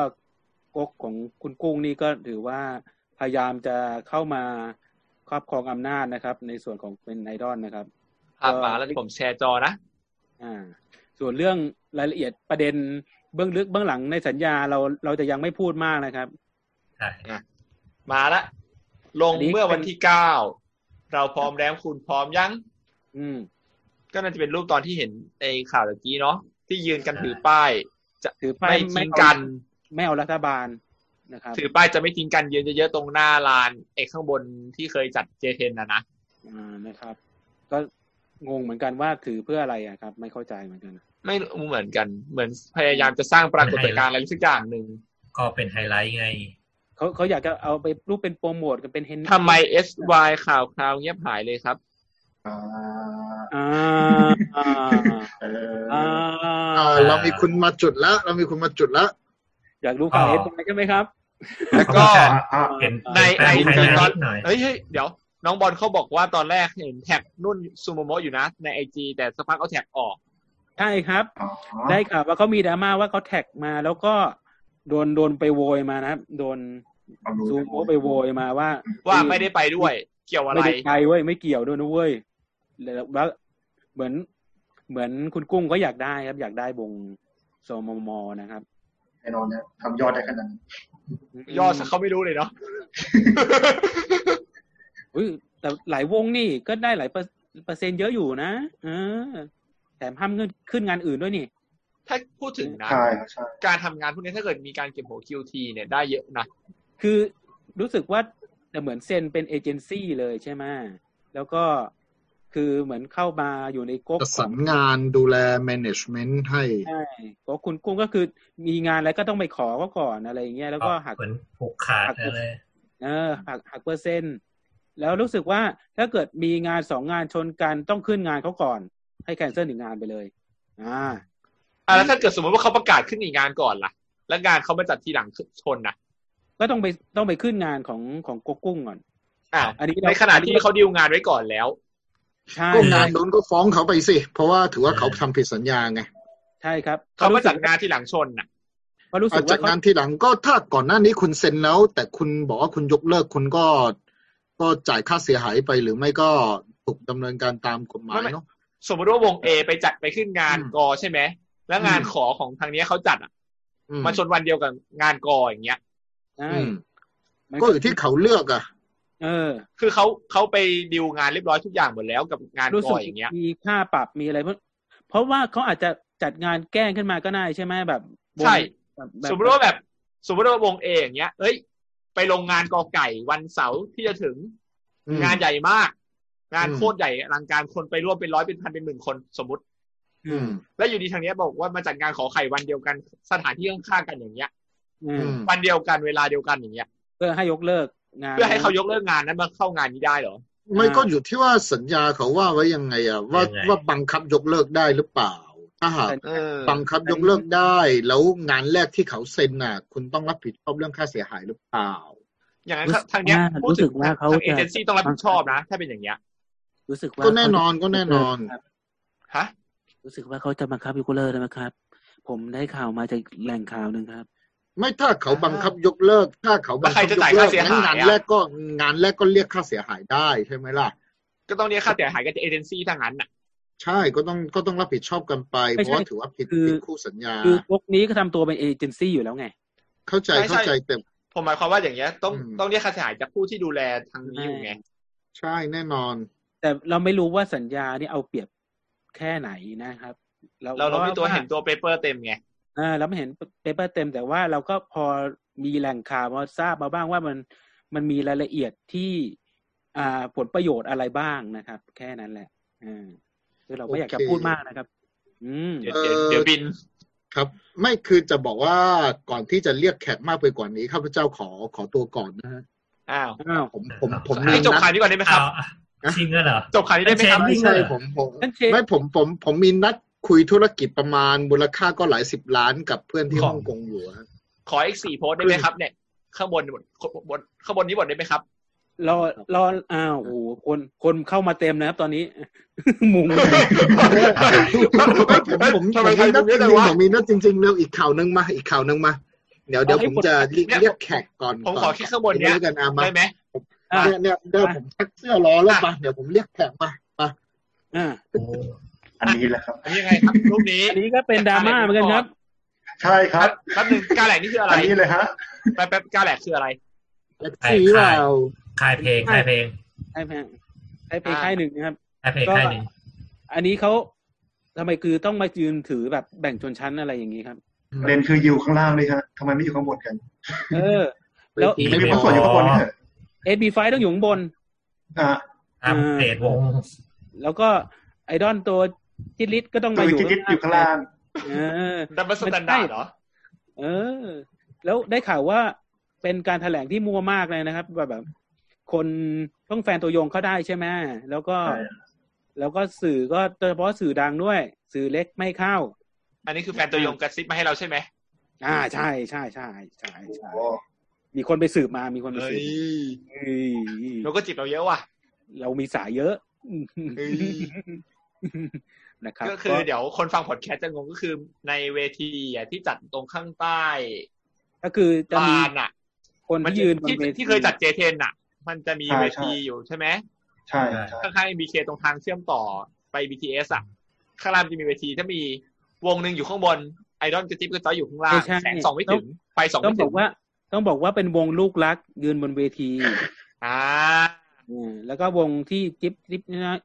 S2: กกของคุณกุ้งนี่ก็ถือว่าพยายามจะเข้ามาครอบครองอำนาจนะครับ ในส่วนของเป็นไอดอลนะครับ
S1: ภาพมาแล้วที่ผมแชร์จอนะ
S2: อ่า ส่วนเรื่องรายละเอียดประเด็นเบื้องลึกเบื้องหลังในสัญญาเราเราจะยังไม่พูดมากนะครับ
S11: ใช่
S1: มาละ ลง
S2: อันนี้
S1: เมื่อวันที่เก้าเราพร้อมแล้วคุณพร้อมยัง
S2: อืม
S1: ก็น่าจะเป็นรูปตอนที่เห็นไอ้ข่าวตะกี้เนาะที่ยืนกันถือป้าย จะ
S2: ถือป้าย
S1: ไม่
S2: ไม่
S1: ทิ้ง
S2: เอากั
S1: กัน
S2: ไม่เอารัฐบาลนะครับ
S1: ถือป้ายจะไม่ทิ้งกันยืนเยอะๆตรงหน้าลานไอ้ข้างบนที่เคยจัดเจเทนนะนะ
S2: อ่านะครับ ก็งงเหมือนกันว่าถือเพื่ออะไรอะครับ ไม่เข้าใจเหมือนกัน
S1: ไม่รู้เหมือนกัน เหมือนพยายามจะสร้างปรากฏการณ์อะไรสักอย่างหนึ่ง
S11: ก็เป็นไฮไลท์ไง
S2: เขาเขาอยากจะเอาไปรูปเป็นโปรโมทกันเป็นเฮน
S1: ทำไม SY ข่าวคราวเงียบหายเลยครับ
S6: อ่า
S2: อ่า อ่า
S6: เออ
S2: อ่
S4: อ่า
S2: า
S4: เรามีคุณมาจุดแล้ว เรามีคุณมาจุดแล้ว
S2: อยากรู้ข่าว
S11: อ๋
S2: เอ
S11: อ
S2: สใช่ไหมครับ
S1: แล้วก็
S6: อ่าอ่า
S11: เป็น
S1: ใน
S11: แปลงไฮ
S1: ใน
S11: ไล
S1: ตอน
S11: ท์หน่อย
S1: เฮ้ยเฮ้ยเดี๋ยวน้องบอลเขาบอกว่าตอนแรกเห็นแท็กนุ่นซูโมโมะอยู่นะ ในไอจีแต่สักพักเอาแท็กออก
S2: ใช่ครับ
S6: อ๋อ
S2: ได้ข่าวว่าเขามีดราม่าว่าเขาแท็กมา แล้วก็โดนโดนไปโวยมานะครับโดน
S6: เอาดู
S2: ซูโมไปโวยมาว่า
S1: ว่าไม่ได้ไปด้วย เกี่ยวอะไร
S2: ไม่ได้ไปเว้ยไม่เกี่ยวด้วยนะเว้ยแล้วเหมือนเหมือนคุณกุ้งก็อยากได้ครับ อยากได้วงโซมมอนะครับ
S6: แน่นอนนะทำยอดได้ขนาดนั้น
S1: ยอดเขาไม่รู้เลยเนาะ
S2: อุ้ยแต่หลายวงนี่ก็ได้หลายเปอร์เปอร์เซ็นต์เยอะอยู่นะเออแถมห้ามเงินขึ้นงานอื่นด้วยนี่
S1: ถ้าพูดถึงนะ
S6: ใช่ใช่
S1: การทำงานพวกนี้ถ้าเกิดมีการเก็บหัวคิวทีเนี่ยได้เยอะนะ
S2: คือรู้สึกว่าจะเหมือนเซ็นเป็นเอเจนซี่เลยใช่ไหมแล้วก็คือเหมือนเข้ามาอยู่ในก๊ก
S4: ประ
S2: ข
S4: สา
S2: อง
S4: นงานดูแล management ให้
S2: ใช่ก๊กคุณกุ้งก็คือมีงานอะไรก็ต้องไปขอก็ก่อนอะไรอย่างเงี้ยแล้วก็หัก
S11: เหมือนผูกขาดอะไร
S2: เออหักหักเปอร์เซ็นต์แล้วรู้สึกว่าถ้าเกิดมีงานสองงานชนกันต้องขึ้นงานเขาก่อน ให้แคนเซิลหนึ่งงานไปเลย อ่า
S1: อ่ะแล้วถ้าเกิดสมมติว่าเขาประกาศขึ้นอีกงานก่อนล่ะ แล้วงานเขามาจัดทีหลังชนนะ
S2: ก็ต้องไปต้องไปขึ้นงานของของโกกุ้งก่อน
S1: อ้าว
S2: อันนี้เรา
S1: ในขณะที่เขาดีลงานไว้ก่อนแล้ว
S2: ใช่
S4: ก็งานนู้นก็ฟ้องเขาไปสิ เพราะว่าถือว่าเขาทำผิดสัญญาไง
S2: ใช่ครับ
S1: เขามาจัดงานทีหลังชนน่ะ
S2: เพราะรู้สึก
S4: อ่ะ
S2: ว่า
S4: จาก
S2: เขา
S4: งานที่หลังก็ถ้าก่อนหน้านี้คุณเซ็นแล้ว แต่คุณบอกว่าคุณยกเลิกคุณก็ ก็จ่ายค่าเสียหายไปหรือไม่ก็ถูกดำเนินการตามกฎหมายเนาะ
S1: สมมติว่าวงเอไปจัดไปขึ้นงาน
S4: อืม
S1: กอใช่ไหม แล้วงาน
S4: อืม
S1: ขอของทางเนี้ยเขาจัดอ่ะ
S4: อืม
S1: มาชนวันเดียวกับงานกออย่างเงี้ย
S2: ใช่
S4: อืม
S2: มัน
S4: ก็อยู่ที่เขาเลือกอ่ะ
S2: เออ
S1: คือเขาเขาไปดีลงานเรียบร้อยทุกอย่างหมดแล้วกับงาน
S2: รู้
S1: ก
S2: สึ
S1: อก อย่างเงี้ย
S2: มีค่าปรับมีอะไรเพราะเพราะว่าเขาอาจจะจัดงานแกล้งขึ้นมาก็ได้ใช่ไหมแบบวง
S1: ใช่
S2: แบบ
S1: สมมติว่าแบบ สมมติว่าวงเออย่างเงี้ย เอ้ย ไปลงงานกอไก่วันเสาร์ที่จะถึง
S4: อืม
S1: งานใหญ่มาก งาน
S4: อืม
S1: โคตรใหญ่อลังการคนไปร่วมเป็นร้อยเป็นพันเป็นหมื่นคนสมมติ
S4: อืม
S1: แล้วอยู่ดีทางเนี้ยบอกว่ามาจัดงานขอไข่วันเดียวกันสถานที่ข้างๆกันอย่างเงี้ย
S2: อื
S4: อื
S2: ม
S4: ม
S1: วันเดียวกันเวลาเดียวกันอย่างเงี้ย
S2: เพื่อให้ยกเลิกงาน
S1: เพื่อให้เขายกเลิกงานนั้นมาเข้างานนี้ได้เหรอ
S4: ไม่
S2: อ่า
S4: ก็อยู่ที่ว่าสัญญาเขาว่าไว้ยังไงอ่ะว่า
S11: ยังไง
S4: ว่าบังคับยกเลิกได้หรือเปล่า ถ้าหาก
S1: เออ
S4: บังคับยกเลิกได้ แล้วงานแรกที่เขาเซ็นน่ะ คุณต้องรับผิดชอบเรื่องค่าเสียหายหรือเปล่า
S1: อย่างนั้น
S3: รู้
S1: ทา
S3: สึก
S1: ทางเนี้ย
S3: ว่า
S1: พูด
S3: รู้สึ
S1: ถึง
S3: กว่าเขา
S1: ทางเอ
S3: จะ
S1: เจนซี่ต้องรับผิดชอบนะ ถ้าเป็นอย่างเงี้ย
S3: รู้สึกว่า
S4: ก็แน่นอนก็แน่นอน
S3: ครับ
S1: ฮะ
S3: รู้สึกว่าเขาจะบังคับยกเลิกได้ไหมครับ ผมได้ข่าวมาจากแหล่งข่าวหนึ่งครับ
S4: ไม่ถ้าเขาบังคับยกเลิก ถ้าเขาบังคับ
S1: แล้วใคร
S4: ยก
S1: จะจ่าย
S4: เลิ
S1: ค่าก เสียหาย
S4: งั้น
S1: อ่ะ
S4: งานแรกก็งานแรกก็เรียกค่าเสียหายได้ใช่ไหมล่ะ
S1: ก็ต้องเรียกค่าเสียหายกับเอเจนซี่ทางนั้นน่ะ
S4: ใช่ก็ต้องก็ต้องรับผิดชอบกันไป
S2: ไม่
S4: เพ
S2: ใช่
S4: ราะว่าถือว่าผิด
S2: คือ
S4: ผิดคู่สัญญา
S2: คือพวกนี้ก็ทำตัวเป็นเอเจนซี่อยู่แล้วไง
S4: เข้าใจ
S1: ใช่ใช่
S4: เข้าใจแต่
S1: ผมหมายความว่าอย่างเงี้ยต้อง
S4: อืม
S1: ต้องเรียกค่าเสียหายจากผู้ที่ดูแลทางนี้อยู่ไง
S4: ใช่แน่นอน
S2: แต่เราไม่รู้ว่าสัญญานี่เอาเปรียบแค่ไหนนะครับ
S1: เราเราไม่ตัวเห็นตัวเปเปอร์เต็มไง
S2: เออเราไม่เห็นเปเปอร์เต็มแต่ว่าเราก็พอมีแหล่งข่าวมาทราบมาบ้างว่ามันมันมีรายละเอียดที่ อ่าผลประโยชน์อะไรบ้างนะครับ แค่นั้นแหละอ่าคือเราไม่อยากจะ
S4: โอเค
S2: พูดมากนะครับ อืม
S1: เดี๋ยวเดี๋ยวเดี๋ยวบิน
S4: ครับ ไม่คือจะบอกว่าก่อนที่จะเรียกแขกมากไปกว่านี้ข้าพเจ้าขอขอตัวก่อนนะฮะ
S1: อ้าว
S2: อ้าว
S4: ผมผมผมลื
S1: นี่
S4: ม
S1: จบข่า
S4: นั
S1: วนี้
S4: ด
S1: ก่อนได้ไหมค
S11: เอา
S1: รับ
S4: ฮะ
S11: ชิงแล้วเหรอ
S1: จบข่าวนี้ได้ไหมครับ
S11: เชฟ
S4: ไม่ใช่ผมผม
S2: นั่นเชฟ
S4: ไม่ผมผมผมมีนัดคุยธุรกิจประมาณมูลค่าก็หลายสิบล้านกับเพื่อนที่
S11: ข
S4: ฮ่
S11: อง
S4: องกงอยู่ฮะ
S1: ขออีกสี่โพสต์ได้ไหมครับ เนี่ย ข้างบนบนบนข้างบนนี้บนได้ไหมครับ
S2: รอรออ้าวโอ้โหคนคนเข้ามาเต็มนะครับ ตอนนี้ มุง
S4: ไม่ผมผมผ
S1: ทำ
S4: ม
S1: ไม
S4: มี
S1: ใคร
S4: นัดจ
S1: รู้
S4: ริง
S1: ได้
S4: ๆ
S1: วะ
S4: ผมมีนัดจริงๆเร็วอีกข่าวหนึงมาอีกข่าวหนึงมา เดี๋ยวเดี๋ยว
S2: เอาให้ห
S4: ผม
S2: มด
S4: จะเรียก
S1: เนี่ย
S4: เรียกแขกก่อน
S1: ผม
S4: ก่
S1: ขอแค่ข้างบนเนี่ย
S4: ดี๋วแล้วกันอามา
S1: ได้ไหม
S2: อ่า
S4: เนี่ยเนี่ยเดี๋ยวผมชักเสื้อรอแล้วมาเดี๋ยวผมเรียกแขกมามา
S2: อ่า
S6: โอ้อันนี้แหละครับ
S1: อันนี้ยังไงครับรูปนี้
S2: อันนี้ก็เป็นดราม่าเหมือนกันครับ
S6: ใช่ค
S1: ค
S6: รั
S1: รั
S6: บบ
S1: แป๊บหนึงกาแหลกนี่คืออะไร
S6: อันนี้เลยฮะ
S1: แป๊บแป๊บกาแหลกคืออะไร
S4: แท็กซี่เรา
S11: คลายเพลงคลายเพลง
S2: ใช่เพลงใช่เพลงค่ายหนึ่งนะครับ
S11: คลายเพลง
S2: ก็
S11: ค่ายหนึ่ง
S2: อันนี้เขาทำไมคือต้องมายืนถือแบบแบ่งชนชั้นอะไรอย่างนี้ครับ
S6: ประเด็นคืออยู่ข้างล่างเลยฮะทำไมไม่อยู่ข้างบนกัน
S2: เออ แล้ว
S4: เฮ้ย
S6: ไม่
S4: ไม่
S6: มี
S4: พ
S6: ค
S4: อน
S6: ส่วนอยู่ข้างบนเนี่ย
S2: SB5 ต้องอยู่ข้างบน
S6: อ่ะ
S11: อัปเดตวง
S2: แล้วก็ไอดอลตัวจิตลิศก็ต้อง
S6: ตั
S2: มาว อยู่
S6: จิ๊ดๆอยู่ข้างล่าง
S2: เออ
S1: ดับเบิลสแตนดาร์ดเหรอ
S2: เออ แล้วได้ข่าวว่าเป็นการถแถลงที่มั่วมากเลยนะครับแบบแบบ คนต้องแฟนตัวยงเขาได้ใช่ไหมแล้วก็
S6: ใช่
S2: แล้วก็สื่อก็โดยเฉพาะสื่อดังด้วย สื่อเล็กไม่เข้า
S1: อันนี้คือแฟนตัวยงกระซิบมาให้เราใช่ไหม
S2: อ่าใช่ใช่ใช่ใช่ใช่
S6: โอ้
S2: มีคนไปสืบมามีคนไป
S1: เฮ้
S2: สืบ
S1: ย
S2: เฮ้ย
S1: นกก็จิบเราเยอะว่ะ
S2: เรามีสายเยอะ
S1: เฮ้ย
S2: นะครับ
S1: ก็คือเดี๋ยวคนฟังพอดแคสต์จะงงก็คือในเวทีอ่ะที่จัดตรงข้างใต้
S2: ก็คือจะ
S1: ลา
S2: มี
S1: นอ่ะ
S2: คน
S1: มัน
S2: ที่
S1: จะ
S2: ยืนบน
S1: ที่
S2: วที
S1: ที่เคยจัดเจเทนอ่ะ มันจะมีเวทีอยู่ใช่ไหม
S6: ใช่ใช่
S1: ข้างๆ MBK ตรงทางเชื่อมต่อไป BTS อ่ะข้างล่างจะมีเวทีถ้ามีวงหนึ่งอยู่ข้างบนไอดอลกระจิ๊บกระจ้อยอยู่ข้างล่างแสงสองไม่ถึงไฟสอง
S2: ต้อง
S1: ไม่
S2: บ
S1: ถึ
S2: อก
S1: ง
S2: ว่า ต้องบอกว่าเป็นวงลูกรัก ยืนบนเวที
S1: อ่า
S2: อืมแล้วก็วงที่จิ๊บจิ๊บน้อย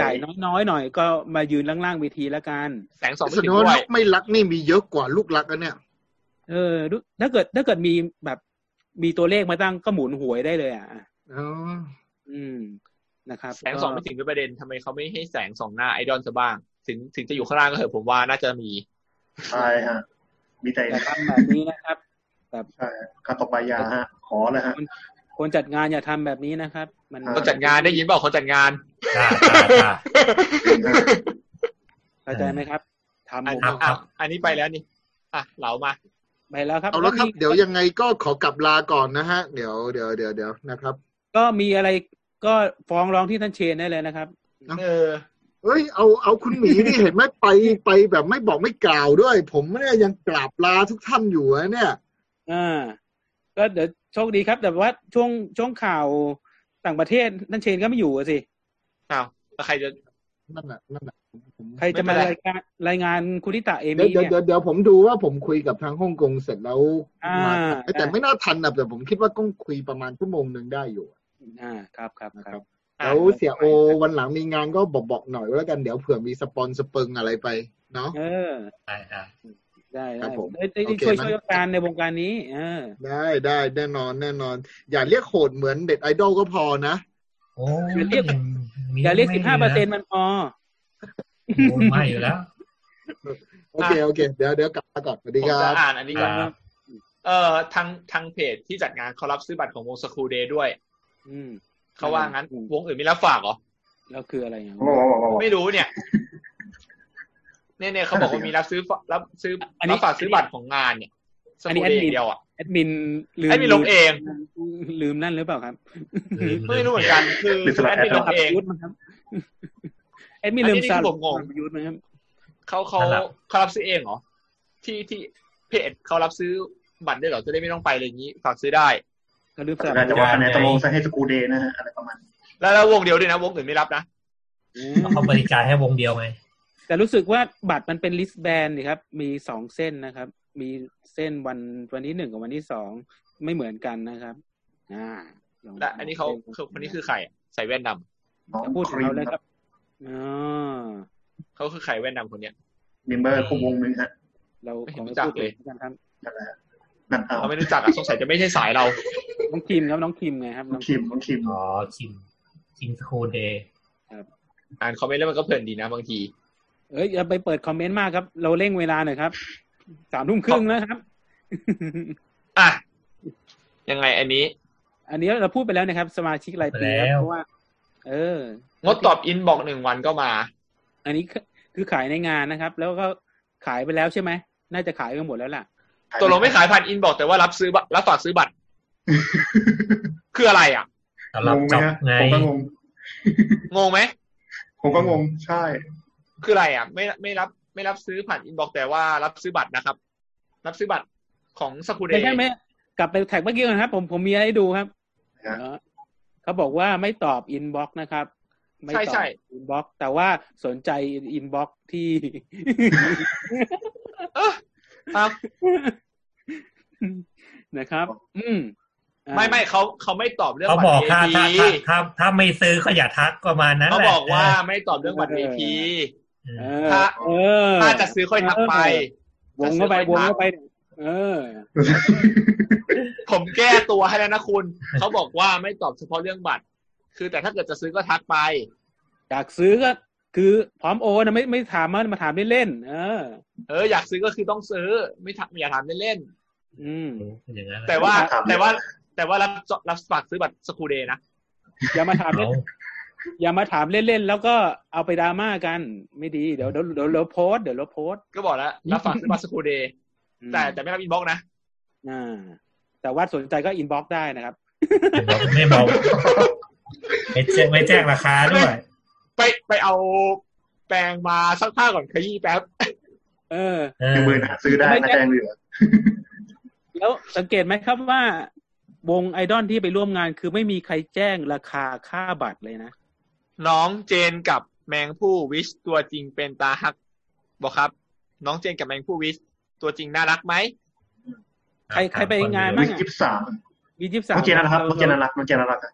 S2: จ่ายน้อยๆหน่อย ก็มายืนล่างๆเวทีละกัน
S1: แสงสองไม่
S4: แส
S1: ถึ
S4: ด
S1: ง
S4: ง
S1: ด้
S4: ว่า
S1: ว
S4: ลู
S1: ย
S4: กไม่รักนี่มีเยอะกว่าลูกรักนะเนี่ย
S2: เออดูถ้าเกิดถ้าเกิดมีแบบมีตัวเลขมาตั้งก็หมุนหวยได้เลยอ่ะ
S4: อ๋อ
S2: อืมนะครับ
S1: แสงสองไม่ถึงด้วยประเด็นทำไมเขาไม่ให้แสงสองหน้าไอดอลซะบ้าง ถึงถึงจะอยู่ข้างล่างก็เถอะผมว่าน่าจะมี
S6: ใช่ฮะ มีแต่
S2: ก็อย่าทำแบบนี้นะครับ
S6: ใช่การตกใบยาฮะ ขอเลยฮะ
S2: คนจัดงานอย่าทำแบบนี้นะครับ มัน
S6: อ่
S1: คนจัดงานได้ยินเปล่าคนจัดงาน
S11: อ่าอ่าอ่า
S2: เข้าใจไหมครับ ทำผม
S1: อ่ะอ่ะอันนี้ไปแล้วนี่อ่ะเหลามา
S2: ไปแล้วครับ
S4: เอาละครับ
S2: มี
S4: เดี๋ยวยังไงก็ขอกลับลาก่อนนะฮะ เดี๋ยวเดี๋ยวเดี๋ยวเดี๋ยวนะครับ
S2: ก็มีอะไรก็ฟ้องร้องที่ท่านเชนได้เลยนะครับ
S1: เออ
S4: เอ้ยเอาเอาคุณหมีนี่ เห็นไหม ไปไปแบบไม่บอกไม่กล่าวด้วย ผมเนี่ยยังกราบลาทุกท่านอยู่นะเนี่ย
S2: อ่า ก็เดี๋ยวโชคดีครับ แต่ว่าช่วงช่วงข่าวต่างประเทศท่านเชนก็ไม่อยู่อะสิ
S1: อ้าวแล้วใครจะ
S4: นั่นแหละนั่นแหละผม
S2: ใครจะ
S1: ไม่
S2: มา
S1: เป็นไร
S2: รายการรายงานคุณทิตะเอ
S4: เดี๋ยว
S2: มี่เนี่ย
S4: เดี๋ยวเดี๋ยวเดี๋ยวผมดูว่าผมคุยกับทางฮ่องกงเสร็จแล้ว
S2: อ่า
S4: มาแต่ไม่น่าทันนะแต่ผมคิดว่าต้องคุยประมาณชั่วโมงหนึ่งได้อยู่
S2: อ่าครับครับครับ
S1: อ่ะ
S4: แล้วเสียโอวันหลังมีงานก็บอกบอกหน่อยก็แล้วกันเดี๋ยวเผื่อมีสปอนสเปิงอะไรไปเนาะ
S2: เออ
S11: ได้ได้
S2: ได้
S4: ครั
S2: ได้
S4: บผม
S2: ได้ได้
S4: โอเค
S2: ช่วย
S4: งั้น
S2: ช่วยการในวงการนี้เออ
S4: ได้ได้แน่นอนแน่นอน อย่าเรียกโหดเหมือนเด็ดไอดอลก็พอนะ
S11: โอ้
S2: อย่าเรียกสิบห้าเปอร์เซ็นมันพอ
S11: โอ้ไม่อยู่แล้ว
S4: โอเคโอเค เดี๋ยวเดี๋ยวกลับมาก่อนสวัสดี
S1: ผม
S4: ครั
S1: จะ
S4: บ
S1: อ่านอันนี้ก่อน
S11: ครับ
S1: เออทางทางเพจที่จัดงานเขารับซื้อบัตรของวงสคูเดย์ด้วย
S2: อืม
S1: เขาว่างั้นวงอื่นไม่รับฝากเหรอ
S2: แล้วคืออะไรอย่าง
S6: โอ้โหโอ้โหโอ้โห
S1: ไม่รู้เนี่ย เนี่ยเนี่ยเขาบอกว่ามีรับซื้อฝรับซื้ออน
S2: นี้
S1: รับฝากซื้อบัตรของงานเนี่ยส
S2: อันนี้
S1: กู
S2: แอดมิน
S1: เดย์เดียวอ่ะ
S2: แอดมินลืม
S1: แอดมินลงเอง
S2: ลืมนั่นหรือเปล่าครับ
S1: ไม่รู้เหมือนกันคือ
S6: หรือสลับ
S1: แอดมิน
S6: แอด
S1: ล
S6: ล
S1: ง
S6: ง
S1: เอง
S2: ยุทธมันครับ แอดมินลืม
S1: อันนี้
S2: สา
S1: ที่ผมงง
S2: ยุทธมันครับ
S1: เขาเขา
S11: สลับ
S1: เขารับซื้อเองเหรอที่ที่เพจเขารับซื้อบัตรได้วยเหรอจะได้ไม่ต้องไปอะไรอย่างนี้ฝากซื้อได้
S2: ก็ลืมสา
S6: อาจจะว่าคะแนนตกลงซะให้สกูเดย์นะฮะอะไรประมาณนี้
S1: แล้วแล้ววงเดียวด้วยนะวงอื่นไม่รับนะ
S2: อืม
S11: เขาบริการแค่วงเดียวไง
S2: แต่รู้สึกว่าบัตรมันเป็นลิสแบนนี่ครับ มีสองเส้นนะครับ มีเส้นวันวันที่หนึ่งกับวันที่สองไม่เหมือนกันนะครับ อ่าลง
S1: และอันนี้เขาคือคนนี้คือใครอะใส่แว่นดำ
S6: น้อง
S2: จะพูด
S6: ค
S2: ถึง
S6: รีม
S2: เขาเลย
S6: ค
S2: ค
S6: รั
S2: รั
S6: บบ
S2: อ๋อ
S1: เขาคือใครแว่นดำคนเนี้ย
S6: เมมเบอร์คู่วงหนึ่งฮะ
S2: เรา
S1: ไม่
S2: ข
S1: เห็
S2: อนไม่
S1: รู้จัก
S2: พูด
S1: เล
S2: เลย ยกันครับ
S6: นั่นแหละฮะนั่นเอา
S1: เราไม่รู้จักอะสงสัยจะไม่ใช่สายเรา
S2: น้องคิมครับน้องคิมไงครับ
S6: น้
S2: น้อ
S6: อ
S2: ง ง
S6: คิมน้องคิม
S11: อ๋อคิมคิมสคูเดย์
S1: อ่านคอมเมนต์แล้วมันก็เพลินดีนะบางที
S2: เอ้ยอย่าไปเปิดคอมเมนต์มากครับ เราเร่งเวลาหน่อยครับสามทุ่มครึ่งแล้วครับ
S1: อ่ะ ยังไงอันนี้
S2: อันนี้เราพูดไปแล้วนะครับ สมาชิกรายปีครับเพราะว่า เออ
S1: งดตอบอินบอกหนึ่งวันก็มา
S2: อันนี้คือคือขายในงานนะครับ แล้วก็ขายไปแล้วใช่ไหมน่าจะขายไปหมดแล้วล่ะ
S1: ตกลงไม่ขายผ่านอินบอกแต่ว่ารับซื้อบัตรรับฝากซื้อบั ตร คืออะไรอ่ะ
S11: สำหรับ
S6: งงไหม
S11: จ็อบ
S6: ฮะ
S11: ไง
S6: ผมก็งง
S1: งงไหม
S6: ผมก็งง ใช่
S1: คืออะไรอ่ะ ไม่ไม่รับไม่รับซื้อผ่านอินบอกแต่ว่ารับซื้อบัตรนะครับ รับซื้อบัตรของสกุเด
S2: ไม่ใช่ไหมกลับไปแท็กเมื่อกี้ก่อนครับ ผมผมมีอะไรให้ดูครับ
S6: ครับ
S2: เออเขาบอกว่าไม่ตอบอินบ็อกนะครับ ไม่
S1: ใช่
S2: ตอบ
S1: ใช่
S2: อินบ็อกแต่ว่าสนใจอินบ็อกที่
S1: เอ้อครับ
S2: นะครับ อืมอ่า
S1: ไม่ไม่เขาเขาไม่ตอบเรื่อง
S11: เขา
S1: บัต
S11: บ
S1: ร
S11: อก
S1: เว
S11: ถ้าถ้า
S1: ที
S11: ถ้าถ้าถ้าไม่ซื้อก็อย่าทักประมาณนั้น
S1: เขา
S11: แหละ
S1: บอกว่าไม่ตอบเรื่องบัตรเวที
S11: เอ
S2: เอ
S11: อ
S2: อ
S1: ถ้า
S2: เออ
S1: ถ้าจะซื้อค่อยทักไป
S2: วงเข้าไป
S1: จะ
S2: ว
S1: ซื้อง ค่อยทัก
S2: เข้าไป เออ
S1: ผมแก้ตัวให้แล้วนะคุณ เขาบอกว่าไม่ตอบเฉพาะเรื่องบัตร คือแต่ถ้าเกิดจะซื้อก็ทักไป
S2: อยากซื้อก็คือพร้อมโอนนะไม่ไม่ถามมามาถามเล่นๆเออ
S1: เอออยากซื้อก็คือต้องซื้อ ไม่ทักอย่าถามเล่น
S2: อืม
S11: อย่างนั้
S1: ๆ
S11: นแหละ
S1: แต่ว่า
S6: ถาม
S1: แต่ว่าแต่ว่ารับรับฝากซื้อบัตรสกูเดย์นะ
S2: อย่ามาถามเล่น
S11: เอา
S2: อย่ามาถามเล่นๆแล้วก็เอาไปดราม่ากัน ไม่ดีเดี๋ยวเดี๋ยวเดี๋ยวเราโพสต์เดี๋ยวเราโพสต์
S1: ก็บอกแล้วรับฝากซื้อบัตรสกูเดย์
S2: อืม
S1: แต่แต่ไม่รับอินบ็อกซ์นะ
S2: อ่า แต่ว่าสนใจก็อินบ็อกได้นะครับ
S11: ไม่บอกไม่แจ้งไม่แจ้งราคาด้วย
S1: ไปไปเอาแปรงมาซักผ้าก่อนขยี้แป๊บ
S2: เออ
S11: เอ
S6: หนึ่งหมื่น
S11: อ
S6: หาซื้อได้นะแจ้ง เหลือ
S2: แล้วสังเกตไหมครับว่า วงไอดอลที่ไปร่วมงานคือไม่มีใครแจ้งราคาค่าบัตรเลยนะ
S1: น้องเจนกับแมงผู้วิชตัวจริงเป็นตาฮัก บอกครับ น้องเจนกับแมงผู้วิชตัวจริงน่ารักไหม
S2: ใครใครไปงาน
S6: วิ
S2: บ้าง
S6: ก
S2: อะ
S6: ยิบสาม
S2: มียี่สิบสาม
S6: เมื่อกี้นะครับเมื่อกี้น่ารักเมื่อกี้น่ารักอะ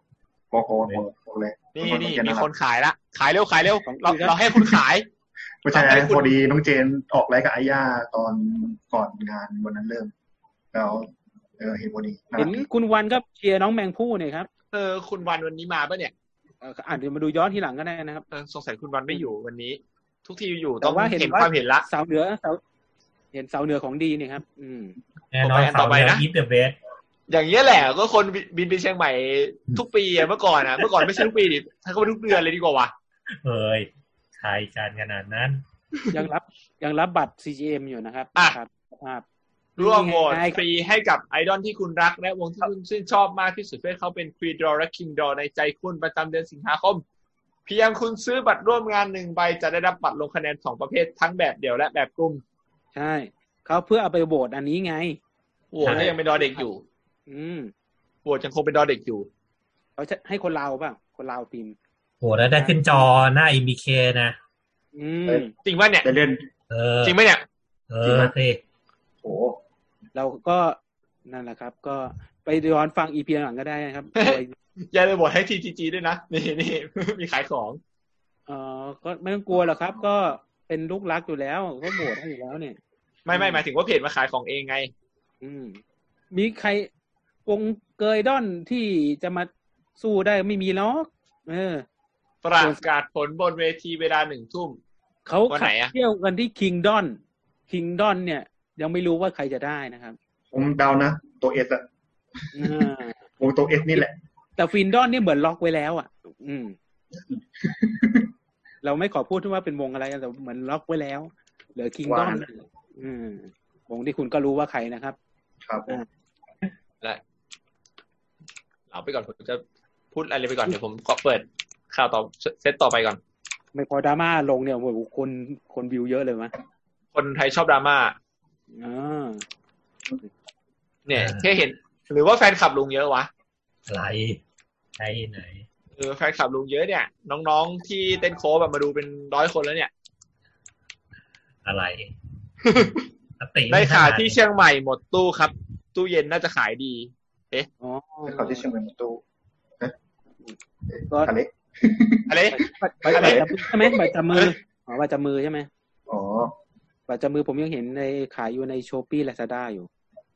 S6: บอกโอ้โหบอกเลย
S1: นี่
S6: เมื่อ
S1: นี่
S6: กี้
S1: มี
S6: น่า
S1: ค
S6: รัก
S1: นขายละ ขายเร็วขายเร็วเราเราให้คุณขาย
S6: ไม่ใช่
S1: ขอบคุณ
S6: พอดีน้องเจนออกไลฟ์กับไอาย่าตอนก่อนงานวันนั้นเริ่ม แล้วเออเห็นพอดีน่า
S2: เห็
S6: รั
S2: น
S6: กดี
S2: คุณวันก็เชียร์น้องแมงผู้เนี่ยครับ
S1: เออคุณวันวันนี้มาปะเนี่ย
S2: เอ่ออ่านเดี๋ยวมาดูย้อนทีหลังก็ได้นะครับ
S1: เออสงสัยคุณวันไม่อยู่วันนี้ ทุกทีอยู่
S2: แต่
S1: ต้อง
S2: ว่าเห็น
S1: เห็น
S2: ว่า
S1: ความเห็นละ
S2: เสาเหนือเสาเห็นเสาเหนือของดีเนี่ยครับ อืม
S11: แน่นอน
S1: ผมไปอันต่
S11: สา
S1: อ
S11: ว
S1: ไป
S11: เดีย
S1: นะ
S11: วอีทเดอะเบส
S1: อย่างเงี้ยแหละก็คนบิบินไปเชียงใหม่ทุกปีอะเมื่อก่อนอะเมื่อก่อนไม่ใช่ทุกปีดิถ้าเขาทุกเดือนเลยดีกว่าว่ะ
S11: เอ้ยขายการขนาดนั้น
S2: ยังรับยังรับบัตร CGM อยู่นะครับ
S1: อ่ะ
S2: ครับครับ
S1: ร่วมโหวต
S2: ง่ายๆ
S1: ฟรีให้กับไอดอลที่คุณรัก และวงที่คุณชื่นชอบมากที่สุดเพื่อให้เขาเป็นควีดอและคิงดอในใจคุณประจำเดือนสิงหาคม เพียงคุณซื้อบัตรร่วมงานหนึ่งใบจะได้รับบัตรลงคะแนนสองประเภททั้งแบบเดี่ยวและแบบกลุ่ม
S2: ใช่เขาเพื่อเอาไปโหวตอันนี้ไง
S1: โหวตก็ยังเป็นดอเด็กอยู่
S2: อืม
S1: โหวตยังคงเป็นดอเด็กอยู่
S2: เขาจะให้คนลาวเปล่าคนลาวพิมพ์
S11: โหแล้วได้ขึ้นจอหน้า MBK นะ
S2: อืม
S6: เอ้ย
S1: จริงป่ะเนี่ย
S6: ได้เล่น
S11: เออ
S1: จริงป่ะเนี่ย
S11: เอ
S6: จริง
S11: อ
S6: ปะ
S11: สิ
S6: โอ้
S2: เราก็นั่นแหละครับ ก็ไปย้อนฟังอีพีหลังก็ได้นะครับ
S1: อย่าลืมโหวตให้ TTG ด้วยนะ นี่นี่ มีขายของ
S2: เออก็ไม่ต้องกลัวหรอกครับ ก็เป็นลูกรักอยู่แล้วก็โหวตให้อยู่แล้วเนี่ย
S1: ไม่ไม่หมายถึงว่าเพจมาขายของเองไง
S2: อืม มีใครวงเกยด้อนที่จะมาสู้ได้ไม่มีหรอกเออ
S1: ประกาศผลบนเวทีเวลาหนึ่งทุ่ม
S2: เขา
S1: วัน
S2: ขั
S1: ไหน
S2: บ
S1: อะ
S2: เที่ยวกันที่คิงดอนคิงดอนเนี่ย ยังไม่รู้ว่าใครจะได้นะครับ
S6: ผมเดานะ ตัวเอสอะ
S2: อ่าว
S6: งตัวเอสนี่แหละ
S2: แต่ฟินดอนเนี่ยเหมือนล็อกไว้แล้ว อ่ะ อืม เราไม่ขอพูดว่าเป็นวงอะไรแต่เหมือนล็อกไว้แล้ว เหลือคิงดอน
S6: ว้าว
S2: อืมวงที่คุณก็รู้ว่าใครนะครับ
S6: ครับผม
S1: และเอาไปก่อนผมจะพูดอะไรไปก่อนเดี๋ยวผมขอเปิดข่าวต่อเซตต่อไปก่อน
S2: ไม่พอดราม่าลงเนี่ยโอ้โหคนคนวิวเยอะเลยมะ
S1: คนไทยชอบดราม่า
S2: อ่า
S1: เนี่ยแค่เห็น หรือว่าแฟนคลับลุงเยอะวะ
S11: ไหลไหลไหน
S1: เออแฟนคลับลุงเยอะเนี่ย น้องๆที่เต้นโค้แบบมาดูเป็นร้อยคนแล้วเนี่ย
S11: อะไรสติ
S1: ได้ข่าว
S11: ม่น
S1: ที่เชียงใหม่หมดตู้ครับ ตู้เย็นน่าจะขายดี
S2: อ๋อ
S6: ได้ข่าวที่เชียงใหม่ประตูนะ
S2: ก็
S6: อเล็ก
S1: อะไร
S2: ไปจับมือใช่ไหมไปจับมืออ๋อไปจับมือใช่ไหม
S6: อ๋อ
S2: ไปจับมือผมยังเห็นในขายอยู่ในโชปี้และซาด้าอยู่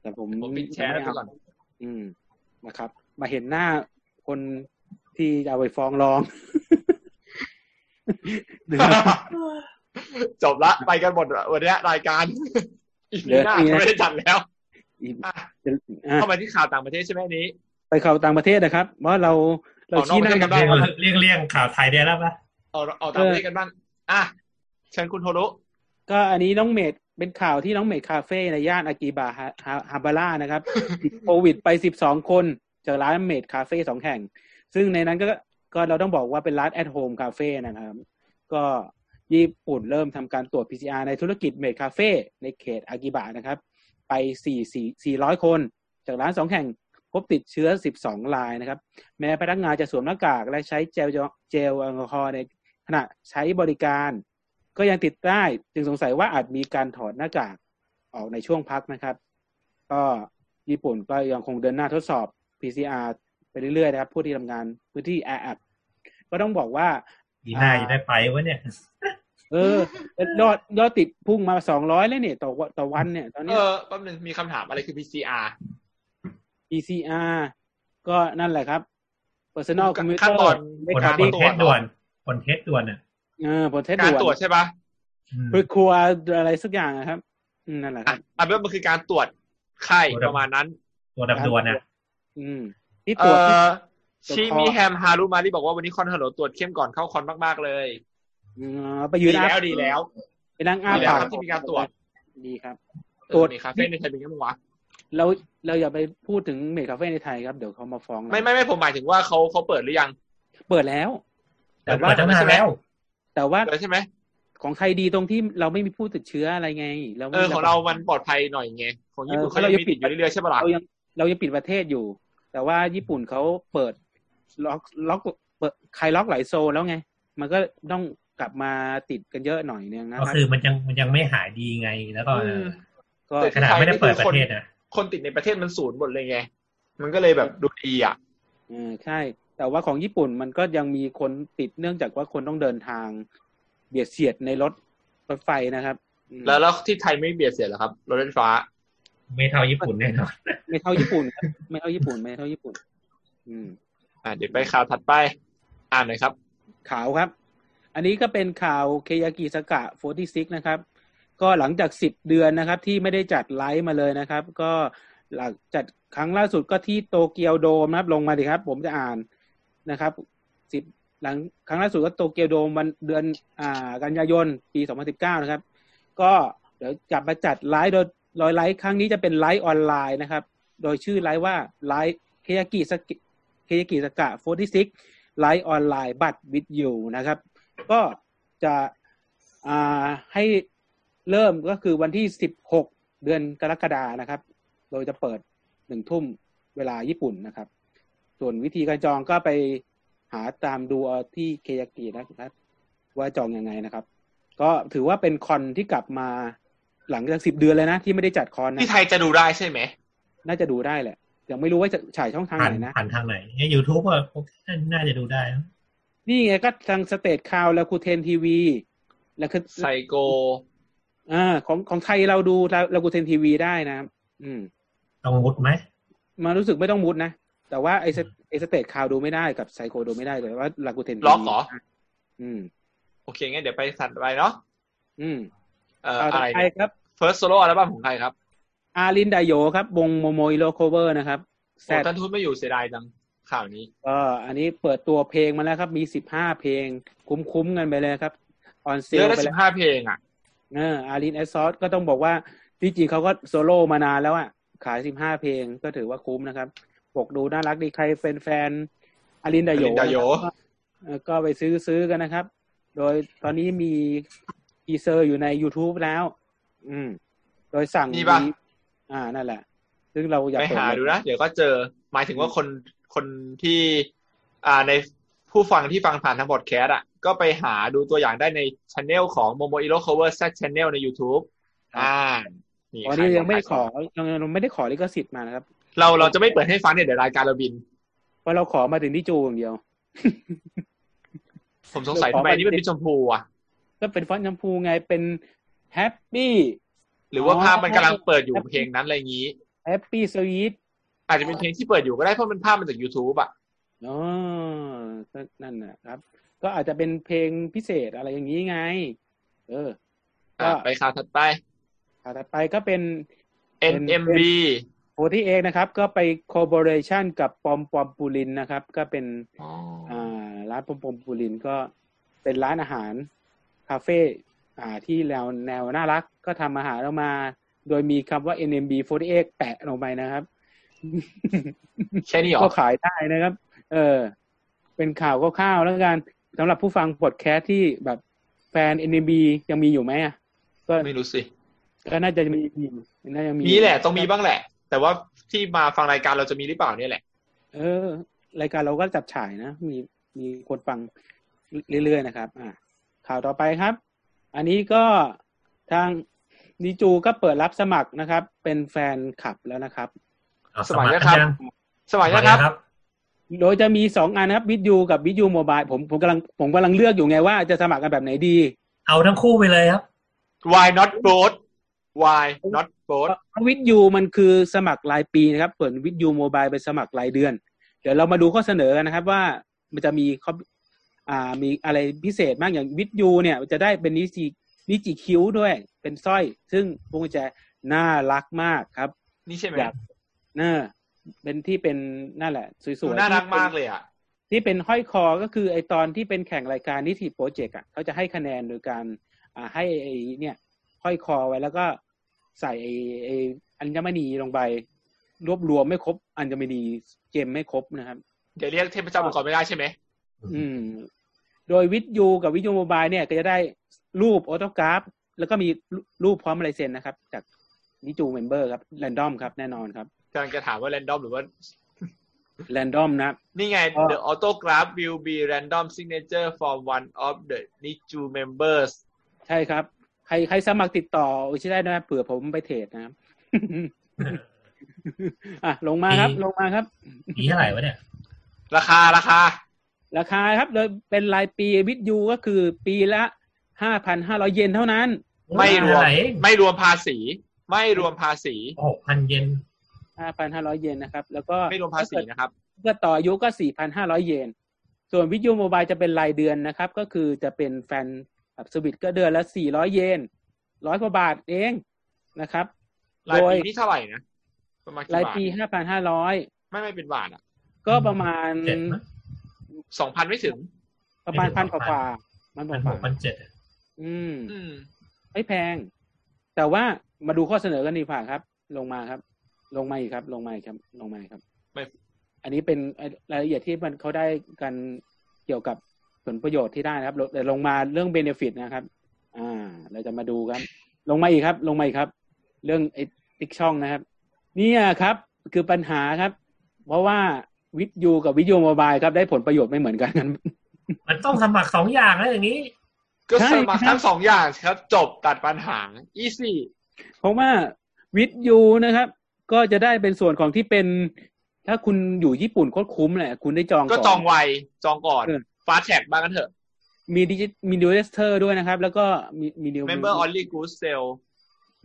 S2: แต่ผม
S1: ผมปิดแชร์แล้วก่อน
S2: อืมนะครับ มาเห็นหน้าคนที่จะเอาไปฟ้องร้อง
S1: จบละไปกันหมดวันเนี้ยรายการ อีกหน้า
S2: เดี๋ยว
S1: ไม่ได้จัดแล้ว
S2: อีก
S1: อ่ะ
S2: อ่ะ
S1: เข้ามาที่ข่าวต่างประเทศใช่ไหมอันนี้
S2: ไปเข้าต่างประเทศนะครับ เพราะเราเรา
S1: ออกนอก
S2: ชี้หน้า
S1: ประเทศกั
S2: กัน น
S1: บ้าง
S11: เลี่ยง
S2: ว่า
S11: เลี่ยงเลี่ยงข่าวไทยได้แล้วปะ
S1: เอาเอาต่างประเทศกันบ้างอ่ะเชิญคุณโทรุ
S2: ก็อันนี้น้องเมดเป็นข่าวที่น้องเมดคาเฟ่ในย่านอากิบาฮาฮาฮาบาร่านะครับ ติดโควิดไป 12 คนจากร้านเมดคาเฟ่สองแห่ง ซึ่งในนั้นก็ก็เราต้องบอกว่าเป็นร้านแอดโฮมคาเฟ่นะครับ ก็ญี่ปุ่นเริ่มทำการตรวจ PCR ในธุรกิจเมดคาเฟ่ในเขตอากิบะนะครับ ไป 4 4 400 คน จากร้านสองแห่งพบติดเชื้อ 12 รายนะครับ แม้พนักงานจะสวมหน้ากากและใช้เจลเจลแอลกอฮอล์ในขณะใช้บริการ ก็ยังติดได้ จึงสงสัยว่าอาจมีการถอดหน้ากากออกในช่วงพักนะครับ ก็ญี่ปุ่นก็ยังคงเดินหน้าทดสอบ PCR ไปเรื่อยๆนะครับ ผู้ที่ทำงานพื้นที่แออัดก็ต้องบอกว่า
S11: ดีหน้าจะได้ไปวะเนี่ย
S2: เออยอดยอดติดพุ่งมา 200 แล้วเนี่ยต่อวันต่อวันเนี่ย ตอน
S1: เอ
S2: นี้
S1: อแป๊บหนึงมีคำถามอะไรคือ PCR
S2: PCR ก็นั่นแหละครับ Personal
S1: ขั้น
S2: Computer
S1: ขั้นตอน
S11: ผล
S2: Recording
S11: ผลเทสด่วน ผลเทสด่วนอ่ะ
S2: เออผลเทส
S1: การ
S2: ด่วน
S1: ตรวจใช่ปะ
S11: อืม
S2: คือครัวอะไรสักอย่างนะครับอืมนั่นแหละครับ
S1: อ่ะอันนี้มันคือการตรวจไข้
S11: ตรวจ
S1: ประมาณนั้น
S11: ตัวดับด่วนอ่ะ
S2: อืม ที่
S1: เอ
S2: ตรวจ
S1: อ
S2: ตรวจ
S1: ชี
S2: คอ
S1: มีแฮมฮารุมารีบอกว่าวันนี้คอนฮัลโหลตรวจเข้มก่อนเข้าคอนมากๆเลย
S2: อืมไปยื
S1: ดี
S2: นอ้า
S1: แล้วดีแล้ว
S2: ไปนั่งอ้า
S1: ดีแล้ว
S2: ปาก
S1: ครับที่มีการตรวจ
S2: ดีครับ
S1: ต
S2: ต
S1: ร
S2: ร
S1: ว
S2: ว
S1: จ
S2: จ
S1: คาเฟ่ในไทยเป็นยังไงบ้างวะ
S2: เราเราอย่าไปพูดถึงเมดคาเฟ่ในไทยครับ เดี๋ยวเขามาฟ้องเรา
S1: ไม่ไม่ไม่ผมหมายถึงว่าเขาเขาเปิดหรือยัง
S2: เปิดแล้ว
S11: แต่ว่าตั้งนานแล้ว
S2: แต่ว่า
S1: เปิดใช่ไหม
S2: ของไทยดีตรงที่เราไม่มีผู้ติดเชื้ออะไรไง เราไม่
S1: เออของเรามันปลอดภัยหน่อยไงของญี่ปุ่นเขายังมีติดอยู่เรื่อยๆใช่ปะล่ะ
S2: เรายังเรายังปิดประเทศอยู่ แต่ว่าญี่ปุ่นเขาเปิดล็อกล็อกเปิดใครล็อกหลายโซนแล้วไง มันก็ต้องกลับมาติดกันเยอะหน่อยนึงนะค
S11: ก็
S2: รับ
S11: คือมันยังมันยังไม่หายดีไง แล้วก็
S1: อืม
S2: ก็
S1: แต่
S11: ขนาดไม่ได้เปิดประเทศนะ
S1: คนติดในประเทศมันศูนย์หมดเลยไงมันก็เลยแบบดูดีอ่ะ
S2: เออใช่ แต่ว่าของญี่ปุ่นมันก็ยังมีคนติดเนื่องจากว่าคนต้องเดินทาง เบียดเสียดในรถรถไฟนะครับอืม
S1: แล้วแล้วที่ไทยไม่เบียดเสียเหรอครับรถไฟฟ้า
S11: ไม่เท่าญี่ปุ่นแน่นอน
S2: ไม่เท่าญี่ปุ่นครับไม่เท่าญี่ปุ่นไม่เท่าญี่ปุ่น อืม
S1: อ่าเดี๋ยวไปข่าวถัดไป อ่านหน่อยครับ
S2: ข่าวครับ อันนี้ก็เป็นข่าวเคยากิสกะ46 นะครับ ก็หลังจาก 10 เดือนนะครับ ที่ไม่ได้จัดไลฟ์มาเลยนะครับ ก็หลังจัดครั้งล่าสุดก็ที่โตเกียวโดมนะครับ ลงมาดิครับ ผมจะอ่านนะครับ 10 หลังครั้งล่าสุดก็โตเกียวโดมวันเดือนอ่ากันยายนปี 2019 นะครับ ก็เดี๋ยวกลับมาจัดไลฟ์โดยโดยไลฟ์ครั้งนี้จะเป็นไลฟ์ออนไลน์นะครับ โดยชื่อไลฟ์ว่าไลฟ์เคยากิสกิเคยากิสกะ46ไลฟ์ออนไลน์บัตรวิดยูนะครับ ก็จะอ่าให้เริ่มก็คือวันที่ 16 เดือนกรกฎานะครับ โดยจะเปิดหนึ่งทุ่มเวลาญี่ปุ่นนะครับ ส่วนวิธีการจองก็ไปหาตามดูเอาที่เคยากินะครับ ว่าจองอยังไงนะครับ ก็ถือว่าเป็นคอนที่กลับมาหลังจากสิบเดือนเลยนะ ที่ไม่ได้จัดคอนนะ
S1: ที่ไทยจะดูได้ใช่ไหม
S2: น่าจะดูได้แหละยังไม่รู้ว่าจะฉายช่องทาง
S11: ผ่าน
S2: ไหนนะ
S11: ผ่านทางไหนเนี่ยยูทูบก็น่าจะดูได้นะ
S2: นี่ไงก็ทางสเตทคาวแล้วคูเทนทีวี แล้วคือ
S1: ไซโก
S2: อ่าของของไทยเราดูเราคูเทนทีวีได้นะครับอืม
S11: ต้องมุดไหม
S2: มารู้สึกไม่ต้องมุดนะ แต่ว่าไอสเตไอสเตทคาวดูไม่ได้กับไซโคดูไม่ได้แต่ว่าลากูเทน
S1: ล็อกเหรอ
S2: อืม
S1: โอเคงั้นเดี๋ยวไปสัตว์ไปเนาะ
S2: อืม
S1: เอ่อ
S2: เอา
S1: อะ
S2: ต่อ
S1: ไร
S2: ไปครับ
S1: เฟิร์สโซโล่อัลบั้มของใครครับ
S2: อารินไดโยครับ วงโมโมอิโรโคเวอร์นะครับแซ
S1: โอ้
S2: ด
S1: ท่านทูตไม่อยู่เสียดายจังข่าวนี้
S2: ก็อันนี้เปิดตัวเพลงมาแล้วครับ มีสิบห้าเพลง คุ้มๆกันไปเลยครับ ออนเซ
S1: เย
S2: ล
S1: อะละ
S2: ไป
S1: สิ
S2: แล้ว
S1: บห้าเพลงอ่ะ
S2: เอออารินแอซอสก็ต้องบอกว่าที่จริงเขาก็โซโล่มานานแล้วอ่ะ ขายสิบห้าเพลงก็ถือว่าคุ้มนะครับ ปกดูน่ารักดีใครเป็นแฟนอารินไดโย
S1: Arin Dayo
S2: นะครับเออก็ไปซื้อซื้อกันนะครับ โดยตอนนี้มีอีเซอร์อยู่ใน YouTube แล้ว อืม โดยสั่ง
S1: มีปะ
S2: อ่านั่นแหละ ซึ่งเราอยาก
S1: ไปหา
S2: เปิเลย
S1: ดูนะ เดี๋ยวก็เจอหมายถึงว่าคนคนที่ อ่าในผู้ฟังที่ฟังผ่านทางบอดแคสต์อ่ะ ก็ไปหาดูตัวอย่างได้ในช anel ของโมโมอิโรคเวอร์แซชช anel ใน YouTube อ่า
S2: อ๋อ
S1: ขา
S2: นี่
S1: ย
S2: ยังไม่ได้ขอ
S1: ขาย
S2: ยังยังไม่ได้ขอลิขสิทธิ์มานะครับ
S1: เราเราจะไม่เปิดให้ฟังเนี่ยเดี๋ยวรายการเราบิน
S2: เพราะเราขอมาถึงที่จูอย่างเดียว
S1: ผมสงสัย
S2: เราขอ
S1: ทำไมอันนี่
S2: ไป
S1: เป็นพิชมพูอ่ะ
S2: ก็เป็นฟอนต์ชมพูไงเป็นแฮปปี้
S1: หรือว่า
S2: อ๋อ
S1: ภาพมันกำลังเปิดอยู่เพลงนั้นอะไรอย่างนี้
S2: แฮปปี้สวีท
S1: อาจจะเป็นเพลงที่เปิดอยู่ก็ได้เพราะมันภาพมันจาก YouTube อ่ะ
S2: อ๋อก็นั่นนะครับ ก็อาจจะเป็นเพลงพิเศษอะไรอย่างนี้ไง เออ
S1: อ่ะ
S2: ก็
S1: ไปข่าวถัดไป
S2: ข่าวถัดไปก็เป็น
S1: NMB
S2: โพที่เองนะครับ ก็ไปคอ b o r a t i o n กับปอมปอมปูลินนะครับ ก็เป็น
S1: อ๋อ
S2: อ่าร้านปมปมปูรินก็เป็นร้านอาหาร คาเฟ่อ่าที่แนวแนวน่ารักก็ทำอาหารออกมา โดยมีคำว่า NMB 48แปะลงไปนะครับ
S1: แค่นี้เหร
S2: ก็
S1: อ
S2: ขายได้นะครับ เออ เป็นข่าวคร่าวๆแล้วกันสำหรับผู้ฟังพอดแคสต์ที่แบบแฟน NMB ยังมีอยู่ไหมอ่ะก็
S1: ไม่รู้สิ
S2: ก็น่าจะมีอยู่น่าจะมี
S1: มีแหละต้องมีบ้างแหละ แต่ว่าที่มาฟังรายการเราจะมีหรือเปล่าเนี่ยแหละ
S2: เออ รายการเราก็จับฉายนะ มีมีคนฟังเรื่อยๆนะครับ อ่า ข่าวต่อไปครับ อันนี้ก็ทางดีจูก็เปิดรับสมัครนะครับ เป็นแฟนคลับแล้วนะครับ
S11: เอา
S1: สมัคร
S11: กั
S1: นะครับ
S11: ยัง
S1: สมัยนะครับ
S2: โดยจะมีสองอันนะครับวิดยูกับวิดยูโมบายผมผมกำลังผมกำลังเลือกอยู่ไงว่าจะสมัครกันแบบไหนดี
S11: เอาทั้งคู่ไปเลยครับ
S1: Why not both Why not both
S2: เพราะวิดยูมันคือสมัครรายปีนะครับส่วนวิดยูโมบายเป็นสมัครรายเดือน เดี๋ยวเรามาดูข้อเสนอกันนะครับว่ามันจะมีข้ออ่ามีอะไรพิเศษบ้างอย่างวิดยูเนี่ยมันจะได้เป็นนิจินิจิคิ้วด้วย เป็นสร้อย ซึ่งพวงกุญแจน่ารักมากครับ
S1: นี่ใช่ไหม
S2: อยากเนอเป็นที่เป็นนั่นแหละ สวย
S1: ดู
S2: ๆ
S1: น่ารัก
S2: ที่เป็น
S1: มากเลยอ่ะ
S2: ที่เป็นห้อยคอก็คือไอตอนที่เป็นแข่งรายการนิติโปรเจกต์อ่ะเขาจะให้คะแนนโดยการอ่าให้ไอเนี่ย ห้อยคอไว้แล้วก็ใส่ไอ้ไอ้อัญมณีลงไป รวบรวมไม่ครบ อัญมณีเจมไม่ครบนะครับ
S1: เดี๋ยวเรียกเทพเจ้ามังกรไม่ได้ใช่ไหม
S2: อืม โดยวิทยูกับวิทยูโมบายเนี่ยก็จะได้รูปออโตกราฟ แล้วก็มีรูปพร้อมลายเซ็นนะครับ จากนิจูเมมเบอร์ครับแรนดอมครับแน่นอนครับ
S1: กำลังจะถามว่า random หรือว่า
S2: แรนดอมนะครับ
S1: นี่ไง
S2: อ๋อ
S1: the autograph will be random signature from one of the Niju members
S2: ใช่ครับ ใครใครสมัครติดต่อโอชิได้นะครับเผื่อผมไปเทรดนะครับ อ่ะลงมาครับ ลงมาครับ
S11: ปีเท่าไหร่วะเนี่ย
S1: ราคาราคา
S2: ราคาครับโดยเป็นรายปีวิทยูก็คือปีละห้าพันห้าร้อยเยนเท่านั้น
S1: ไม่รวม
S11: เท่าไหร่เอง
S1: ไม่รวมภาษี ไม่รวมภาษี
S11: หกพันเยน
S2: ห้าพันห้าร้อยเยนนะครับ แล้วก็
S1: ไม่รวมภาษีนะครับ
S2: เพื่อต่ออายุก็สี่พันห้าร้อยเยน ส่วนวิทยุโมบายจะเป็นรายเดือนนะครับ ก็คือจะเป็นแฟนแบบสวิตก็เดือนละสี่ร้อยเยนร้อยกว่าบาทเองนะครับ
S1: ราย
S2: โดย
S1: ปีนี่เท่าไหร่นะ ประมาณกี่
S2: ราย
S1: บาท
S2: ปีห้าพันห้าร้อย
S1: ไม่ไม่เป็นบาทอ่ะ
S2: ก็ประมาณ
S11: เจ็ดมั้ง
S1: สองพันไม่ถึง
S2: ประมาณ
S11: ไม่
S2: พัน
S11: ถึ
S2: ก
S11: ง
S2: ว่า
S11: ส
S2: ก
S11: อง
S2: ว่า
S11: พัน
S2: มันบ
S11: พั
S2: อน ก
S11: ห
S2: ว่าก
S11: พันเจ็ดอะ
S2: อืม
S1: อืม
S2: ไม่แพง แต่ว่ามาดูข้อเสนอกันดีกว่าครับ ลงมาครับ ลงมาอีกครับ ลงมาอีกครับ ลงมาอีกครับ
S1: ไม่
S2: อันนี้เป็นรายละเอียดที่มันเขาได้กันเกี่ยวกับผลประโยชน์ที่ได้นะครับแต่ลงมาเรื่องเบเนฟิตนะครับ อ่า เราจะมาดูครับ ลงมาอีกครับ ลงมาอีกครับ เรื่องไอ้ติ๊กช่องนะครับ เนี่ยครับ คือปัญหาครับ เพราะว่าวิทยูกับวิทยูมบายครับได้ผลประโยชน์ไม่เหมือนกัน
S11: มันต้องสมัครสองอย่างแล้วอย่างนี้
S1: ก็
S2: ใช่
S1: สมัคร
S2: ครับ
S1: ทั้งสองอย่างครับ จบตัดปัญหา อีซี่
S2: เพราะว่าวิทยูนะครับ ก็จะได้เป็นส่วนของที่เป็น ถ้าคุณอยู่ญี่ปุ่นโคตรคุ้มแหละ คุณได้จอง
S1: ก็
S2: น
S1: จองไว จองก่อน
S2: เออ
S1: ฟาสแท็กบ้างกันเถอะ
S2: มีดิจิมีดิวเสเตอร์ด้วยนะครับ แล้วก็มีมีดิว
S1: Member Only Good Sale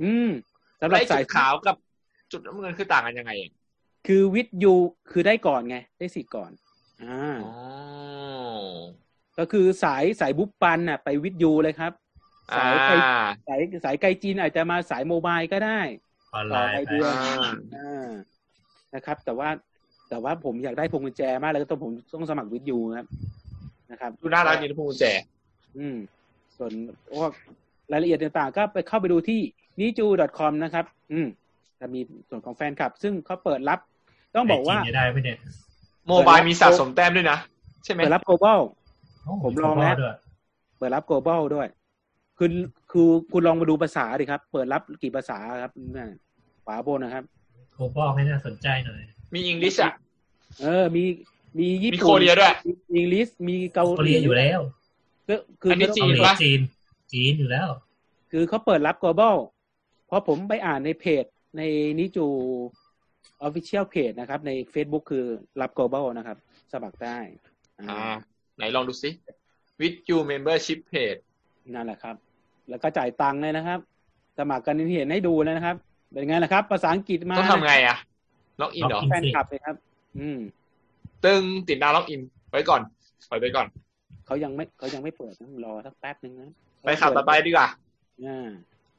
S2: อืมสำหรับ
S1: ไอ้
S2: สา
S1: จุ
S2: ย
S1: ดขาวกับจุดน้ำเงินคือต่างกันยังไงอ่ะ
S2: คือวิทยูคือได้ก่อนไง ได้สิทธิ์ก่อน อ่า
S1: อ๋อ
S2: ก็คือสายสายบุ๊ปปันน่ะ ไปวิทยูเลยครับ สายไกล
S1: อ่า
S2: สายสายไกลจีนอาจจะมาสายโมบายก็ได้
S11: ออนไลน์
S2: ต่อไป
S11: ไป
S2: ด้วย
S1: อ่า
S2: อ่านะครับ แต่ว่าแต่ว่าผมอยากได้พวงกุญแจมากเลยก็ต้องผมต้องสมัครวิทยูครับนะครับ
S1: ดูน่ารักดีนะพวงกุญแจ
S2: อืม ส่วนพวกรายละเอียดต่างๆ ก็ไปเข้าไปดูที่ niju.com นะครับ อืมจะมีส่วนของแฟนคลับ ซึ่งเขาเปิดรับ ต้องบอกว่า
S11: ไจีนจะได้ไหมเนี่ย
S1: โมบายมีสะสมแต้มด้วยนะ ใช่ไหม
S2: เปิดรับ global
S11: โอ้
S2: ผมลองแล้ว
S11: ผมก็ด้วย
S2: เปิดรับ global ด้วย คือคือคุณลองมาดูภาษาดิครับ เปิดรับกี่ภาษาครับนั่นขวาบนนะครับ
S11: โคบอกให้น่าสนใจหน่อย
S1: มีอังกฤษอ่ะ
S2: เออ มีมีญี่
S1: มี
S2: ปุ่น
S1: โคเรียด้วย
S2: มีอังกฤษมีเกา
S11: เกา
S2: ห
S11: ห
S2: ลี
S11: ลีอยู่แล้ว
S2: ก็คือ
S1: อันนี้จี
S11: เกาน หลี
S1: ปะ
S11: จีน จีนอยู่แล้ว
S2: คือเขาเปิดรับ global เพราะผมไปอ่านในเพจในนิจู official page นะครับ ใน Facebook คือรับ global นะครับ สมัครได้อ่า
S1: อ่า ไหนลองดูซิ with you membership page
S2: นั่นแหละครับ แล้วก็จ่ายตังค์เลยนะครับ สมัครกันที่เห็นให้ดูแล้วนะครับ เป็นไงล่ะครับ ภาษาอังกฤษมา
S1: ต้องทำไงอ่ะ ล็อกอินเหรอ
S11: Login
S2: แฟนคลับเลยครับ อืม
S1: ตึงติดดาวล็อกอิน ไว้ก่อนปล่อยไปก่อน
S2: เขายังไม่เขายังไม่เปิดนะรอสักแป๊บนึงนะ
S1: ไปข่าวต่อไปดีกว่า
S2: อ่า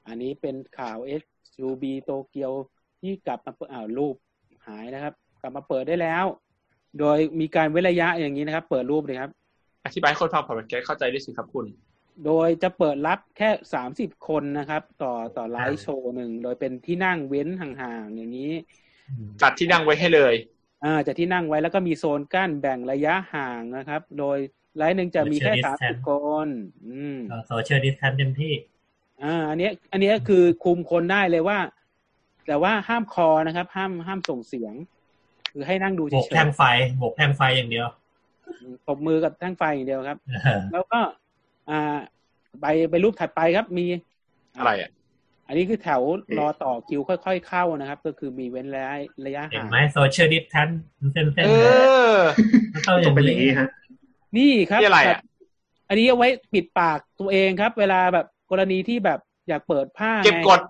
S2: อันนี้เป็นข่าว SUB โตเกียวที่กลับมาเปิดอ้าวรูปหายนะครับ กลับมาเปิดได้แล้ว โดยมีการเว้นระยะอย่างนี้นะครับ เปิดรูปเลยครับ
S1: อธิบายให้คนฟังพอดแคสต์เข้าใจด้วยสิครับคุณ
S2: โดยจะเปิดรับแค่สามสิบคนนะครับ ต่อต่อไลฟ์โชว์หนึ่ง โดยเป็นที่นั่งเว้นห่างๆ อย่างนี้
S1: จัดที่นั่งไว้ให้เลย
S2: อ่าจะที่นั่งไว้แล้วก็มีโซนกั้นแบ่งระยะห่างนะครับ โดยไลฟ์หนึ่งจะมีแค่
S11: Social
S2: สามสิบ
S11: distance
S2: คน อืม
S11: โซเชียลดิสแทนเต็มที่
S2: อ่า อันเนี้ย อันเนี้ยคือคุมคนได้เลยว่า แต่ว่าห้ามคอนะครับ ห้ามห้ามส่งเสียง คือให้นั่งดูเฉ
S11: บวย กแท่งไฟ บวกแท่งไฟอย่างเดียว
S2: ๆตบมือกับทั้งไฟอย่างเดียวครับ แล้วก็ อ่า ไปไปรูปถัดไปครับ มี
S1: อะไรอ่ะ
S2: อันนี้คือแถวรอต่อคิวค่อยๆเข้านะครับ ก็คือมีเว้นระยะระยะ
S11: เห็น
S2: ห่าง
S11: ไหมโซเชียลดิสแทนเส้นๆเส้น
S1: เออ
S11: ต้องอ
S6: ต้อย่าง
S11: ง
S6: เป็นอย่างนี้
S11: นี้
S6: ฮะ
S2: นี่ครับ
S1: นี่อะไรอ่ะ
S2: อันนี้เอาไว้ปิดปากตัวเองครับ เวลาแบบกรณีที่แบบอยากเปิดผ้าไง
S1: เก็บกด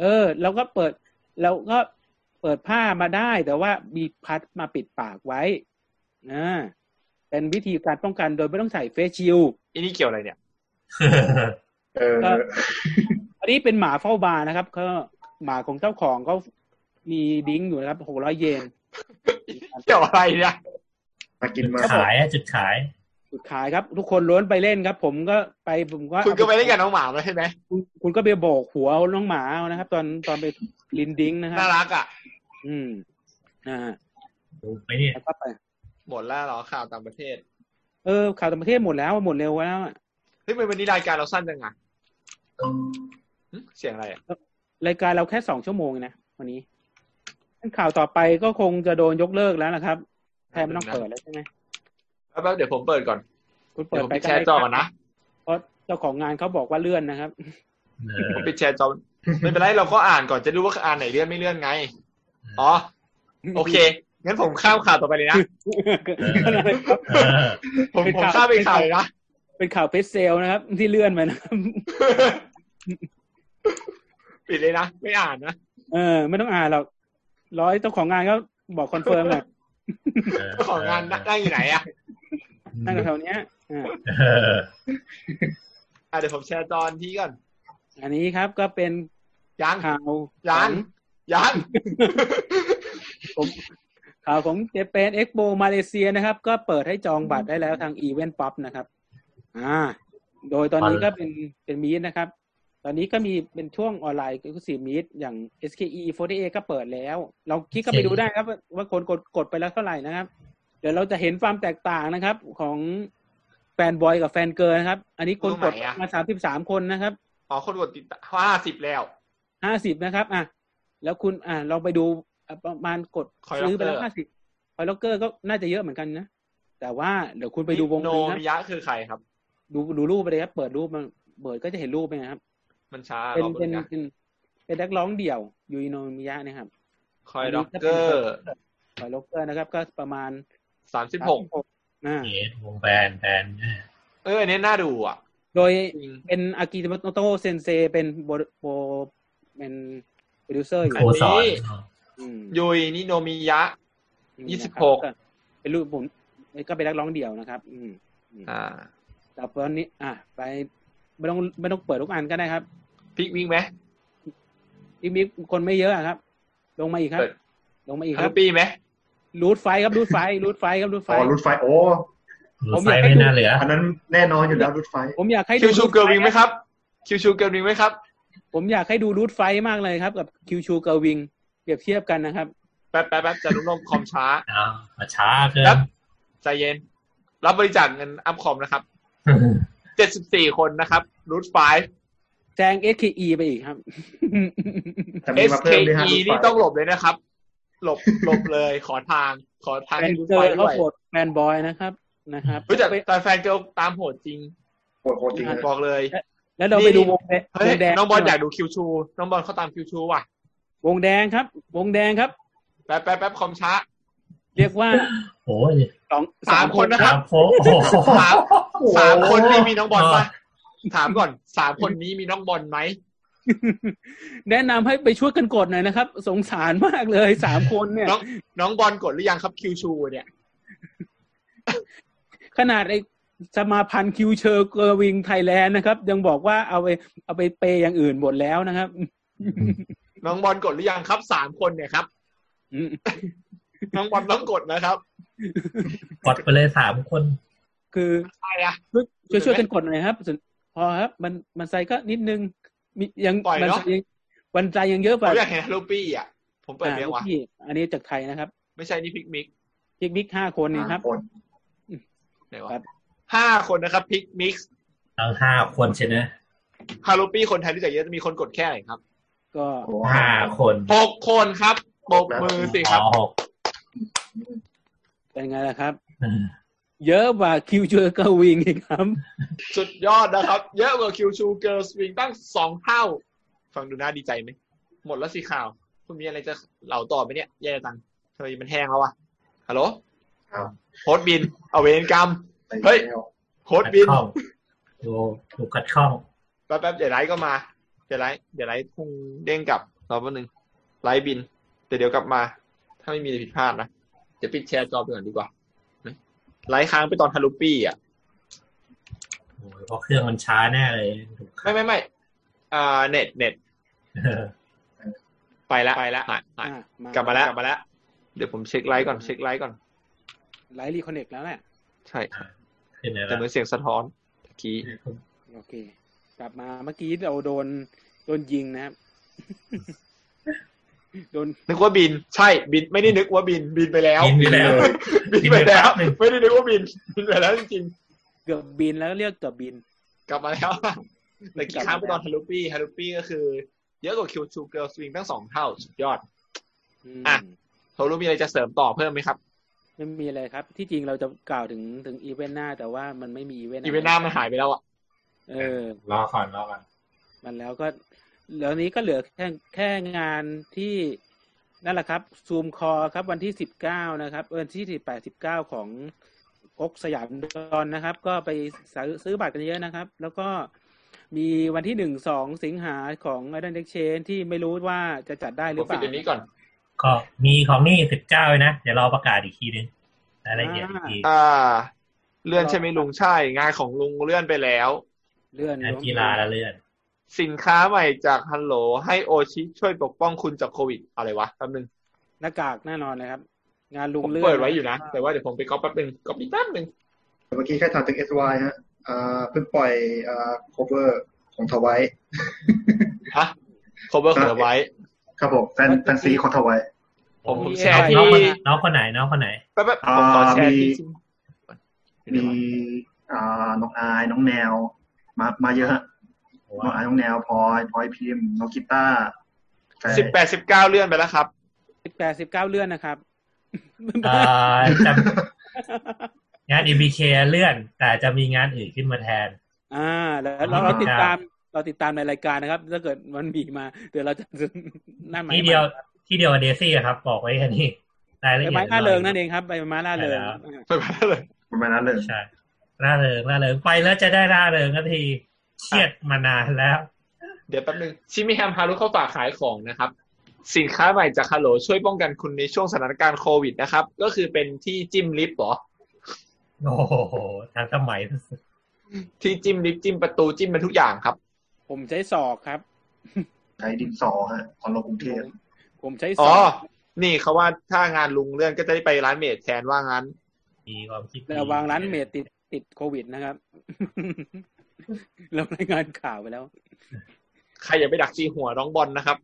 S2: เออ แล้วก็เปิดแล้วก็เปิดผ้ามาได้ แต่ว่ามีพัดมาปิดปากไว้อ่าเป็นวิธีการป้องกันโดยไม่ต้องใส่เฟซชิลด์
S1: อันนี้เกี่ยวอะไรเนี่ย
S6: เออ
S2: อันนี้เป็นหมาเฝ้าบาร์นะครับเขาหมาของเจ้าของเขามีดิ้งอยู่นะครับหกร้อยเยน
S1: เกี่ยวอะไรเนี่ย
S6: มากิน
S11: จุด
S6: มา
S11: ขายอะจุดขาย
S2: จุดขายครับ ทุกคนล้วนไปเล่นครับ ผมก็ไปผมก็
S1: คุณก็ไปเล่นกับน้องหมามาใช่ไหม
S2: คุณคุณก็ไปโบกหัวน้องหมาเอานะครับ ตอนตอนไปลินดิ้งนะครับ
S1: น่ารักอ่ะ
S2: อืมอ่า
S11: ถูกไหมเนี่ย
S2: แล้วก็ไป
S1: หมดแล้วเหรอข่าวต่างประเทศ
S2: เออ ข่าวต่างประเทศหมดแล้วหมดเร็วแล้วอะ
S1: เฮ้ยทำไมวันนี้รายการเราสั้นจังอ่ะหึเสียงอะไรอ่ะ
S2: รายการเราแค่สองชั่วโมงเองนะวันนี้ข่าวต่อไปก็คงจะโดนยกเลิกแล้วนะครับแทนไม่ต้องเปิดแล้วใช่ไหม
S1: แป๊บๆเดี๋ยวผมเปิดก่อน
S2: คุณเปิ
S1: เดี๋ย
S2: ด
S1: วผม
S2: ไป
S1: ปิด
S2: ก็
S1: แชร์
S2: ได้
S1: จอก่อนนะ
S2: เพราะเจ้าของงานเขาบอกว่าเลื่อนนะครับ
S11: เออ
S1: ผมปิดแชร์จอ ไม่เป็นไรเราก็อ่านก่อนจะรู้ว่าอ่านไหนเลื่อนไม่เลื่อนไง อ๋อ โอเค งั้นผมข้ามข่าวต่อไปเลยนะ
S11: เออ
S1: ผมผมข้ามไปอีกข่าวเลยนะ
S2: เป็นข่าวเพจเซลนะครับ ที่เลื่อนมานะครับ
S1: ปิดเลยนะ ไม่อ่านนะ
S2: เออ ไม่ต้องอ่านหรอกร้อยเจ้าของงานก็บอกคอนเฟิร์มแหละ
S1: ของ งานนั่งอยู่ไหนอ่ะ
S2: นั่งแถวๆเนี้ยอ่า
S11: เออ
S1: อ่ะเดี๋ยวผมแชร์จอที่ก่อน
S2: อันนี้ครับก็เป็น
S1: ยัง
S2: ข่าว
S1: ยัง ยัง
S2: ข่าวของเจแปนเอ็กโปมาเลเซียนะครับ ก็เปิดให้จองบัตรได้แล้วทางอีเวนต์ป๊อปนะครับ อ่า โดยตอนนี้
S11: อ๋อ
S2: ก็เป็นเป็นมีดนะครับ ตอนนี้ก็มีเป็นช่วงออนไลน์ก็คือสี่มีดอย่าง SKE 48ก็เปิดแล้ว เราคลิกเข้าไปดูได้ครับ ว่าว่าคนกดกดไปแล้วเท่าไหร่นะครับ เดี๋ยวเราจะเห็นความแตกต่างนะครับ ของแฟนบอยกับแฟนเกิร์ลนะครับ อันนี้คนกด
S1: ตรงไหนอะ
S2: มาสามสิบสามคนนะครับ
S1: อ๋อคนกดติดห้าสิบแล้ว
S2: ห้าสิบนะครับ อ่ะ แล้วคุณ อ่ะลองไปดูอ่ะประมาณกด
S1: Coin
S2: ซื้อไปแล้ว
S1: Locker
S2: ห้าสิบคอยล็อกเกอร์ก็น่าจะเยอะเหมือนกันนะ แต่ว่าเดี๋ยวคุณไปดูวง
S1: โน
S2: หนึงนะ
S1: มิยะคือใครครับ
S2: ดูดูรูปไปเลยครับ เปิดรูปมันเปิดก็จะเห็นรูปไปนะครับ
S1: มันช้า
S2: เป็น
S1: เรา
S2: เป็
S1: เปิด
S2: น
S1: กัน
S2: เป็นเป็นนักร้องเดี่ยวยูอิโนมิยะนะครับ
S1: คอย
S2: อันนี้
S1: ด็อก
S2: ก็เป็น
S1: เกอร์
S2: คอยล็อกเกอร์นะครับ ก็ประมาณ
S1: สามสิบหก
S2: 36อ่า
S11: เอสวงแบนแบนเนี่ย
S1: เอออันนี้น่าดูอ่ะ
S2: โดย
S1: จริง
S2: เป็นอากิโมโตะเซนเซเป็นโบโบเป็นโปรดิวเซอร์อยู่
S11: โคสอน
S2: อืม
S1: ยุยนิโนมิยะ
S2: นี่นะครั
S1: 26
S2: เป็นรูปผมก็เป็นนักร้องเดี่ยวนะครับ อืม
S1: อ่า
S2: แต่ตอนนี้ อ่ะไปไม่ต้องไม่ต้องเปิดทุกอันก็ได้ครับ
S1: พลิกวิ่งไหม
S2: อีกมีคนไม่เยอะอะครับ ลงมาอีกครับ
S1: เปิด
S2: ลงมาอีกค
S1: ฮั
S2: รั
S1: ป
S2: บ
S1: ปี้ไหม
S2: รูทไฟครับรูทไฟรูทไฟครับรูทไฟ
S6: อ๋อรุดไฟโอ้
S11: ห
S2: ผ
S11: รื
S2: ม
S11: อไฟ
S2: อยากให้
S11: ไม่
S2: ดู
S11: น่าเหลือ
S6: อันนั้นแน่นอนอยู่แล้วรุดไฟ
S2: ผมอยากให้
S1: คิว
S2: ดู
S1: ชูเกิร์ลวิงไหมครับคิวชูเกิร์ลวิงไหมครับ
S2: ผมอยากให้ดูรูทไฟมากเลยครับ กับคิวชูเกอร์วิงเปรียบเทียบกันนะครับ
S1: แป๊บแป๊บแป๊บจะรุ่นลมคอมช้า
S11: อ้าวมาช้าเกิน
S1: ครับ ใจเย็น รับบริจาคเงินอัพคอมนะครับเจ็ดสิบสี่คนนะครับรูทไฟ
S2: แซง SKE ไปอีกครับ
S6: แต่มีมาเพิ่มด้วยฮะ
S1: SKE
S6: รุดไฟ
S1: นี่ต้องหลบเลยนะครับ หลบ หลบเลยขอทางขอทาง
S2: แฟน
S1: ให้รูท
S2: เกิ
S1: ไฟ
S2: ร์ล
S1: ด้
S2: ก็
S1: วย
S2: โหดแฟนบอยนะครับนะครับ
S1: รู้จักแต่แฟนเกิลตามโหดจริง
S6: โหดโหดจริงเลย
S1: บอกเลย
S2: แล้วเราไปดูวงแดง
S1: เฮ้ยว
S2: งแดง
S1: น้องบอลอยากดูคิวชูน้องบอลเขาตามคิวชูว่ะ
S2: วงแดงครับ วงแดงครับ
S1: แป๊บแป๊บแป๊บคอมช้า
S2: เรียกว่า
S11: โอ้ย
S2: สอง
S1: สามคนนะค
S11: ค
S1: รั
S11: รับ บโอ้โห
S1: สามสามคนนี้มีน้องบอลปะ
S11: อ่า
S1: ถามก่อนสามคนนี้มีน้องบอลไหม
S2: แนะนำให้ไปช่วยกันกดหน่อยนะครับ สงสารมากเลย สามคนเนี่ย
S1: น้องน้องบอลกดหรือยังครับคิวชูเนี่ย
S2: ขนาดไอสมาพันธ์คิวเชอร์เกอร์วิงไทยแลนด์นะครับ ยังบอกว่าเอาไปเอาไปเปย์อย่างอื่นหมดแล้วนะครับ
S1: น้องบอลกดหรือยังครับสามคนเนี่ยครับ
S2: อืม
S1: น้องบอลต้องกดนะครับ
S11: กดไปเลยสามคน
S2: คือ
S1: ใช่อะ
S2: ช่วยช่วยกันกดหน่อยครับส่วนพอครับ มันมันใส่ก็นิดนึงมียัง
S1: ปล่อย
S2: มั
S1: เนอะ
S2: ใส่ยังมันใจยังเยอะ
S1: ผ
S2: ไป
S1: มอยากเห็นฮัลโลปี้อ่ะ ผมเปิดเรียงว่ะ
S2: อ่าลูกพี่อันนี้จากไทยนะครับ
S1: ไม่ใช่นี่พิกมิก
S2: พิกบิ๊กห้าคนนี่ครับ
S6: สามคน
S1: ไหนวะ
S2: ครับ
S1: ห้าคนนะครับพิกมิก
S11: ทั้งห้าคนใช่ไหม
S1: ฮัลโลปี้คนไทยรู้จักเยอะจะมีคนกดแค่ไหนครับ
S2: ก็
S6: โอ้โห
S11: ห้าคน
S1: หกคนครับปรบมือสิครับ
S11: อ๋อหก
S2: เป็นไงล่ะครับ
S11: เออ
S2: เยอะกว่าคิวเชอร์เกอร์วิงอีกครับ
S1: สุดยอดนะครับ เยอะกว่าคิวชูเกิร์ลสวิงตั้งสองเท่า ฟังดูน่าดีใจไหม หมดแล้วสิข่าว คุณมีอะไรจะเหล่าต่อไหมเนี่ย แย่จังทำไมมันแห้งแล้ววะฮัลโหลโฮสต์บิน เอาเวนกรรม เฮ้ย โฮส
S11: ขั
S1: ต์
S11: ด
S1: บิน
S11: ข้องดูดูขัดข้อง
S1: แป๊บๆเดี๋ยวไลฟ์ก็มา เดี๋ยวไลฟ์เดี๋ยวไลฟ์คงเด้งกลับรอแป๊บนึงไลฟ์บินแต่เดี๋ยวกลับมา ถ้าไม่มีอะไรผิดพลาดนะเดี๋ยวปิดแชร์จอไปก่อนดีกว่าไลฟ์ค้างไปตอนฮารุปี้อ่ะ
S11: โอ้ยเพราะเครื่องมันช้าแน่เลยถูกขั
S1: ไม่
S11: ด
S1: ไม่ไม่อ่าเน็ตเน็ต
S11: เออ
S1: ไปละไปละหายหาย
S2: อ่ะ
S1: กลับมาแล้วกลับมาแล้ว เดี๋ยวผมเช็คไลค์ก่อนเช็คไลค์ก่อน
S2: ไลท์รีคอนเนคแล้วแหละ
S1: ใช่
S11: ขึ้นแล้ว
S1: แต่เหมือนเสียงสะท้อนตะกี้
S2: โอเค กลับมาเมื่อกี้เราโดนโดนยิงนะครับ โดน
S1: นึกว่าบิน ใช่บินไม่ได้นึกว่าบินบินไปแล้ว
S11: กินไปแล้ว
S1: บินไปแล้ว
S11: บินไปแป๊บหนึ่ง
S1: ไม่ได้นึกว่าบินบินไปแล้วจริง
S2: เกือบบินแล้วเรียกเกือบบิน
S1: ๆกลับมาแล้ว แต่
S2: กลั
S1: กี่
S2: บมา
S1: ครั้งไปตอนฮารุปี้ฮารุปี้ก็คือ เยอะกว่าคิวชูเกิลสวิงตั้งสองเท่าสุดยอด
S2: ม
S1: อ่ะ โทรู้มีอะไรจะเสริมต่อเพิ่มไหมครับ
S2: ไม่มีอะไรครับ ที่จริงเราจะกล่าวถึงถึงอีเวนต์หน้า แต่ว่ามันไม่มีอีเวนต์
S1: อีเวนต์หน้ามันหายไปแล้วอ่ะ
S2: เออ
S11: รอก่อนรอก่อน
S2: มันแล้วก็แล้วนี้ก็เหลือแค่แค่งานที่นั่นแหละครับซูมคอครับวันที่สิบเก้านะครับวันที่สิบแปดสิบเก้าของกกสยามดอนนะครับ ก็ไปซื้อซื้อบัตรกันเยอะนะครับ แล้วก็มีวันที่หนึ่งสองสิงหาของไอ o n นเด็กเชนที่ไม่รู้ว่าจะจัดได้ห
S1: ผ
S2: รือ
S1: ม
S2: เป
S1: ปิด
S2: ล่า
S1: เดี๋ยวนี้ก่อน
S11: ก็มีของนี่สิบเก้าเลยนะ เดี๋ยวรอประกาศอีกทีนึงรายละเอียดอีกที
S1: อ่า เลื่อนใช่ไหมลุงใช่งานของลุงเลื่อนไปแล้ว
S2: เลื่อน
S11: งานกีฬาละเลื่อน
S1: สินค้าใหม่จากฮัลโหลให้โอชิช่วยปกป้องคุณจากโควิดอะไรวะแป๊บนึง
S2: หน้ากากแน่นอนนะครับ งานลุง
S1: ผม
S2: เลื่อน
S1: เปิดไว้อยู่นะ แต่ว่าเดี๋ยวผมไปก๊อปแป๊บนึงก๊อปนิดแป๊บนึง
S6: เมื่อกี้แค่ถามถึง SY ฮะ อ่าเพิ่งปล่อยอ่า cover ของทวาย
S1: ฮะ cover ของไว้
S6: ครับผมแฟนแฟนซีของทวาย
S1: ผมผมแชร์ที่
S11: น้องคนไหนน้องคนไหนน้องคนไหน
S1: แป๊บๆผมขอแชร์ที่
S6: อ่ามี มีอ่าน้องอายน้องแนว มามาเยอะฮะน้องอายน้องแนวพลอยพลอยพิมพ์น้องกีตาร์แต่
S1: สิบแปดสิบเก้าเลื่อนไปแล้วครับ
S2: สิบแปดสิบเก้าเลื่อนนะครับ
S11: เอ่อจะงาน EBK เลื่อน แต่จะมีงานอื่นขึ้นมาแทน
S2: อ่าแล้วเรา
S11: อ่า
S2: เราติดตามเราติดตามในรายการนะครับ ถ้าเกิดมันมีมา เดี๋ยวเราจะ หน้าไม้
S11: ที่เดียวที่เดียวกับเดซี่อะครับ บอกไว้แค่นี้รายละ
S2: ใบ
S11: เอียด
S2: ไม้หน้าเริงนั่น
S11: เอง
S2: เองครับใบไม้หน้าเริง
S11: ใช่แล้ว
S1: ไปไปเลย
S6: ประมาณนั้น เลย
S11: ใช่ร่าเริงร่าเริงไปแล้วจะได้ร่าเริงสัก็ทีเครียดมานานแล้ว
S1: เดี๋ยวแป๊บนึงชิมิแฮมฮารุเขาฝากขายของนะครับ สินค้าใหม่จากฮัลโหลช่วยป้องกันคุณในช่วงสถานการณ์โควิดนะครับ ก็คือเป็นที่จิ้มลิฟต์เหรอ
S11: โอ้โหทันสมัยสุด
S1: ที่จิ้มลิฟต์จิ้มประตูจิ้มมันทุกอย่างครับ
S2: ผมใช้ศอกครับ
S6: ใช้ดินสอฮะตอนลงกรุงเทพ
S2: ผมใช้ศ
S1: อ๋
S2: อ
S1: อ
S2: ก
S1: นี่เขาว่าถ้างานลุงเลื่อนก็จะได้ไปร้านเมดแทนว่างั้น
S11: มีความคิดดี
S2: ระวังร้านเมดติดติดโควิดนะครับ เรารายงานข่าวไปแล้ว
S1: ใครอย่าไปดักจีหัวน้องบอลนะครับ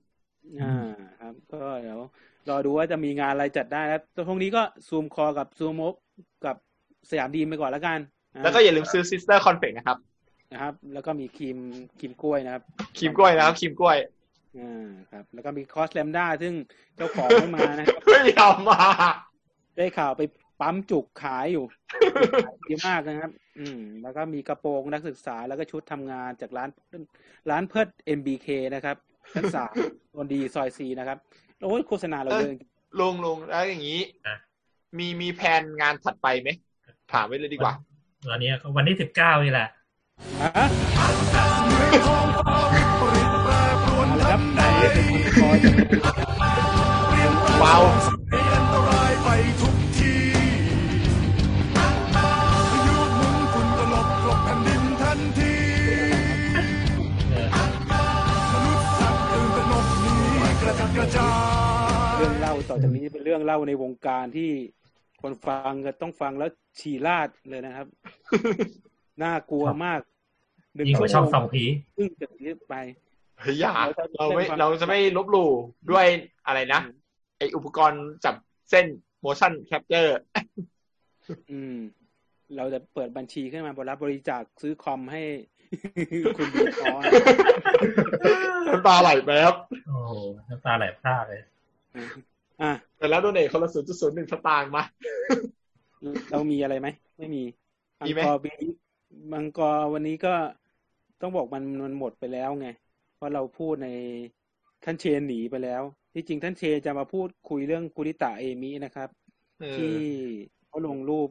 S2: อ่าครับ ก็เดี๋ยวรอดูว่าจะมีงานอะไรจัดได้แล้วตรงนี้ก็ซูมคอกับซูมอบกับสยามดีมไปก่อนแล้วกันอ่า
S1: แล้วก็อย่าลืมซื้อซิสเตอร์คอนเฟกนะครับ
S2: นะครับ แล้วก็มีครีมครีมกล้วยนะครับ
S1: ครีมกล้วยนะครับครีมกล้วย
S2: อ่าครับ แล้วก็มีคอสแลมด้าซึ่งเจ้าของไม่มานะครับ
S1: ไม่ยอมมา
S2: ได้ข่าวไปปั๊มจุกขายอยู่ ขายดีมากนะครับ อืม แล้วก็มีกระโปรงนักศึกษาแล้วก็ชุดทำงานจากร้านร้านเพิด MBK นะครับชั้นสาม โซนดีซอยซีนะครับโอ้ยโฆษณาเราเยอะจริง
S1: ลุงลุงแล้วอย่างนี้
S11: อ่ะ
S1: มีมีแผนงานถัดไปไหมถามไว้เลยดีกว่า
S11: ตอนนี้ก็วันที่สิบเก้านี่แหละ
S2: ฮะมาแล้วครับไหนเป็นคนคอย
S1: เบา
S2: เร
S11: เออ
S2: ื่องเล่าต่อจากนี้เป็นเรื่องเล่าในวงการที่คนฟังก็ต้องฟังแล้วฉี่ราดเลยนะครับ น่ากลัวมากหนึ่
S11: ยิ่งกว่าช่อง
S2: ชั่ว
S11: ส
S2: โม
S11: องผี
S2: ซึ่งจากนี้ไป
S1: เฮ้ยอย่าเรา
S2: เราจะ
S1: ไม่
S2: เล่นความ
S1: เราจะไม่ลบหลู่ด้วยอะไรนะ ไออุปกรณ์จับเส้น motion capture
S2: อืม เราจะเปิดบัญชีขึ้นมาบรับบริจาคซื้อคอมให้ คุณดีคอน
S1: น้ำตาไหลแป๊บ
S11: โอ้โหน้ำตาไหลพรากเลย
S2: อ่ะ
S1: แต่แล้วโดนเอกคนละศูนย์จุดศูนย์หนึ่งสตางค์มา
S2: เรามีอะไรไหม ไม่มี
S1: มีไหม
S2: มังกรปีนี้มังกรวันนี้ก็ต้องบอกมันมันหมดไปแล้วไง เพราะเราพูดในท่านเชนหนีไปแล้ว ที่จริงท่านเชนจะมาพูดคุยเรื่องคุริตะเอมินะครับ
S1: เอ
S2: ที่
S1: อ
S2: เขาลงรูป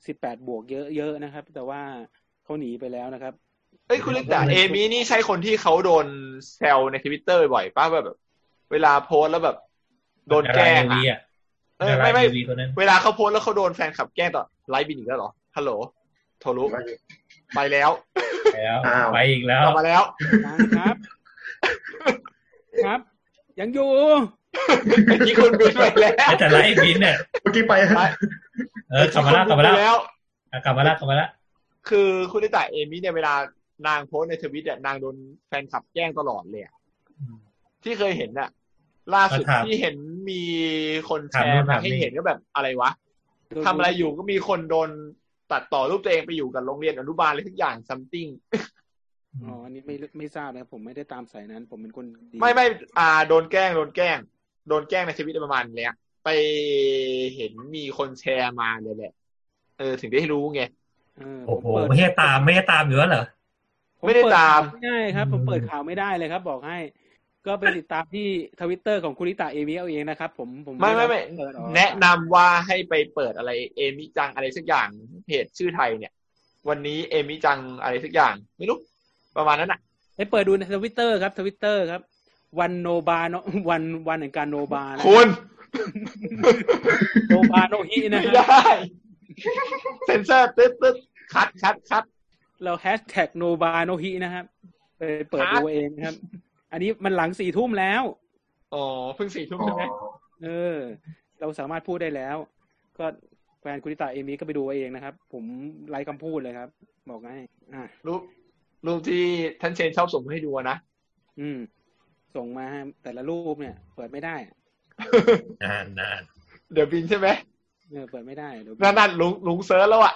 S2: 18 บวกเยอะๆนะครับ แต่ว่าเขาหนีไปแล้วนะครับ
S1: เอ้ยคุณลิตาเอมี่นี่ใช่คนที่เขาโดนแซวในทวิตเตอร์บ่อยๆป้าแบบ เวลาโพสต์แล้วแบบ โดนแกล้งอะ เออไม่ไม่
S11: วีตัวนั้น
S1: เวลาเขาโพสต์แล้วเขาโดนแฟนคลับแกล้งต่อไลฟ์บินอีกแล้วเหรอฮัลโหลโทรุไปแล้ว
S11: แล้ว
S6: อ้าว
S11: ไปอีกแล้ว
S1: กลับมาแล้ว
S2: ยังครับ ครับ ยังอยู่
S1: ไอ้ที่คุณบินไปแล้ว
S11: แต่ไลฟ์บินเนี่ย
S6: เมื่อกี้ไปฮะ
S11: เออกลับมาแล้วกลับมาแล้ว
S1: แล้ว
S11: อ่ะกลับมาแล้วกลับมาแล้ว
S1: คือคุณนิตาเอมิเนี่ยเวลานางโพสต์ในทวิตเนี่ยนางโดนแฟนคลับแกล้งตลอดเลยอะที่เคยเห็นน่ะ ล่าสุดที่เห็นมีคนแชร์มาให้เห็นก็แบบอะไรวะทำอะไรอยู่ก็มีคนโดนตัดต่อรูปตัวเองไปอยู่กับโรงเรียนอนุบาลอะไรทุกอย่าง something
S2: อ๋อ อันนี้ไม่ไม่ทราบนะครับผมไม่ได้ตามสายนั้น ผมเป็นคนดี
S1: ไม่ไม่อ่าโดนแกล้งโดนแกล้ง โดนแกล้งในทวิตประมาณเนี้ยไปเห็นมีคนแชร์มาเลยแหละ เออ ถึงได้รู้ไง
S2: เอ
S11: โอ้โห
S2: ผมเปิด
S11: ไม่ให้ตามไม่ให้ตามอยู่แล้วเหรอ
S1: ไม่ได้ตาม
S2: ผเปิดข่วไม่ได้ครับ ผมเปิดข่าวไม่ได้เลยครับ บอกให้ ก็ไปติดตามที่ทวิตเตอร์ของคุริตาเอมิเอาเองนะครับ ผมผม
S1: ไม่ไม่ไม่
S2: เปิดออก
S1: แนะนำว่าให้ไปเปิดอะไรเอมิจังอะไรสักอย่างเพจชื่อไทยเนี่ย วันนี้เอมิจังอะไรสักอย่าง ไม่รู้ประมาณนั้นอ่ะ
S2: ไปเปิดดูในทวิตเตอร์ครับทวิตเตอร์ครับ วันโนบาโน วันวันแห่งการโนบานะ
S1: คุณ
S2: โนบาโนฮินะ
S1: ไม่
S2: ครับ
S1: ได้เซนเซอร์ตึ๊ดตึ๊ดคัดคัดคัด
S2: เราแฮชแท็กโนบาโนฮินะครับไปเปิดดูเองนะครับ อันนี้มันหลังสี่ทุ่มแล้ว
S1: อ๋อเพิ่งสี่ทุ่ม
S6: อ๋อ
S1: ใช่ไหม
S2: เออ เราสามารถพูดได้แล้ว ก็ แฟนคุณนิตาเอมิก็ไปดูเอาเองนะครับ ผมไร้คำพูดเลยครับ บอกให้อ่ะ
S1: รูปรูปที่ท่านเชนชอบส่งมาให้ดูอะนะ
S2: อืม ส่งมาให้แต่ละรูปเนี่ย เปิดไม่ได้อะ
S11: นานนาน
S1: เดี๋ยวบินใช่ไหม
S2: เออเปิดไม่ได้เดี๋ยว
S1: นั่นนั่นลุงลุงเซิร์ชแล้วอะ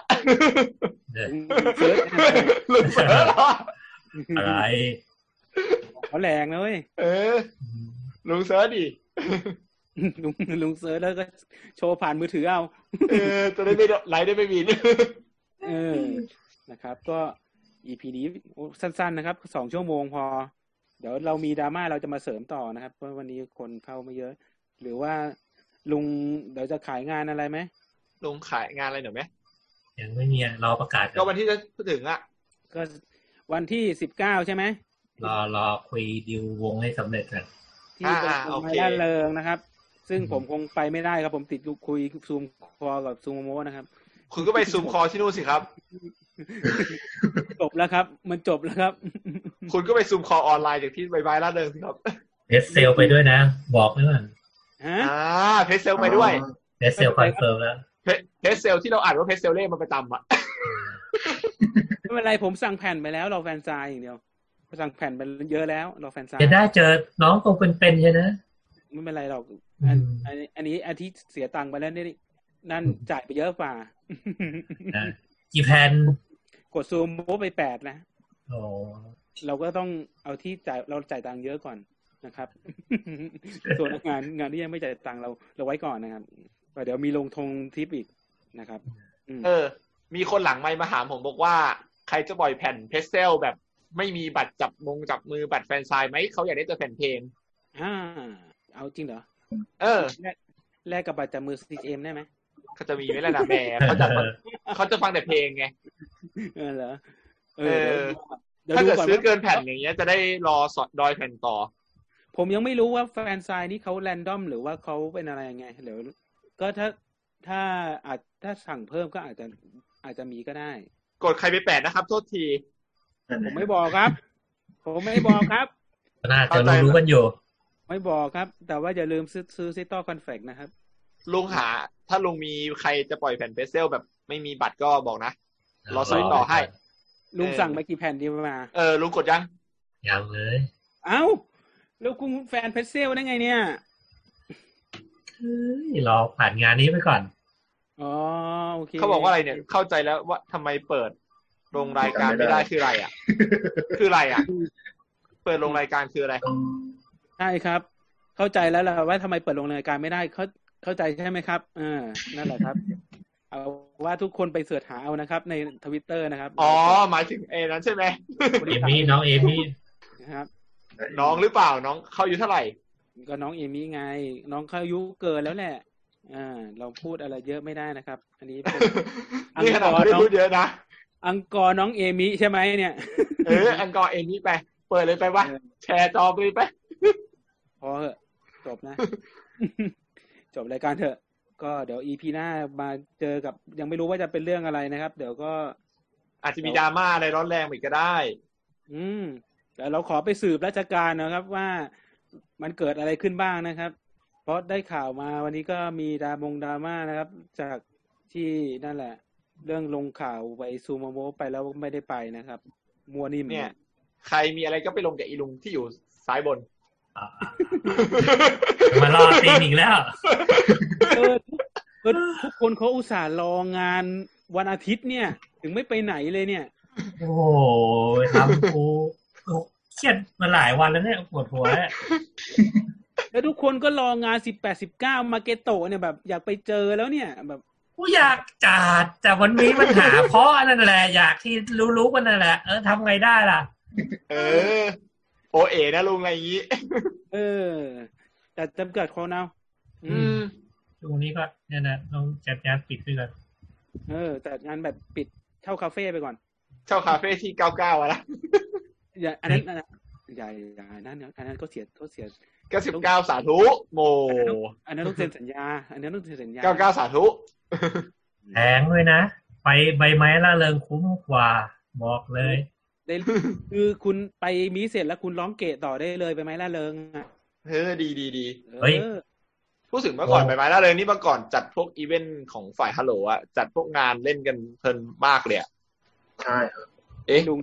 S11: เด้อ
S2: เซิร์ช
S1: ลุงเซิร์ชแล้วอะ
S11: อะไร
S2: เขาแรงนะเว้ย
S1: เออ ลุงเซิร์ชดิ
S2: ลุงลุงเซิร์ชแล้วก็โชว์ผ่านมือถือเอา
S1: เออจะได้ไม่โดนไลฟ์ได้ไม่บิน
S2: เออ นะครับ ก็ EP นี้โอ้สั้น ๆ นะครับสองชั่วโมงพอ เดี๋ยวเรามีดราม่าเราจะมาเสริมต่อนะครับ เพราะวันนี้คนเข้ามาเยอะ หรือว่าลุงเดี๋ยวจะขายงานอะไรไหม
S1: ลุงขายงานอะไรหน่อยไหม
S11: ยังไม่มีอะรอประกาศก่
S1: ก็
S11: อน
S1: วันที่จะถึงอะ
S2: ก็วันที่สิบเก้าใช่ไหม
S11: รอรอคุยดิววงให้สำเร็จกัน
S2: ที่เป็นโรงไม้ล่าเริงนะครับ ซึ่งผมคงไปไม่ได้ครับ ผมติดคุยซูมคอลกับซูมโมนะครับ
S1: คุณก็ไปซูมคอที่นู่นสิ ครับ
S2: จบแล้วครับ มันจบแล้วครับ
S1: คุณก็ไปซูมคอออนไลน์จากที่ใบใบล่าเริงสิครับ
S11: เดสเซลไปด้วยนะ บอกไว้ก่อน
S2: ฮะ
S1: อ่าเพจเซลไปด้วย
S11: เดสเซลคอนเฟิร์มแล้ว
S1: เพจเซลที่เราอ่านว่าเพจเซลเล่มันประจำอะ
S2: ไม่เป็นไรผมสั่งแผ่นไปแล้วรอแฟนซายอย่างเดียวสั่งแผ่นไปเยอะแล้วรอแฟนซาย
S11: จะได้เจอน้องตรงเป็นๆใช่นะ
S2: ไม่เป็นไรหรอก
S11: อื
S2: อัน
S11: ม
S2: อันนี้อันนี้อาทิตย์เสียตังค์ไปแล้วนี่นั่นจ่ายไปเยอะกว่า
S11: นะกี่แพน
S2: กดซูมโมไปแปดนะ
S11: โอ้
S2: เราก็ต้องเอาที่จ่ายเราจ่ายตังค์เยอะก่อน นะครับ ส่วนงานงานที่ยังไม่จ่ายตังค์เราเราไว้ก่อนนะครับเดี๋ยวมีลงทงทิปอีกนะครับ
S1: เออ มีคนหลังไมค์มาถามผมบอกว่า ใครจะปล่อยแผ่นเพจเซลแบบ ไม่มีบัตรจับมงจับมือบัตรแฟนซายไหมเขาอยากได้แต่แผ่นเพลง
S2: อ่า เอาจริงเหรอ
S1: เออ
S2: แลกแลกกับบัตรจับมือ CM ได้ไหม
S1: เขาจะมีไหมล่ะนะแหมเขาจะฟังเขาจะฟังแต่เพลงไง
S2: เออเหรอเอ
S1: เออ
S2: อเดี๋ยว
S1: ถ้า
S2: ดู
S1: เกิด
S2: ก่อน
S1: ซื้อ
S2: ว่า
S1: เกินแผ่นอย่างเงี้ยจะได้รอสอดดอยแผ่นต่อ
S2: ผมยังไม่รู้ว่าแฟนซายนี่เขาแรนดอมหรือว่าเขาเป็นอะไรยังไงเดี๋ยวก็ถ้าถ้าอาจถ้าสั่งเพิ่มก็อาจจะอาจจะมีก็ได้
S1: กดใครไปแปดนะครับ โทษที
S2: ผมไม่บอกครับ ผมไม่บอกครับ
S11: น่าจะรู้รู้กันอยู่
S2: ไม่บอกครับ แต่ว่าอย่าลืมซื้อซื้อซิตอคอนแฟกนะครับ
S1: ลุงหา ถ้าลุงมีใครจะปล่อยแผ่นเพจเซลแบบไม่มีบัตรก็บอกนะ รอซื้อต่อให้
S2: ลุง
S1: เออ
S2: สั่งไปกี่แผ่นดีมา
S1: เออลุงกดยัง
S11: ยังเลย
S2: เอ้า แล้วกูแฟนเพชรเซลได้ไงเนี่ย
S11: รอผ่านงานนี้ไปก่อน
S2: อ๋อ โอเค
S1: เขาบอกว่าอะไรเนี่ย เข้าใจแล้วว่าทำไมเปิดลงรายการไม่ได้คืออะไรอ่ะ คืออะไรอ่ะ เปิดลงรายการคืออะไร
S2: ใช่ครับ เข้าใจแล้วล่ะว่าทำไมเปิดลงรายการไม่ได้ เข้าเข้าใจใช่ไหมครับเออนั่นแหละครับ เอาว่าทุกคนไปเสิร์ชหาเอานะครับ ในทวิตเตอร์นะครับ
S1: อ๋อ หมายถึงเอนั้นใช่ไหม
S11: เอมี่น้องเอมี่
S2: นะครับ
S1: น้องหรือเปล่าน้องเขาอายู่เท่าไหร่
S2: ก็น้องเอมี่ไง น้องเขาอายุเกินแล้วแหละ อ่า เราพูดอะไรเยอะไม่ได้นะครับ อันนี้ เป็น
S1: นี่ขนาดไม่ได้พูดเยอะนะ
S2: อังกอร์น้องเอมิใช่ไหมเนี่ย
S1: เอออังกอร์เอ็นนี่ไป เปิดเลยไปวะ
S2: เออ
S1: แชร์จอไปเลยไป
S2: พอเถอะจบนะ จบรายการเถอะ ก็เดี๋ยวอีพีหน้ามาเจอกับยังไม่รู้ว่าจะเป็นเรื่องอะไรนะครับ เดี๋ยวก็
S1: อาจจะมีดราม่าอะไรร้อนแรงอีกก็ได้
S2: อืมแต่เราขอไปสืบราชการนะครับว่ามันเกิดอะไรขึ้นบ้างนะครับ เพราะได้ข่าวมาวันนี้ก็มีดามงดราม่านะครับ จากที่นั่นแหละ เรื่องลงข่าวไปซูโมโมไปแล้วไม่ได้ไปนะครับ มัวนิ่ม
S1: เนี่ย ใครมีอะไรก็ไปลงกับอีลุงที่อยู่ซ้ายบน
S11: อ่ะมารอตีนอีกแล้ว
S2: เออเออทุกคนเขาอุตส่าห์รองานวันอาทิตย์เนี่ย ถึงไม่ไปไหนเลยเนี่ย
S11: โอ้โหทำกูกูเครียดมาหลายวันแล้วเนี่ยปวดหัวแล้ว
S2: แล้วทุกคนก็รองานสิบแปดสิบเก้ามาเกโตะเนี่ยแบบอยากไปเจอแล้วเนี่ย แบบ
S11: กูอยากจัดแต่วันนี้มันหาเพราะอันนั่นแหละอยากที่รู้ๆกันนั่นแหละเออทำไงได้ล่ะ
S1: เออ โอเอนะลุงอะไรอย่างนี้
S2: เออ แต่จำเกิดคนเอาอื
S1: อื
S2: ม
S1: ม
S11: ตรงนี้ก็เนี่ยนะต้องจัดงานปิดด้วยกัน
S2: เออ แต่งานแบบปิดเช่าคาเฟ่ไปก่อน
S1: เช่าคาเฟ่ที่เก้าเก้าอะนะ
S2: อย่าอันนั้นอันนั้นอย่าอย่าอันนั้นอันนั้นก็เสียก็เสีย
S1: เก้าสิบเก้าสาธุ โม
S2: อันนั้นต้องเซ็นสัญญา อันนั้นต้องเซ็นสัญญา
S1: เก้าเก้าสาธุ
S11: แพงด้วยนะ ไปใบไม้ละเริงคุ้มกว่า บอกเลย
S2: ได้คือคุณไปมีเสร็จแล้วคุณร้องเกะต่อได้เลยไปไหมล่ะเริงอ่ะ
S1: เออ ดีดีดี
S11: เฮ้ย
S2: เออ
S1: พูดถึงเมื่อก่อนใบไม้ร่าเริงนี่เมื่อก่อนจัดพวกอีเวนต์ของฝ่ายฮัลโหลอะจัดพวกงานเล่นกันเพลินมากเลยอะ
S6: ใช่
S1: เอ๊ะ
S2: ลุง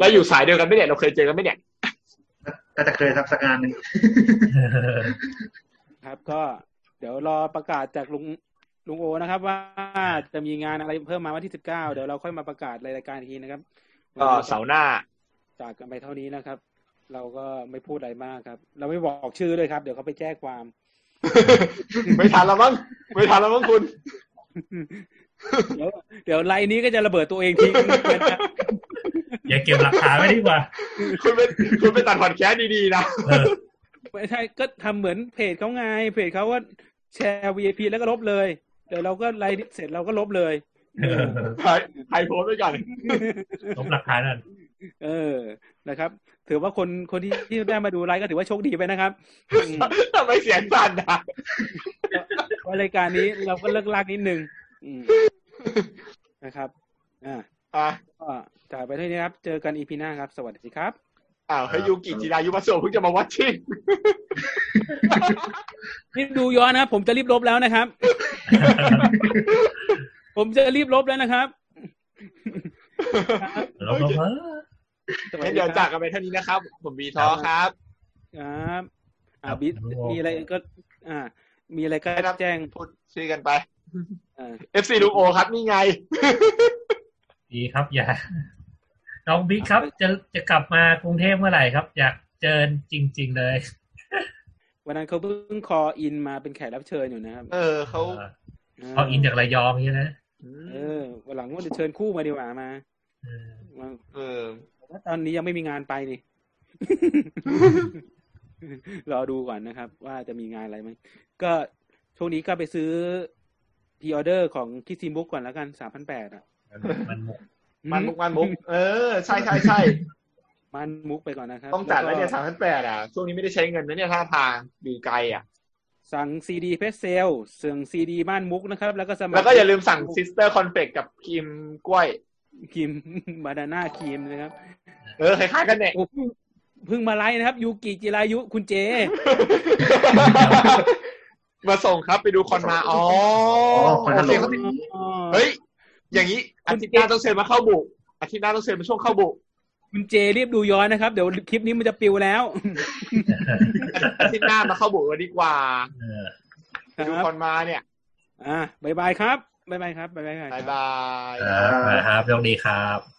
S1: เราอยู่สายเดียวกันไหม่เนี่ยเราเคยเจอกันไหม่เนี่ย
S6: น่าจะเคยทำสักงานหนึ่ง
S2: ครับก็เดี๋ยวรอประกาศจากลุงลุงโอนะครับ ว่าจะมีงานอะไรเพิ่มมาวันที่สิบเก้าเดี๋ยวเราค่อยมาประกาศรายการอีกทีนะครับ
S1: ก็เสาร์หน้า
S2: จากกันไปเท่านี้นะครับ เราก็ไม่พูดอะไรมากครับ เราไม่บอกชื่อด้วยครับ เดี๋ยวเขาไปแจ้งความ
S1: ไม่ทันแล้วมั้งไม่ทันแล้วมั้งคุณ
S2: เดี๋ยวเดี๋ยวไลน์นี้ก็จะระเบิดตัวเองทิ้งนะครับ
S11: อย่าเก็บหลักฐานไว้ดีกว่า
S1: คุณเป็นคุณไปตัดพอดแคสต์ดีๆนะ
S11: เออ
S2: ไม่ใช่ก็ทำเหมือนเพจเขาไง เพจเขาว่าแชร์ VIP แล้วก็ลบเลย เดี๋ยวเราก็ไลน์เสร็จเราก็ลบเลย
S1: ถ่ายถ่ายโพสต์ไว้ก่อน
S11: ลบหลักฐานนั่น
S2: เออนะครับ ถือว่าคนคนที่ที่ได้มาดูไลฟ์ก็ถือว่าโชคดีไปนะครับอืม
S1: ทำไมเสียงสั่นอ่ะ
S2: ว่ารายการนี้เราก็เลิกลากนิดนึงอืมนะครับอ่า
S1: อ่ะ
S2: ก็จากไปเท่านี้ครับ เจอกันอีพีหน้าครับ สวัสดีครับ
S1: อ้าวเฮ้ยยูกิจิรายุมาโซเพิ่งจะมาวัดชิ่ง
S2: นี่ดูย้อนนะครับผมจะรีบลบแล้วนะครับ ผมจะรีบลบแล้วนะครับ
S11: ลบลบเออ
S2: สวัส
S1: งั้
S2: ดี
S1: นเดี๋ยว
S2: ครั
S1: จาก
S2: บ
S1: กันไปเท่านี้นะครับ ผมบีท้อครับ
S2: ครับอ่า
S11: ครับ
S2: บิ
S11: ครับ
S2: มีอะไรก็ อ่า มีอะไรก็
S1: ครับ
S2: แจ้ง
S1: พูดชื่อกันไป
S2: อ่า
S1: FC ลุงโอครับนี่ไง
S11: ดีครับ อย่าน้องบิ๊กครับ จะจะกลับมากรุงเทพเมื่อไหร่ครับ อยากเจอจริง ๆ เลย
S2: วันนั้นเขาเพิ่งคออินมาเป็นแขกรับเชิญอยู่นะครับ
S1: เออเขา
S11: เขาอินจากระยองใช่ไหม
S2: เออวันหลังว่าจะเชิญคู่มาดีกว่ามา
S11: เออ
S2: มา
S1: เออ
S2: ว่าตอนนี้ยังไม่มีงานไปนี่ รอดูก่อนนะครับ ว่าจะมีงานอะไรไหมก็ช่วงนี้ก็ไปซื้อพ r ีออเดอร์ของคิซิมบุกก่อนแล้วกันสามพันแปดอ่ะ
S11: มันมุก
S1: มันมุกมันมุก เออ ใช่ใช่ใช่
S2: มันมุกไปก่อนนะครับ
S1: ต้องจัดแล้ว
S2: ก็
S1: เนี่ยสามพันแปดอ่ะ ช่วงนี้ไม่ได้ใช้เงินนะเนี่ยท่าทางดีไกลอ่ะ
S2: สั่งซีดีเพชเซลสั่งซีดีบ้านมุกนะครับ แล้วก็สมัคร
S1: แล้วก็อย่าลืมสั่งซิสเตอร์คอนเฟกกับครีมกล้วย
S2: ค รีม บานาน่าครีมนะครับ
S1: เออคล้ายๆกันเนี่ย
S2: โอ้เพิ่งเพิ่งมาไลฟ์นะครับยูกิจิรายุคุณเจ
S1: มาส่งครับไปดูคอนมาอ๋อ
S6: อ๋อคนฮัลโหล
S1: โอเคครับ
S6: นี่
S1: เฮ้ย อย่างนี้อาทิตย์หน้าต้องเซ็นมาเข้าบุอาทิตย์หน้าต้องเซ็นมาช่วงเข้าบุ
S2: คุณเจรีบดูย้อนนะครับ เดี๋ยวคลิปนี้มันจะปิวแล้ว
S1: อาทิตย์หน้ามาเข้าบุกันดีกว่า
S11: เออ
S1: ไปดูคอนมาเนี่ย
S2: อ่าบายบายครับบายบายครับบายบายครับ
S1: บายบาย
S11: ครับนะครับโชคดีครับ